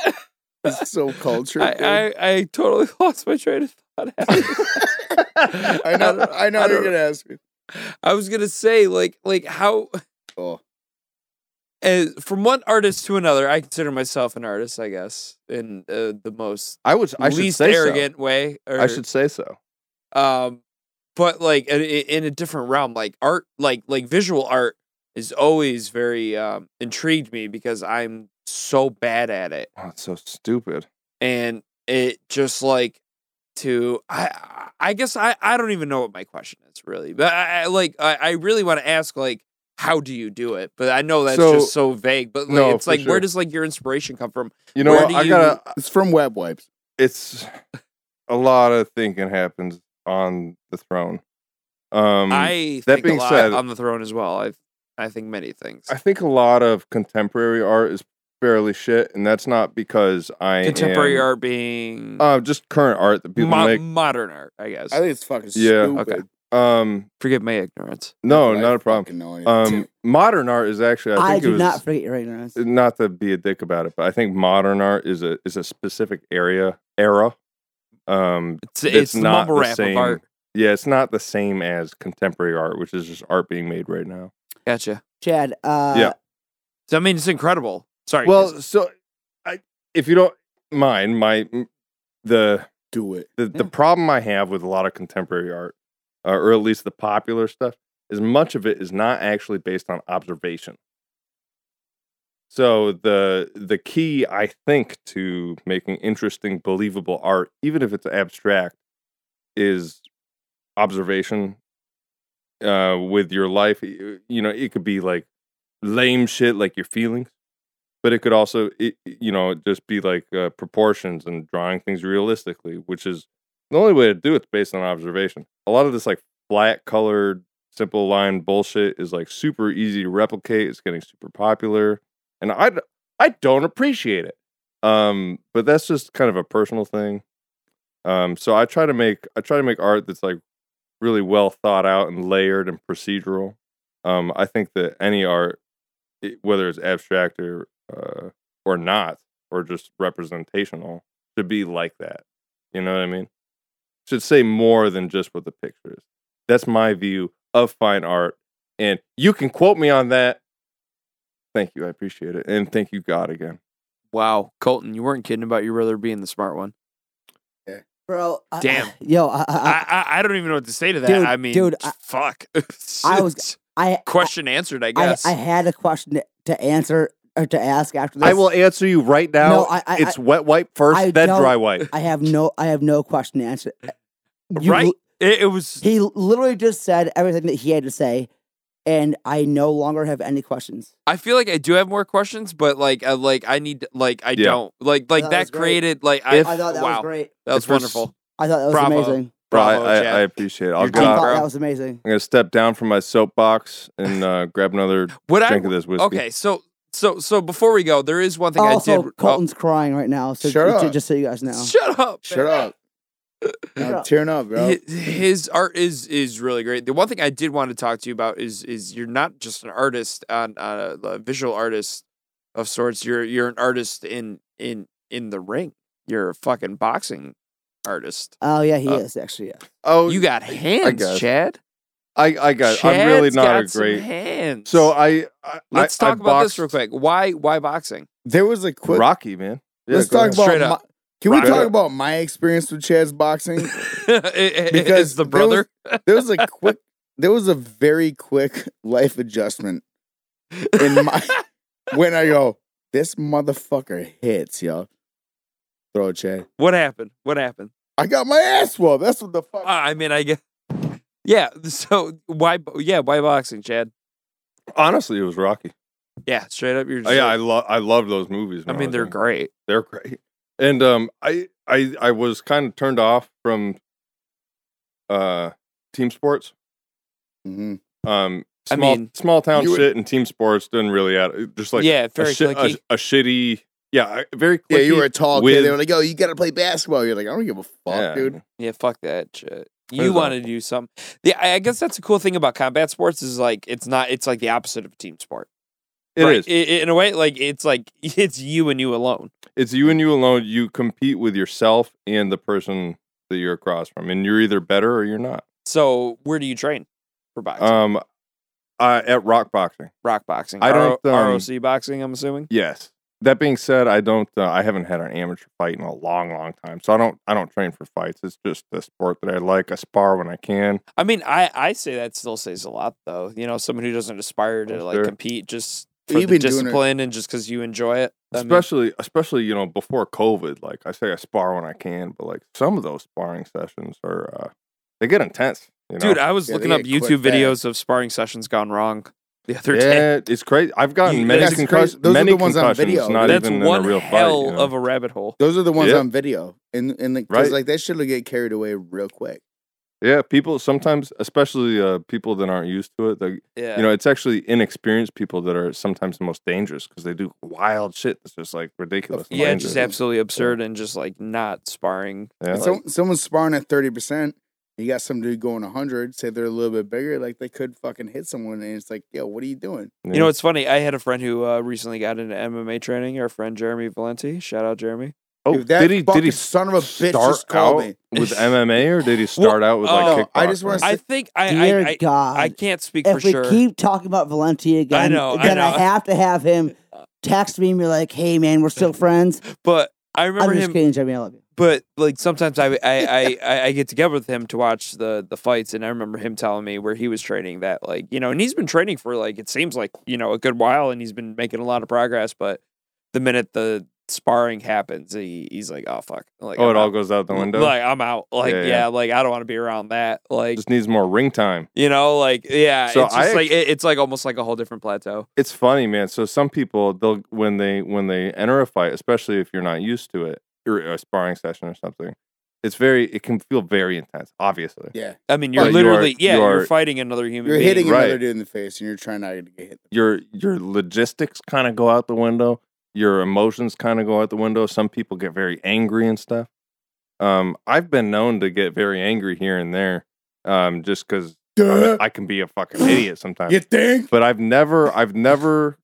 A: it's [LAUGHS] so cultured. dude.
C: I, I I totally [LAUGHS] lost my train of thought. [LAUGHS]
D: [LAUGHS]
C: I,
A: I know [LAUGHS]
C: don't-
A: I know
C: I
A: what you're
C: don't-
A: gonna ask me.
C: I was gonna say like like how
A: Oh.
C: as, from one artist to another. I consider myself an artist, I guess, in uh, the most
D: I was. I should
C: least
D: say
C: arrogant way.
D: so.
C: Or,
D: I should say so.
C: um, but like in, in a different realm, like art, like like visual art is always very um, intrigued me because I'm so bad at it.
D: Oh, it's so stupid.
C: and it just like to I I- I guess I I don't even know what my question is really, but I, I like I, I really want to ask like how do you do it? But I know that's
D: So-
C: just so vague. But like,
D: No,
C: it's
D: for
C: like
D: sure.
C: where does like your inspiration come from?
D: You know
C: Where
D: what?
C: do
D: I
C: you-
D: gotta.
A: It's from web wipes.
D: It's a lot of thinking happens on the throne. Um,
C: I
D: that
C: think
D: being
C: a lot
D: said-
C: on the throne as well. I I think many things.
D: I think a lot of contemporary art is fairly shit, and that's not because I
C: Contemporary
D: am,
C: art being
D: uh, just current art that people
C: mo-
D: make.
C: modern art, I guess.
A: I think it's fucking
D: Yeah.
A: stupid.
C: Okay.
D: Um,
C: Forgive my ignorance.
D: no,
A: Like,
D: not a problem.
A: fucking know anything.
D: Um, modern art is actually I
B: I,
D: think it
B: do
D: was uh,
B: not forget your ignorance.
D: not to be a dick about it, but I think modern art is a is a specific area era. Um,
C: It's
D: It's
C: it's, the
D: not
C: mumble
D: the
C: rap
D: same.
C: of art.
D: yeah, it's not the same as contemporary art, which is just art being made right now.
C: Gotcha.
B: Chad. Uh,
D: Yeah.
C: So I mean, it's incredible. Sorry.
D: Well,
C: Chris.
D: so I, if you don't mind, my the
A: Do it.
D: the, the problem I have with a lot of contemporary art, uh, or at least the popular stuff, is much of it is not actually based on observation. So the the key I think to making interesting, believable art, even if it's abstract, is observation uh, with your life. You know, it could be like lame shit, like your feelings, but it could also, it, you know, just be like uh, proportions and drawing things realistically, which is the only way to do it's based on observation. A lot of this like flat colored, simple line bullshit is like super easy to replicate. It's getting super popular, and I d- I don't appreciate it. Um, but that's just kind of a personal thing. Um, so I try to make I try to make art that's like really well thought out and layered and procedural. Um, I think that any art, it- whether it's abstract or uh, or not, or just representational, should be like that. You know what I mean? Should say more than just what the picture is. That's my view of fine art, and you can quote me on that. Thank you, I appreciate it, and thank you God again.
C: wow, Colton, you weren't kidding about your brother being the smart one.
B: Bro. I-
C: Damn.
B: I- yo, I, I,
C: I, I I don't even know what to say to that.
B: Dude,
C: I mean,
B: dude, I-
C: fuck. [LAUGHS]
B: I was- I,
C: question answered. I
B: I,
C: guess.
B: I had a question to- to answer or to ask after this.
D: answer you right now.
B: No, I- I- It's
D: wet wipe first,
B: I then don't- dry
D: wipe.
B: I have no. I have no question to answer. You-
C: Eh, right? It, it was.
B: He literally just said everything that he had to say, and I no longer have any questions.
C: I feel like I do have more questions, but like, I, like I need, like, I
D: Yeah.
C: don't, like, like
B: That
C: that,
B: was great.
C: created, like, I,
D: If-
B: I thought that
C: wow,
B: was great.
C: that was
D: If we're s-
C: wonderful.
B: I thought that was
C: Bravo.
B: amazing.
C: Bravo,
D: I,
C: Chad.
D: I appreciate it. I'll
C: You're
B: I
D: get
C: doing
D: off.
B: thought
C: bro.
B: that was amazing.
D: I'm gonna step down from my soapbox and uh,
C: [LAUGHS]
D: grab another
C: Would I?
D: drink of this whiskey.
C: Okay, so, so, so before we go, there is one thing I
B: Also,
C: did.
B: Oh, Colton's crying right now. So
A: Shut
B: ju- ju-
A: up.
B: just so you guys
C: oh,
B: know,
C: shut up!
A: Shut [LAUGHS] up. I'm
B: up.
A: tearing up, bro.
C: Hi- His art is is really great. The one thing I did want to talk to you about is is you're not just an artist on uh, a visual artist of sorts. You're you're an artist in in in the ring. You're a fucking boxing artist.
B: oh yeah, he
D: Uh,
B: is actually. Yeah.
D: Oh,
C: You got hands,
D: guess.
C: Chad.
D: I, I got. I'm really
C: Chad's
D: not
C: got
D: a
C: some
D: great.
C: hands.
D: So I, I
C: let's
D: I- I
C: talk about
D: boxed
C: this real quick. Why why
D: [LAUGHS]
C: boxing? [LAUGHS]
A: There was a quick.
D: Rocky man. Yeah,
A: let's
D: go
A: talk
D: ahead.
A: about.
C: Straight
A: My,
C: up.
A: can we
D: Rock
A: talk
D: it.
A: about my experience with Chad's boxing? Because
C: because the
A: there was-
C: brother.
A: There was a quick. There was a very quick [LAUGHS] life adjustment [LAUGHS] in my when I go. This motherfucker hits, yo. Throw it, Chad.
C: what happened? What happened?
A: I got my ass whooped. That's what the fuck.
C: Uh, I mean, I guess. Yeah. So why? Yeah. Why boxing, Chad?
D: Honestly, it was Rocky.
C: Yeah. Straight up. You're. Just
D: Oh, yeah,
C: like-
D: I love. I love those movies.
C: I
D: when
C: mean,
D: was
C: they're
D: young.
C: great.
D: They're great. And um, I, I, I was kind of turned off from, uh, team sports.
A: Mhm.
D: um
C: I
D: small
C: mean,
D: small town
A: you would-
D: shit and team sports didn't really add uh, just like
C: yeah,
D: a, oh,
C: very
D: shi- a-
C: clicky.
D: a shitty yeah a- very clicky,
A: Yeah, you were a tall kid.
D: with-
A: They were like, "Yo, you got to play basketball." You're like, "I don't give a fuck,
D: yeah.
A: dude."
C: yeah, fuck that shit.
D: There's
C: You want to
D: awful.
C: do some? Yeah, I I guess that's a cool thing about combat sports is like it's not. It's like the opposite of a team sport.
D: It
C: right?
D: is.
C: I- I- in a way, like it's like [LAUGHS] it's you and you alone.
D: it's you and you alone you compete with yourself and the person that you're across from and you're either better or you're not
C: So where do you train for boxing?
D: um I, at rock boxing
C: Rock boxing.
D: I don't,
C: RO-
D: um,
C: ROC boxing. I'm assuming.
D: yes that being said i don't uh, i haven't had an amateur fight in a long long time so i don't i don't train for fights it's just a sport that i like i spar when i can
C: I mean, I I say that still says a lot, though. You know, someone who doesn't aspire to
D: Oh,
C: like
D: sure.
C: compete just for
A: You've
C: the
A: been doing it.
C: discipline and just because you enjoy it. I mean,
D: especially especially you know before covid like i say i spar when i can but like some of those sparring sessions are uh they get intense you know
C: dude, I was
A: Yeah, they
C: looking up
A: get quick
C: YouTube
A: fast.
C: videos of sparring sessions gone wrong [LAUGHS] the other day.
D: yeah it's crazy i've gotten
C: You-
D: many
C: that's
A: crazy.
D: concussions
A: Those are
D: many
A: the ones on
D: concussions
A: video.
D: not
C: That's
D: even
C: one
D: in a real
C: hell
D: fight you know?
C: of a rabbit hole.
A: Those are the ones
D: Yeah.
A: on video, and and like, 'cause,
D: Right.
A: like that shit will get carried away real quick.
D: yeah people sometimes especially uh people that aren't used to it they,
C: Yeah,
D: you know it's actually inexperienced people that are sometimes the most dangerous because they do wild shit that's just like ridiculous and
C: yeah, it's
D: dangerous.
C: just absolutely absurd and just like not sparring.
D: Yeah.
A: If some, someone's sparring at thirty percent. You got some dude going hundred. Say they're a little bit bigger, like they could fucking hit someone, and it's like, yo, what are you doing?
D: Yeah.
C: You know, it's funny. I had a friend who uh, recently got into MMA training. Our friend Jeremy Valenti. Shout out Jeremy.
D: Oh,
A: Dude, that
D: did he did
A: fucking
D: he
A: son of a bitch
D: start
A: just called
D: out
A: me.
D: with MMA or
C: [LAUGHS]
D: did he start out with like
A: oh,
C: uh,
D: kickboxing?
A: I just wanna
C: I think I I,
B: Dear
C: I,
B: God.
C: I can't speak for
B: if we
C: sure.
B: keep talking about Valentia again,
C: I know, I
B: then I,
C: know.
B: have to have him text me and be like, "Hey, man, we're still friends."
C: but I [LAUGHS] remember
B: I'm just
C: him.
B: kidding, Jeremy. I love you.
C: But like sometimes
D: [LAUGHS]
C: I I, I I I get together with him to watch the the fights, and I remember him telling me where he was training that like you know, and he's been training for like it seems like you know a good while, and he's been making a lot of progress. But the minute the sparring happens, he, he's like, oh fuck, like
D: oh,
C: I'm
D: it all
C: out.
D: goes out the window.
C: Like I'm out. Like
D: Yeah,
C: yeah,
D: yeah.
C: like I don't want to be around that. Like
D: just needs more ring time.
C: you know, like yeah.
D: So
C: it's just
D: I
C: like it, it's like almost like a whole different plateau.
D: It's funny, man. So some people they'll when they when they enter a fight, especially if you're not used to it, or a sparring session or something, it's very it can feel very intense, obviously.
A: Yeah.
C: I mean, you're
D: But you are-
C: literally yeah,
D: you
C: you are,
D: are-
C: fighting another human.
A: You're
C: being.
A: hitting
D: Right.
A: another dude in the face and you're trying not to get hit.
D: Your your logistics kind of go out the window. Your emotions kind of go out the window. Some people get very angry and stuff. Um, I've been known to get very angry here and there, um, just because
A: Duh,
D: I can be a fucking idiot sometimes.
A: you think?
D: but I've never, I've never,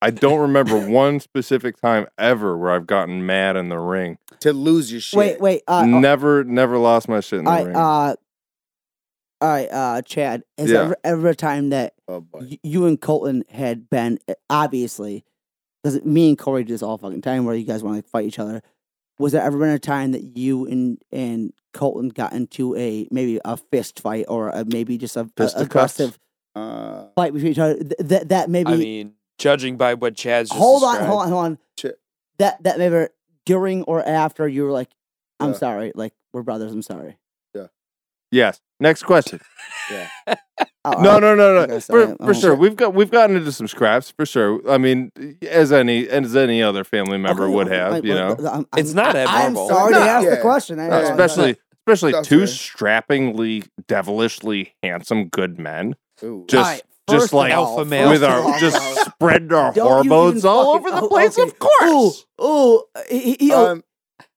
D: I don't remember one specific time ever where I've gotten mad in the ring.
A: To lose your shit.
B: Wait, wait. Uh,
D: Mm, never, never lost my shit in the
B: all right,
D: ring.
B: uh, all right, uh, Chad. Is
D: Yeah.
B: ever ever a time that
A: Oh, boy.
B: y- you and Colton had been eh, obviously because me and Corey do this all fucking time where you guys want to fight each other. Was there ever been a time that you and and Colton got into a maybe a fist fight or a, maybe just a, a
D: Fisticuffs?
B: aggressive
A: Uh,
B: fight between each other? Th- that that maybe
C: I mean, judging by what Chad's just
B: hold on,
C: described-
B: hold on, hold on.
A: Shit.
B: That that maybe during or after you were like, I'm
A: Yeah.
B: sorry, like we're brothers. I'm sorry.
D: yes. Next question.
B: Oh,
D: No,
B: I-
D: no, no, no.
B: Okay, sorry,
D: For,
B: I
D: for
B: won't-
D: sure, we've got we've gotten into some scraps for sure. I mean, as any as any other family member
B: okay,
D: would
B: okay,
D: have,
B: like,
D: you
B: like,
D: know, Uh,
B: th- I'm-
C: It's
B: I'm-
C: not
B: I-
C: abnormal.
B: I'm sorry
A: No,
B: to ask
A: yeah.
B: the question. I
A: No,
B: know.
D: especially especially
A: That's
D: two
A: fair.
D: strappingly, devilishly handsome good men,
A: ooh.
D: just
B: Alright,
D: just
B: first of
D: like
C: all, first
D: with
C: of
D: our
C: all,
D: just spread our
B: Don't you even
D: hormones all
B: fucking-
D: over the
B: oh,
D: place.
B: okay.
D: Of course.
B: Ooh, he, he, oh,
A: Um,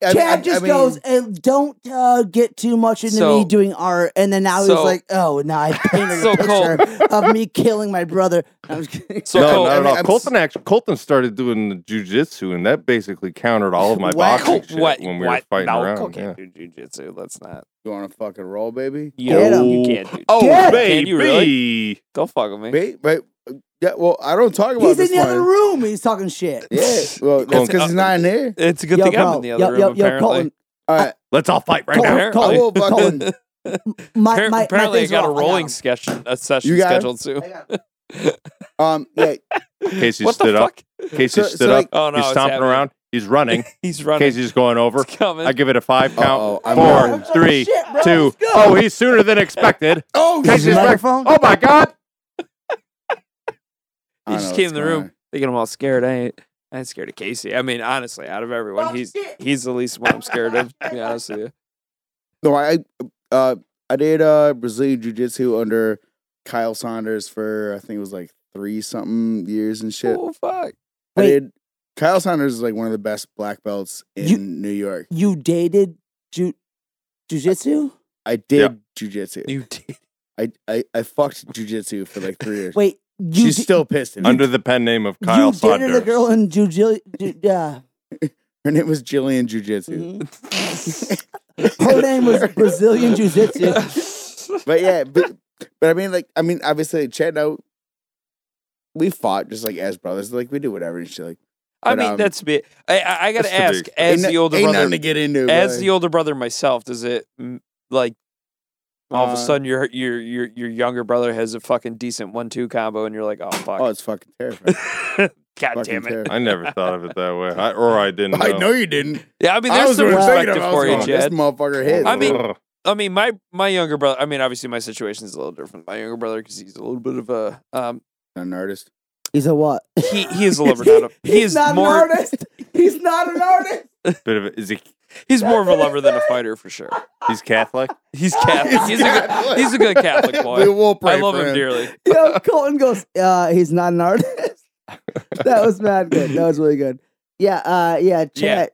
A: I-
B: Chad
A: I- I
B: just
A: mean,
B: goes, "Uh, "Don't uh, get too much into
C: So-
B: me doing art," and then now
C: so-
B: he's like, "Oh, now I painted
C: [LAUGHS] So
B: a
C: Cole-
B: picture of me killing my brother." I'm just
C: [LAUGHS]
B: kidding.
C: So
D: no,
C: Cole-
D: not
A: I
D: at
A: mean,
D: all.
A: I'm s-
D: Colton actually, Colton started doing the jujitsu, and that basically countered all of my
A: Wow.
D: boxing shit
C: what
D: when we
C: what?
D: were fighting
C: no, Cole
D: around. yeah.
C: can't do jujitsu. Let's not.
A: You want to fucking roll, baby?
C: You,
B: Get
C: know,
B: him.
C: you can't do.
D: Oh,
B: Yeah.
C: Can
D: baby!
C: you really? Don't fuck with me.
A: Ba- ba- yeah, well, I don't talk about
B: he's in
A: this
B: the other
A: one.
B: room. He's talking shit.
A: Yeah, well, that's because he's not
B: [LAUGHS]
A: in here.
C: It's a good
B: Yo,
C: thing
B: bro,
C: I'm in the other
B: yo,
C: room.
B: yo, yo,
C: apparently,
B: Colton,
A: All right,
D: Let's all fight right
B: Cole,
C: [LAUGHS]
D: now.
C: Apparently-
B: Cole,
A: I will fucking-
B: Colton, my,
C: [LAUGHS] Appar-
B: my,
C: apparently,
B: my
C: I
B: thing's
C: got a
B: wrong. I
C: rolling
B: him.
C: sketch a session
A: You got him?
C: scheduled soon.
B: I
C: [LAUGHS]
B: got him.
A: um, yeah,
D: Casey
C: what
D: stood
C: the
D: up.
C: fuck?
D: Casey
A: So-
D: stood
A: so,
D: up.
A: like-
C: Oh no,
D: he's
C: it's
D: stomping
C: happening.
D: [LAUGHS] around. He's running.
C: He's [LAUGHS] running.
D: Casey's going over.
C: It's coming.
D: I give it a five
A: Uh-oh,
D: count.
A: I'm
D: Four,
A: out.
B: I'm talking
D: three,
B: shit, bro.
D: two.
B: Let's go.
D: Oh, he's sooner than expected.
B: [LAUGHS]
A: oh,
D: Casey's
A: shit.
D: back.
B: microphone?
D: Oh my god!
A: I
C: he
A: don't
C: just
A: know
C: came
A: what's
C: in the
A: going
C: room
A: on.
C: thinking I'm all scared. I ain't. I ain't scared of Casey. I mean, honestly, out of everyone,
B: Fuck
C: he's
B: Oh, shit.
C: he's the least one I'm scared of. To be honest with you,
A: No, I uh I did uh Brazilian Jiu Jitsu under Kyle Saunders for I think it was like three something years and shit.
C: oh fuck.
A: I
B: Wait.
A: did Kyle Saunders is like one of the best black belts in
B: You-
A: New York.
B: You dated ju- jujitsu?
A: I did Jiu Jitsu.
C: You did.
A: I, I I fucked Jiu Jitsu for like three years.
B: Wait, you
A: She's
B: di-
A: still pissed at me.
D: [LAUGHS] Under the pen name of Kyle
B: you
D: Saunders.
B: dated a girl in jujitsu. Ju- uh,
A: Her name was Jillian Jiu Jitsu.
C: [LAUGHS]
B: Mm-hmm. her name was Brazilian
C: [LAUGHS]
B: jujitsu.
A: [LAUGHS] But yeah, but, but I mean like I mean obviously Chad now we fought just like as brothers, like we do whatever and shit like
C: I
A: But,
C: mean,
A: um,
C: that's be. I, I, I gotta
D: that's the
C: ask,
D: big-
A: Ain't
C: as
A: no-
C: the older
A: ain't
C: brother,
A: nothing to get into.
C: as
A: but-
C: the older brother myself, does it mm, like all of
A: Uh,
C: a sudden your your your your younger brother has a fucking decent one two combo, and you're like, oh fuck,
A: Oh, it's fucking
C: [LAUGHS]
A: terrifying.
C: god
A: fucking
C: damn it.
A: terrifying.
D: I never thought of it that way, I, or I didn't. Know.
A: I know you didn't.
C: Yeah, I mean,
A: I
C: there's
A: was
C: some
A: really thinking
C: perspective
A: about
C: for you,
A: going, This
C: Jed.
A: motherfucker hit.
C: I mean-
D: Ugh.
C: I mean, my my younger brother. I mean, obviously, my situation is a little different. My younger brother, because he's a little bit of a um,
A: an
C: [LAUGHS]
A: artist.
B: He's a what?
C: he
B: [LAUGHS]
C: he is a lover. He
B: He's
C: is
B: not
C: more-
B: an artist. He's not an artist.
D: bit of a, is he?
C: he's more of a lover than a fighter for sure.
B: [LAUGHS]
D: He's Catholic.
A: [LAUGHS]
C: He's Catholic. He's, a good, he's a good Catholic
A: we
C: boy.
A: will pray
C: I love
A: for
C: him dearly.
B: [LAUGHS] Yo, Colton goes, uh, he's not an artist. [LAUGHS] that was mad good. That was really good. Yeah, uh, yeah, Chad.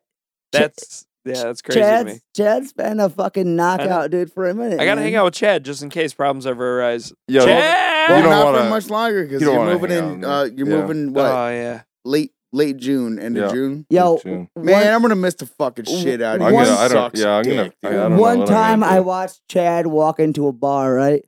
C: That's yeah, that's crazy to me.
B: Chad's, Chad's been a fucking knockout dude for a minute.
C: I gotta
B: man.
C: hang out with Chad just in case problems ever arise.
D: Yo,
C: Chad.
A: Well,
D: You don't
A: not
D: wanna-
A: for much longer because
D: you don't
A: you are
D: wanna
A: moving
D: hang
A: in.
D: out,
A: Uh,
D: man.
A: you're
D: Yeah.
A: moving what
C: Oh yeah.
A: late late June, end
D: Yeah.
A: of June.
B: Yo,
D: June.
A: Man,
B: one-
A: I'm gonna miss the fucking shit out of
D: I'm
A: you.
B: One-
D: gonna, I don't,
A: Sucks
D: yeah, I'm gonna.
A: dick,
D: I, I
A: dude.
D: don't
B: One
D: know what I'm gonna
B: time I
D: do.
B: watched Chad walk into a bar, right?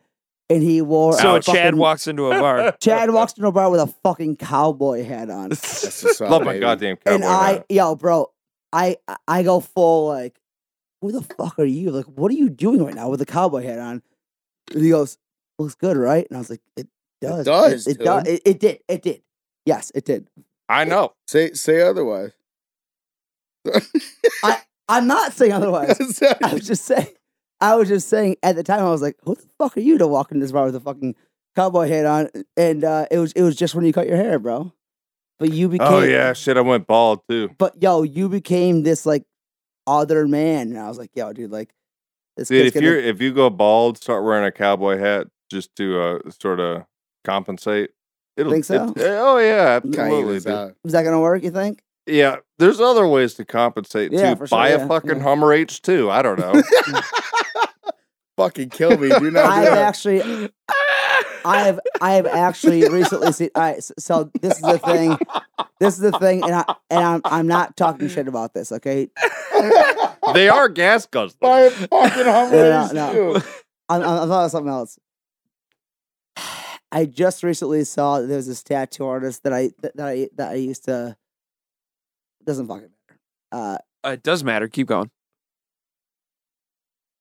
B: And he wore
C: So
B: a
C: Chad Oh,
B: fucking-
C: walks into a bar.
B: [LAUGHS] Chad
D: [LAUGHS]
B: walks into a bar with a fucking cowboy hat
C: [LAUGHS]
B: on.
A: That's what's up,
D: Love my
A: baby.
D: goddamn cowboy.
B: and I,
D: hat.
B: yo, bro, I I go full like, who the fuck are you? Like, what are you doing right now with a cowboy hat on? And he goes, looks good, right? And I was like, it does,
A: does,
B: it, does,
A: dude.
B: it, it did, it did, yes, it did.
D: I know.
A: Say say otherwise. [LAUGHS]
B: I'm not saying otherwise. I was just saying, I was just saying at the time, I was like, who the fuck are you to walk in this bar with a fucking cowboy hat on? And uh, it was it was just when you cut your hair, bro. But you became,
D: Oh yeah, shit. I went bald too.
B: But yo, you became this like other man, and I was like, yo, dude, like this
D: Dude,
B: kid's
D: if
B: gonna-
D: you're if you go bald, start wearing a cowboy hat just to uh, sort of compensate. It'll
B: Think so?
D: it's- oh yeah, absolutely.
A: Coyotes
D: dude.
A: out.
B: Is that gonna work? You
D: [LAUGHS]
B: think?
D: Yeah, there's other ways to compensate
B: Yeah,
D: too.
B: for sure,
D: Buy
B: yeah,
D: a fucking
B: yeah.
D: Hummer H2. I
B: [LAUGHS]
D: don't know.
A: Fucking kill me. Do [LAUGHS] not
B: I've
A: do it.
B: actually, I have, I have actually recently seen. All right, so, so this is the thing. This is the thing, and I and I'm I'm not talking shit about this. Okay,
D: they are gas
A: [LAUGHS]
D: guzzlers.
A: Buy a [LAUGHS] fucking
B: No,
A: Hummer.
D: [LAUGHS]
B: no. I'm I'm, I'm talking about something else. [SIGHS] I just recently saw that there's this tattoo artist that I that, that I that I used to. Doesn't fucking matter. Uh,
C: Uh, it does matter. Keep going.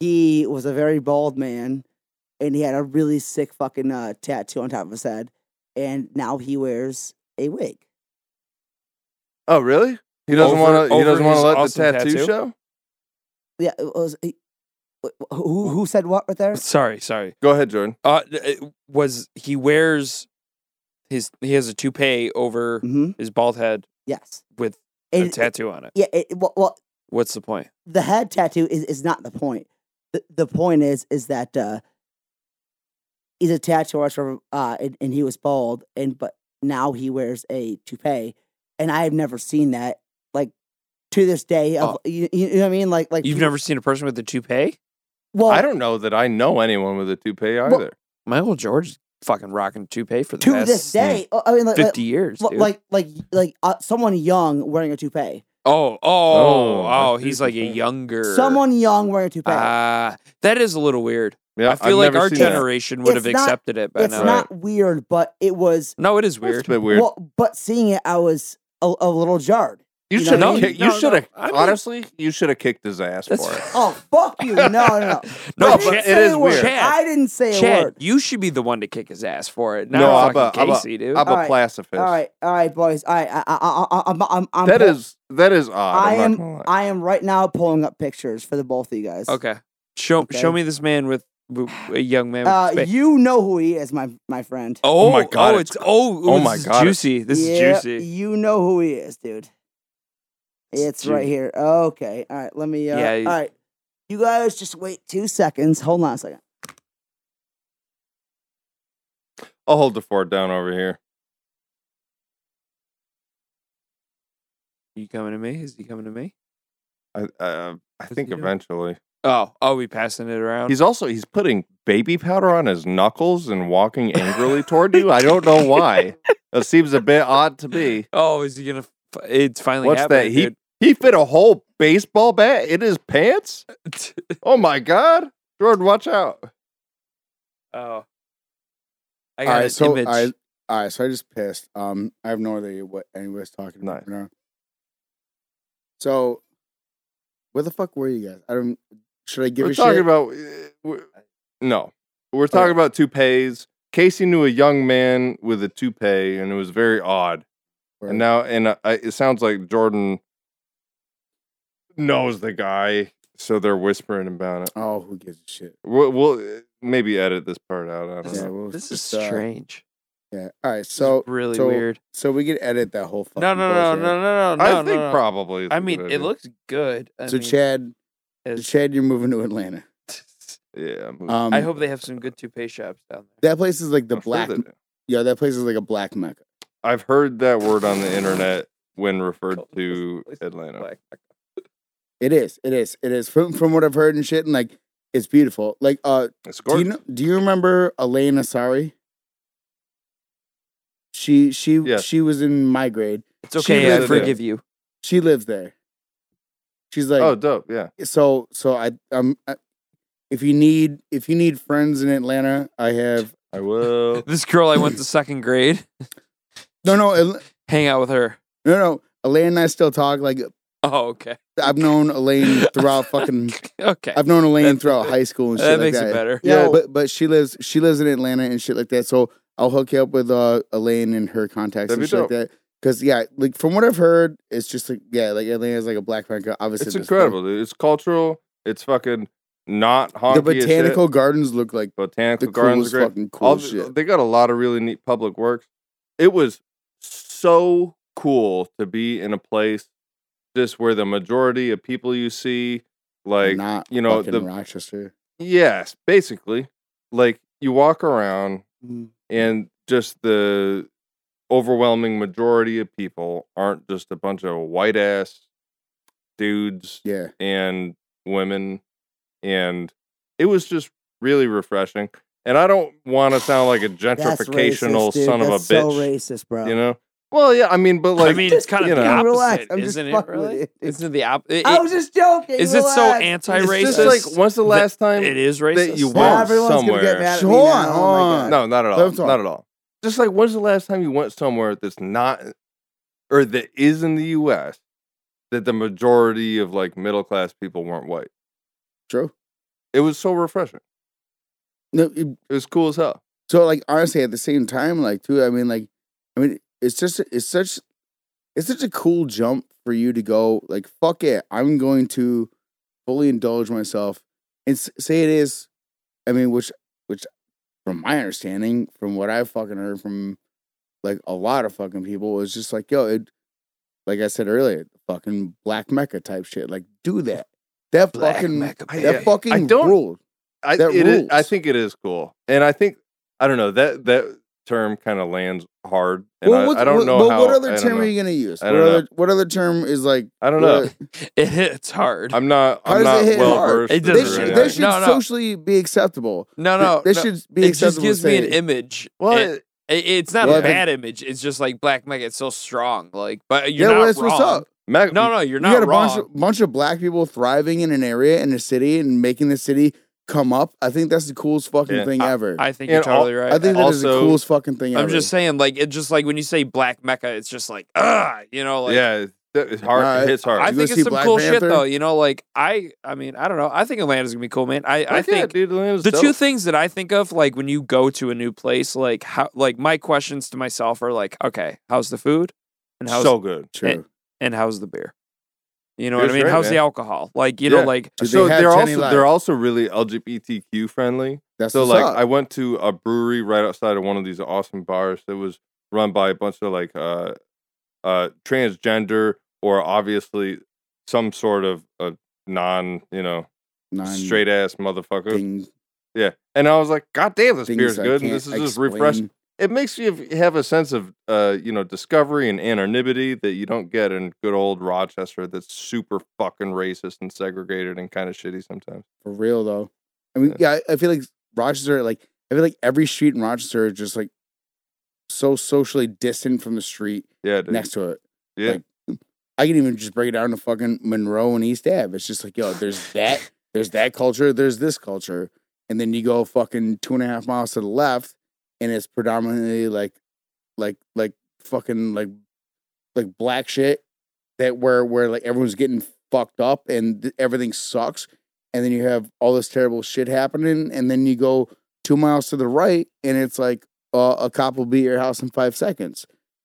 B: he was a very bald man and he had a really sick fucking uh, tattoo on top of his head and now he wears a wig
D: Oh really? He doesn't
C: Over-
D: want to. He
C: over
D: doesn't want
C: his
D: to let
C: awesome
D: the tattoo,
C: tattoo?
D: show.
B: yeah it was, he, wh- who who said what right there
C: Sorry, sorry.
D: Go ahead, Jordan.
C: Uh, it was he wears his? He has a toupee over
B: mm-hmm.
C: his bald head
B: yes
C: with a
B: And-
C: tattoo on it.
B: yeah it, well, well
C: What's the point?
B: the head tattoo is, is not the point the, the point is is that uh he's a tattoo artist from uh and, and he was bald and but now he wears a toupee and i've never seen that like to this day of you, you know what i mean like like
C: Oh. You've never seen a person with a toupee?
B: well
D: I don't know that I know anyone with a toupee either.
B: Well,
C: Michael George is fucking rocking a toupee for the
B: to
C: past
B: this day. oh, I mean, like, like,
C: fifty years.
B: like,
C: dude.
B: like, like, like, uh, someone young wearing a toupee.
C: oh, oh,
D: Oh,
C: oh,
D: I see
C: he's
D: what
C: like a
D: you're saying.
C: younger.
B: Someone young wearing a toupee.
C: Ah, that is a little weird.
D: yeah,
C: I feel like
D: I've never
C: our
D: seen that.
C: generation would
B: It's
C: have
B: not-
C: accepted it by
B: it's
C: now.
B: not weird, but it was.
C: No, it is
D: That's
C: weird.
D: a bit weird.
B: Well, but seeing it, I was a, a little jarred.
D: you
B: you know
D: should
B: what I
D: have.
B: mean?
D: kicked
C: No,
D: you should have.
C: no, I mean-
D: honestly, you should have kicked his ass for
C: That's-
D: it.
B: [LAUGHS] Oh fuck you! No, no, no.
C: [LAUGHS] No,
B: I didn't
C: but it
B: say a
D: is
B: word.
D: weird.
C: Chad,
B: I didn't say a
C: Chad,
B: word.
C: you should be the one to kick his ass for it. Not
D: No, I'm
C: fucking
D: a- I'm a-
C: Casey, dude.
D: I'm
B: All
D: a
B: right.
D: pacifist.
B: All right, all right, boys. All right, I, I, I, I, I'm, I'm, I'm
D: That
B: pull-
D: is that is odd.
B: I
D: I'm not
B: am-
D: gonna lie.
B: I am right now pulling up pictures for the both of you guys.
C: okay, show
B: Okay.
C: show me this man with, with a young man. With a
B: Uh,
C: toupee.
B: you know who he is, my my friend.
C: oh,
D: my God,
C: Oh, it's
D: it's-
C: oh, ooh,
D: oh
C: this
D: my
C: is
D: God, it's-
C: juicy. This
B: Yeah,
C: is juicy.
B: You know who he is, dude.
C: It's
B: It's right
C: Judy.
B: here. Okay. All right. Let me. Uh,
C: Yeah,
B: All
C: he's-
B: right. You guys just wait two seconds. Hold on a second.
D: I'll hold the fort down over here.
C: You coming to me? Is he coming to me?
D: I uh, I think
C: he doing?
D: eventually.
C: Oh, I'll be passing it around.
D: He's also he's putting baby powder on his knuckles and walking angrily toward you. I don't
B: [LAUGHS]
D: know why. That seems a bit odd to me.
C: [LAUGHS] oh, is he gonna? F- it's finally
D: What's that?
C: happening.
D: He he fit a whole baseball bat in his pants.
C: dude. [LAUGHS]
D: Oh my god, Jordan, watch out!
C: oh, I
A: All
C: got
A: right,
C: an
A: so
C: image.
A: I, all right, so I just pissed. Um, I have no idea what anybody's talking about.
D: Nice.
A: right now. So, where the fuck were you guys? I don't. Should I give
D: We're
A: a
D: talking
A: shit?
D: about uh, we're- no, we're talking about toupees. Casey knew a young man with a toupee, and it was very odd.
A: Or-
D: And now, and uh, I- it sounds like Jordan knows the guy, so they're whispering about it.
A: oh, who gives a shit?
D: We'll, we'll uh, maybe edit this part out. I don't
C: This,
A: Yeah,
D: know.
A: well,
C: this is
A: just, uh,
C: strange.
A: Yeah. All right.
C: This is
A: So,
C: really
A: so-
C: weird.
A: so we could edit that whole. Fucking
C: No, no, no, no,
A: bullshit.
C: no, no, no.
D: I
C: no,
D: think
C: no.
D: probably. is
C: I
D: a good
C: mean,
D: idea.
C: it looks good. I
A: So
C: mean,
A: Chad,
C: as-
A: Chad, you're moving to Atlanta.
D: Yeah, I'm-
A: Um,
C: I hope they have some good toupee shops down there.
A: that place is like the
D: I'm sure
A: black.
D: that-
A: Yeah, that place is like a black mecca.
D: I've heard that word on the internet when referred
C: Call this
D: to
C: place
D: Atlanta.
C: black.
A: It is. It is. It is. From from what I've heard and shit, and like it's beautiful. Like, uh,
D: It's
A: do you
D: gorgeous.
A: know, do you remember Elena Sari? She she
D: Yes.
A: she was in my grade.
C: It's okay.
A: really
C: I
A: did.
C: forgive you.
A: She lives there. She's like,
D: oh, dope. Yeah.
A: so so I um I, if you need if you need friends in Atlanta, I have
D: I [LAUGHS] will.
C: [LAUGHS] This girl I went to second grade,
A: no no Al-
C: hang out with her. [LAUGHS]
A: no no Elaine and I still talk. Like
C: Oh, okay.
A: I've known Elaine throughout fucking
C: [LAUGHS] Okay.
A: [LAUGHS] I've known Elaine
C: That-
D: [LAUGHS]
A: throughout high school and shit
C: that
A: like
C: makes
A: that.
C: it better.
A: Yeah,
B: Yo.
A: but but she lives she lives in Atlanta and shit like that. So I'll hook you up with uh, Elaine and her contacts and
D: That'd be
A: shit like
D: dope.
A: that. Because yeah, like from what I've heard, it's just like yeah, like Atlanta's like a black market. Obviously,
D: It's
A: there's-
D: incredible, dude. It's cultural. It's fucking not honky.
A: The
D: as shit.
A: botanical gardens look like
D: botanical
A: the
D: gardens.
A: coolest
D: are great.
A: fucking cool
D: All the-
A: shit.
D: They got a lot of really neat public works. It was so cool to be in a place just where the majority of people you see, like
A: not
D: you know,
A: fucking
D: the-
A: Rochester.
D: yes, basically, like you walk
A: Mm.
D: around
B: Mm,
D: and just the overwhelming majority of people aren't just a bunch of white ass dudes
A: Yeah,
D: and women and it was just really refreshing and i don't want to sound like a
B: That's
D: gentrificational
B: racist, dude.
D: son
B: That's
D: of a
B: so
D: bitch
B: racist, bro.
D: you know well yeah i mean but like
C: I mean, it's kind of
D: you
C: the
D: know.
C: opposite,
B: Relax, I'm just
C: isn't it?
B: fucking with
C: Really?
B: you. [LAUGHS]
C: Isn't it the opposite?
B: I was just joking.
C: is it so
B: relax.
C: anti-racist?
D: it's just like when's the
C: that
D: last time
C: it is racist.
D: you
B: Now
D: went
B: everyone's gonna
D: somewhere.
B: get mad at me
A: Hold
B: now. Oh my God.
A: on.
D: no not at all
A: That's all.
D: not at all just like when's the last time you went somewhere that's not or that is in the us that the majority of like middle class people weren't white
A: true.
D: it was so refreshing
A: No, it-
D: it was cool as hell
A: so like honestly, at the same time, like too, I mean, like, I mean, it's just it's such it's such a cool jump for you to go like fuck it, I'm going to fully indulge myself and s- say it is. I mean, which which from my understanding, from what I've fucking heard from like a lot of fucking people, it's just like yo, it like I said earlier, fucking black mecca type shit. Like do that. That
C: Black
A: fucking
C: Mecca,
A: that
C: baby.
A: fucking
D: I don't-
A: ruled.
D: I,
A: That
D: it is- I
A: rules.
D: think it is cool, and I think I don't know that that term kind of lands hard. And I,
A: what-
D: I don't
A: what-
D: know
A: But
D: how.
A: what other
D: I
A: term
D: don't know.
A: are you gonna use?
D: I
A: what
D: don't know.
A: other what other term is like?
D: I don't
A: what
D: know.
A: other-
C: [LAUGHS] it hits hard.
D: I'm not.
A: How
D: I'm
A: does
D: not
A: it hit
D: well
A: hard?
D: versed.
C: It
D: in
A: They
C: doesn't
A: should,
D: right
C: really
A: they
D: now.
A: should
C: No, no.
A: socially be acceptable.
C: no, no,
A: they
C: no.
A: should be
C: It just
A: acceptable.
C: gives
A: to
C: me
A: say
C: an
A: it.
C: image.
D: Well,
C: It-
D: it-
C: It- it's not
A: Well, I
C: a
A: think-
C: bad image. It's just like black mecca. It's so strong. Like, but
A: Yeah,
C: you're
A: well,
C: not
A: that's
C: wrong.
A: what's up.
D: Mac,
C: No, no, you're
A: you got
C: not
A: a
C: wrong.
A: bunch of, bunch of black people thriving in an area in a city and making the city come up. I think that's the coolest fucking
D: Yeah.
A: thing ever. I,
C: I think you're
D: And all-
C: totally right.
A: think that is the
D: also-
A: coolest fucking thing ever.
C: I'm just saying, like, it just like when you say black mecca, it's just like, ah, you know, like,
D: yeah, it's- it's hard.
A: Nah,
D: it hits hard.
C: I
A: You go
C: think
A: see
C: it's some
A: Black
C: cool shit
A: Panther?
C: though. You know, like I, I mean, I don't know. I think Atlanta's gonna be cool, man. I, I
D: Like, yeah,
C: think
D: dude, Atlanta's
C: the
D: dope.
C: two things that I think of, like when you go to a new place, like how, like my questions to myself are like, okay, how's the food, and how's
D: so good.
A: true.
C: eh, and how's the beer? You know
D: It
C: what I
D: was
C: mean?
D: great,
C: how's the
D: man.
C: alcohol? Like you
D: Yeah.
C: know, like
A: Dude,
D: so
A: they had
D: they're
A: 10
D: also
A: alive.
D: they're also really LGBTQ friendly.
A: that's
D: so
A: what's
D: like
A: up.
D: I went to a brewery right outside of one of these awesome bars that was run by a bunch of like uh uh transgender or obviously some sort of a non, you know,
A: Nine
D: straight ass motherfucker.
A: thing-
D: Yeah. And I was like, God damn, this beer's
A: things I
D: good and
A: can't
D: this is just
A: explain.
D: refreshing. It makes you have a sense of uh, you know, discovery and anonymity that you don't get in good old Rochester that's super fucking racist and segregated and kind of shitty sometimes.
A: For real though. I mean, yeah, I I feel like Rochester, like I feel like every street in Rochester is just like so socially distant from the street
D: Yeah, dude.
A: next to it.
D: yeah.
A: like, I can even just break it down to fucking Monroe and East Ave. It's just like, yo, there's that, there's that culture, there's this culture. And then you go fucking two and a half miles to the left, and it's predominantly like like like fucking like like black shit that where where like everyone's getting fucked up and th- everything sucks. And then you have all this terrible shit happening, and then you go two miles to the right, and it's like uh, a cop will be at your house in five seconds.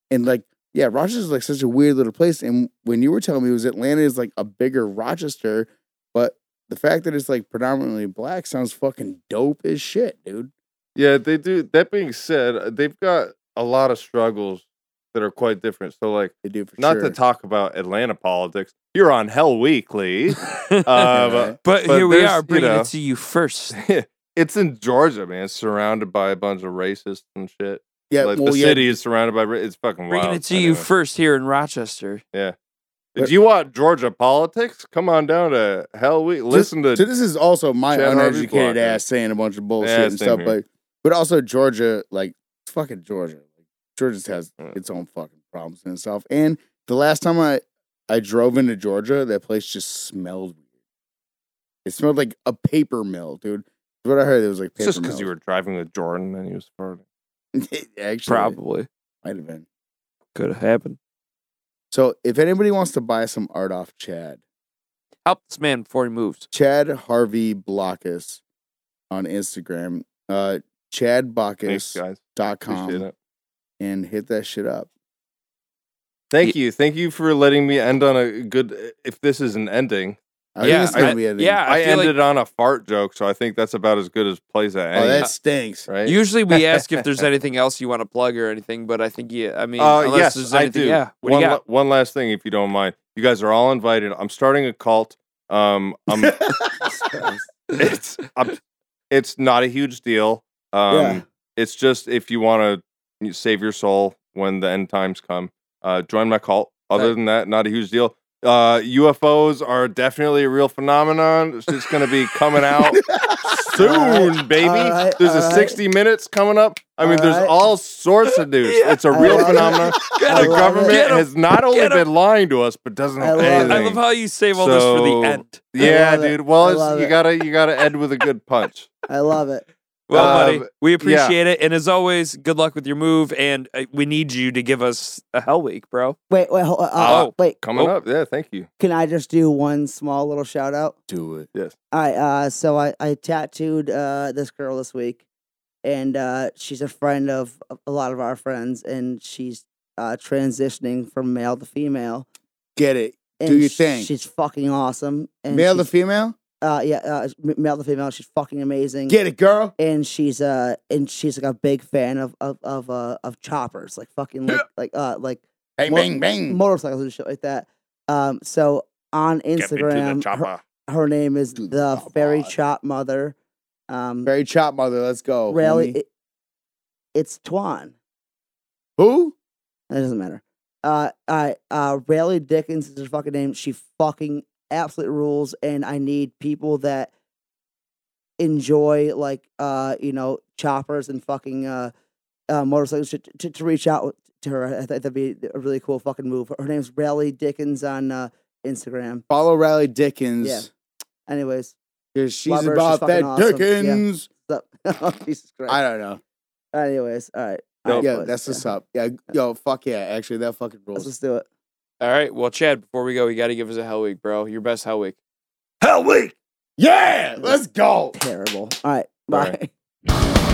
A: And like yeah, Rochester's like such a weird little place. And when you were telling me it was Atlanta is like a bigger Rochester, but the fact that it's like predominantly black sounds fucking dope as shit, dude.
D: Yeah, they do. That being said, uh, they've got a lot of struggles that are quite different. So, like,
A: They do for
D: not
A: sure.
D: to talk about Atlanta politics, you're on Hell
A: [LAUGHS]
C: [LAUGHS]
D: Weekly. uh,
C: but,
D: but
C: here we
D: there's,
C: are
D: you
C: bringing
D: know-
C: it to you first.
D: but it's in Georgia, man. It's surrounded by a bunch of racists and shit.
A: yeah,
D: like,
A: well,
D: the
A: yeah,
D: city is surrounded by. ra- It's fucking
C: Bringing
D: wild.
C: it to you
D: Anyway.
C: first here in Rochester.
D: If you want Georgia politics, come on down to Hell Week. Listen to.
A: So this is also my
D: Chad Harvey
A: uneducated
D: Block, man.
A: ass saying a bunch of bullshit
D: Yeah,
A: and
D: same
A: stuff,
D: here.
A: like but also Georgia, like it's fucking Georgia. Georgia has
D: Yeah.
A: its own fucking problems in itself. And the last time I I drove into Georgia, that place just smelled weird. It smelled like a paper mill, dude. That's what I heard. It was like
D: It's
A: paper
D: just because you
A: mills.
D: were driving with Jordan and he was farting.
A: [LAUGHS] actually probably
C: Probably
A: might have been.
C: could have happened.
A: So if anybody wants to buy some art off Chad,
C: Help this man before he moves.
A: Chad Harvey Blockus on Instagram, uh,
D: Thanks,
A: chadbockus.com,
D: guys. Appreciate it.
A: and hit that shit up.
D: Thank you. Thank you for letting me end on a good. If this is an ending,
A: I
C: Yeah,
A: think it's gonna
C: I-
A: be a-
C: yeah,
D: I,
C: I feel like-
D: ended on a fart joke, so I think that's about as good as plays I
A: Oh,
D: end.
A: that stinks.
D: uh, right?
C: Usually we ask if [LAUGHS] there's anything else you want to plug or anything, but I think yeah, I mean,
D: Uh,
C: unless
D: yes,
C: there's
D: I
C: anything,
D: do.
C: yeah. What
D: one,
C: do you
D: la-
C: got?
D: one last thing, if you don't mind. You guys are all invited. I'm starting a cult. Um,
B: [LAUGHS]
D: I'm, it's I'm, it's not a huge deal. Um,
B: Yeah.
D: it's just if you want to save your soul when the end times come, uh, join my cult. Other
C: Right.
D: than that, not a huge deal. Uh, UFOs are definitely a real phenomenon. It's just going to be
B: [LAUGHS]
D: coming out soon, baby.
B: all right,
D: there's a
B: all right.
D: 60 minutes coming up. I mean,
B: All
D: there's
B: right.
D: all sorts
B: [LAUGHS]
D: of news. It's a
B: I
D: real
B: love it.
D: phenomenon.
B: [LAUGHS]
C: Get
B: I
D: The
C: him.
B: love
D: government
B: it.
C: Get 'em.
D: has not only
C: Get 'em.
D: been lying to us, but doesn't
B: I
D: have
B: love it.
D: anything.
C: I love how you save all this for
D: So-
C: the end.
D: yeah,
B: love it.
D: dude.
B: I
D: Well,
B: love
D: it's, you
B: it. Oh.
D: gotta you gotta end with a good punch.
B: I love it.
C: Well,
D: Um,
C: buddy, we appreciate it, and as always, good luck with your move, and uh, we need you to give us a hell week, bro.
B: Wait, wait, hold, uh,
D: Oh.
B: wait.
D: Coming
C: Oh.
D: up, yeah. Thank you.
B: Can I just do one small little shout out?
A: Do it.
D: Yes.
B: All right. Uh, so I, I tattooed uh, this girl this week, and uh, she's a friend of a- a lot of our friends, and she's uh, transitioning from male to female.
A: Get it.
B: And
A: your
B: sh-
A: thing.
B: She's fucking awesome. And
A: Male to
B: she's-
A: female?
B: uh, yeah, uh, m- male to female. She's fucking amazing.
A: Get it, girl.
B: and she's uh and she's like a big fan of of of uh of choppers, like fucking like like uh like
A: Bang,
B: Well,
A: bang, bang.
B: motorcycles and shit like that. Um, so on Instagram, her, her name is
A: To the
B: the Fairy
A: chopper.
B: Chop Mother. Um,
A: Very chop mother. Let's go.
B: really,
A: homie.
B: it- it's Twan.
A: Who?
B: It doesn't matter. Uh, I uh, Rayleigh Dickens is her fucking name. She fucking absolute rules, and I need people that enjoy like uh, you know, choppers and fucking uh, uh motorcycles to, to, to reach out to her. I think that'd be a really cool fucking move. Her name's Rayleigh Dickens on uh, Instagram.
A: Follow Riley Dickens.
B: Yeah. Anyways,
A: 'cause she's
B: Love her, she's
A: about
B: fucking
A: that
B: awesome. Yeah.
A: Dickens.
B: what's up? [LAUGHS] oh, Jesus Christ.
A: I don't know.
B: Anyways, all right.
D: Dope.
B: All right,
A: yeah,
B: boys,
A: that's what's up. Yeah, yo, fuck yeah. Actually, that fucking
B: Let's
A: rules.
B: just do it.
C: All right, well, Chad, before we go, you got to give us a hell week, bro. Your best hell week.
A: Hell week. Yeah, let's go.
B: Terrible. All right.
D: All
B: Bye.
D: right.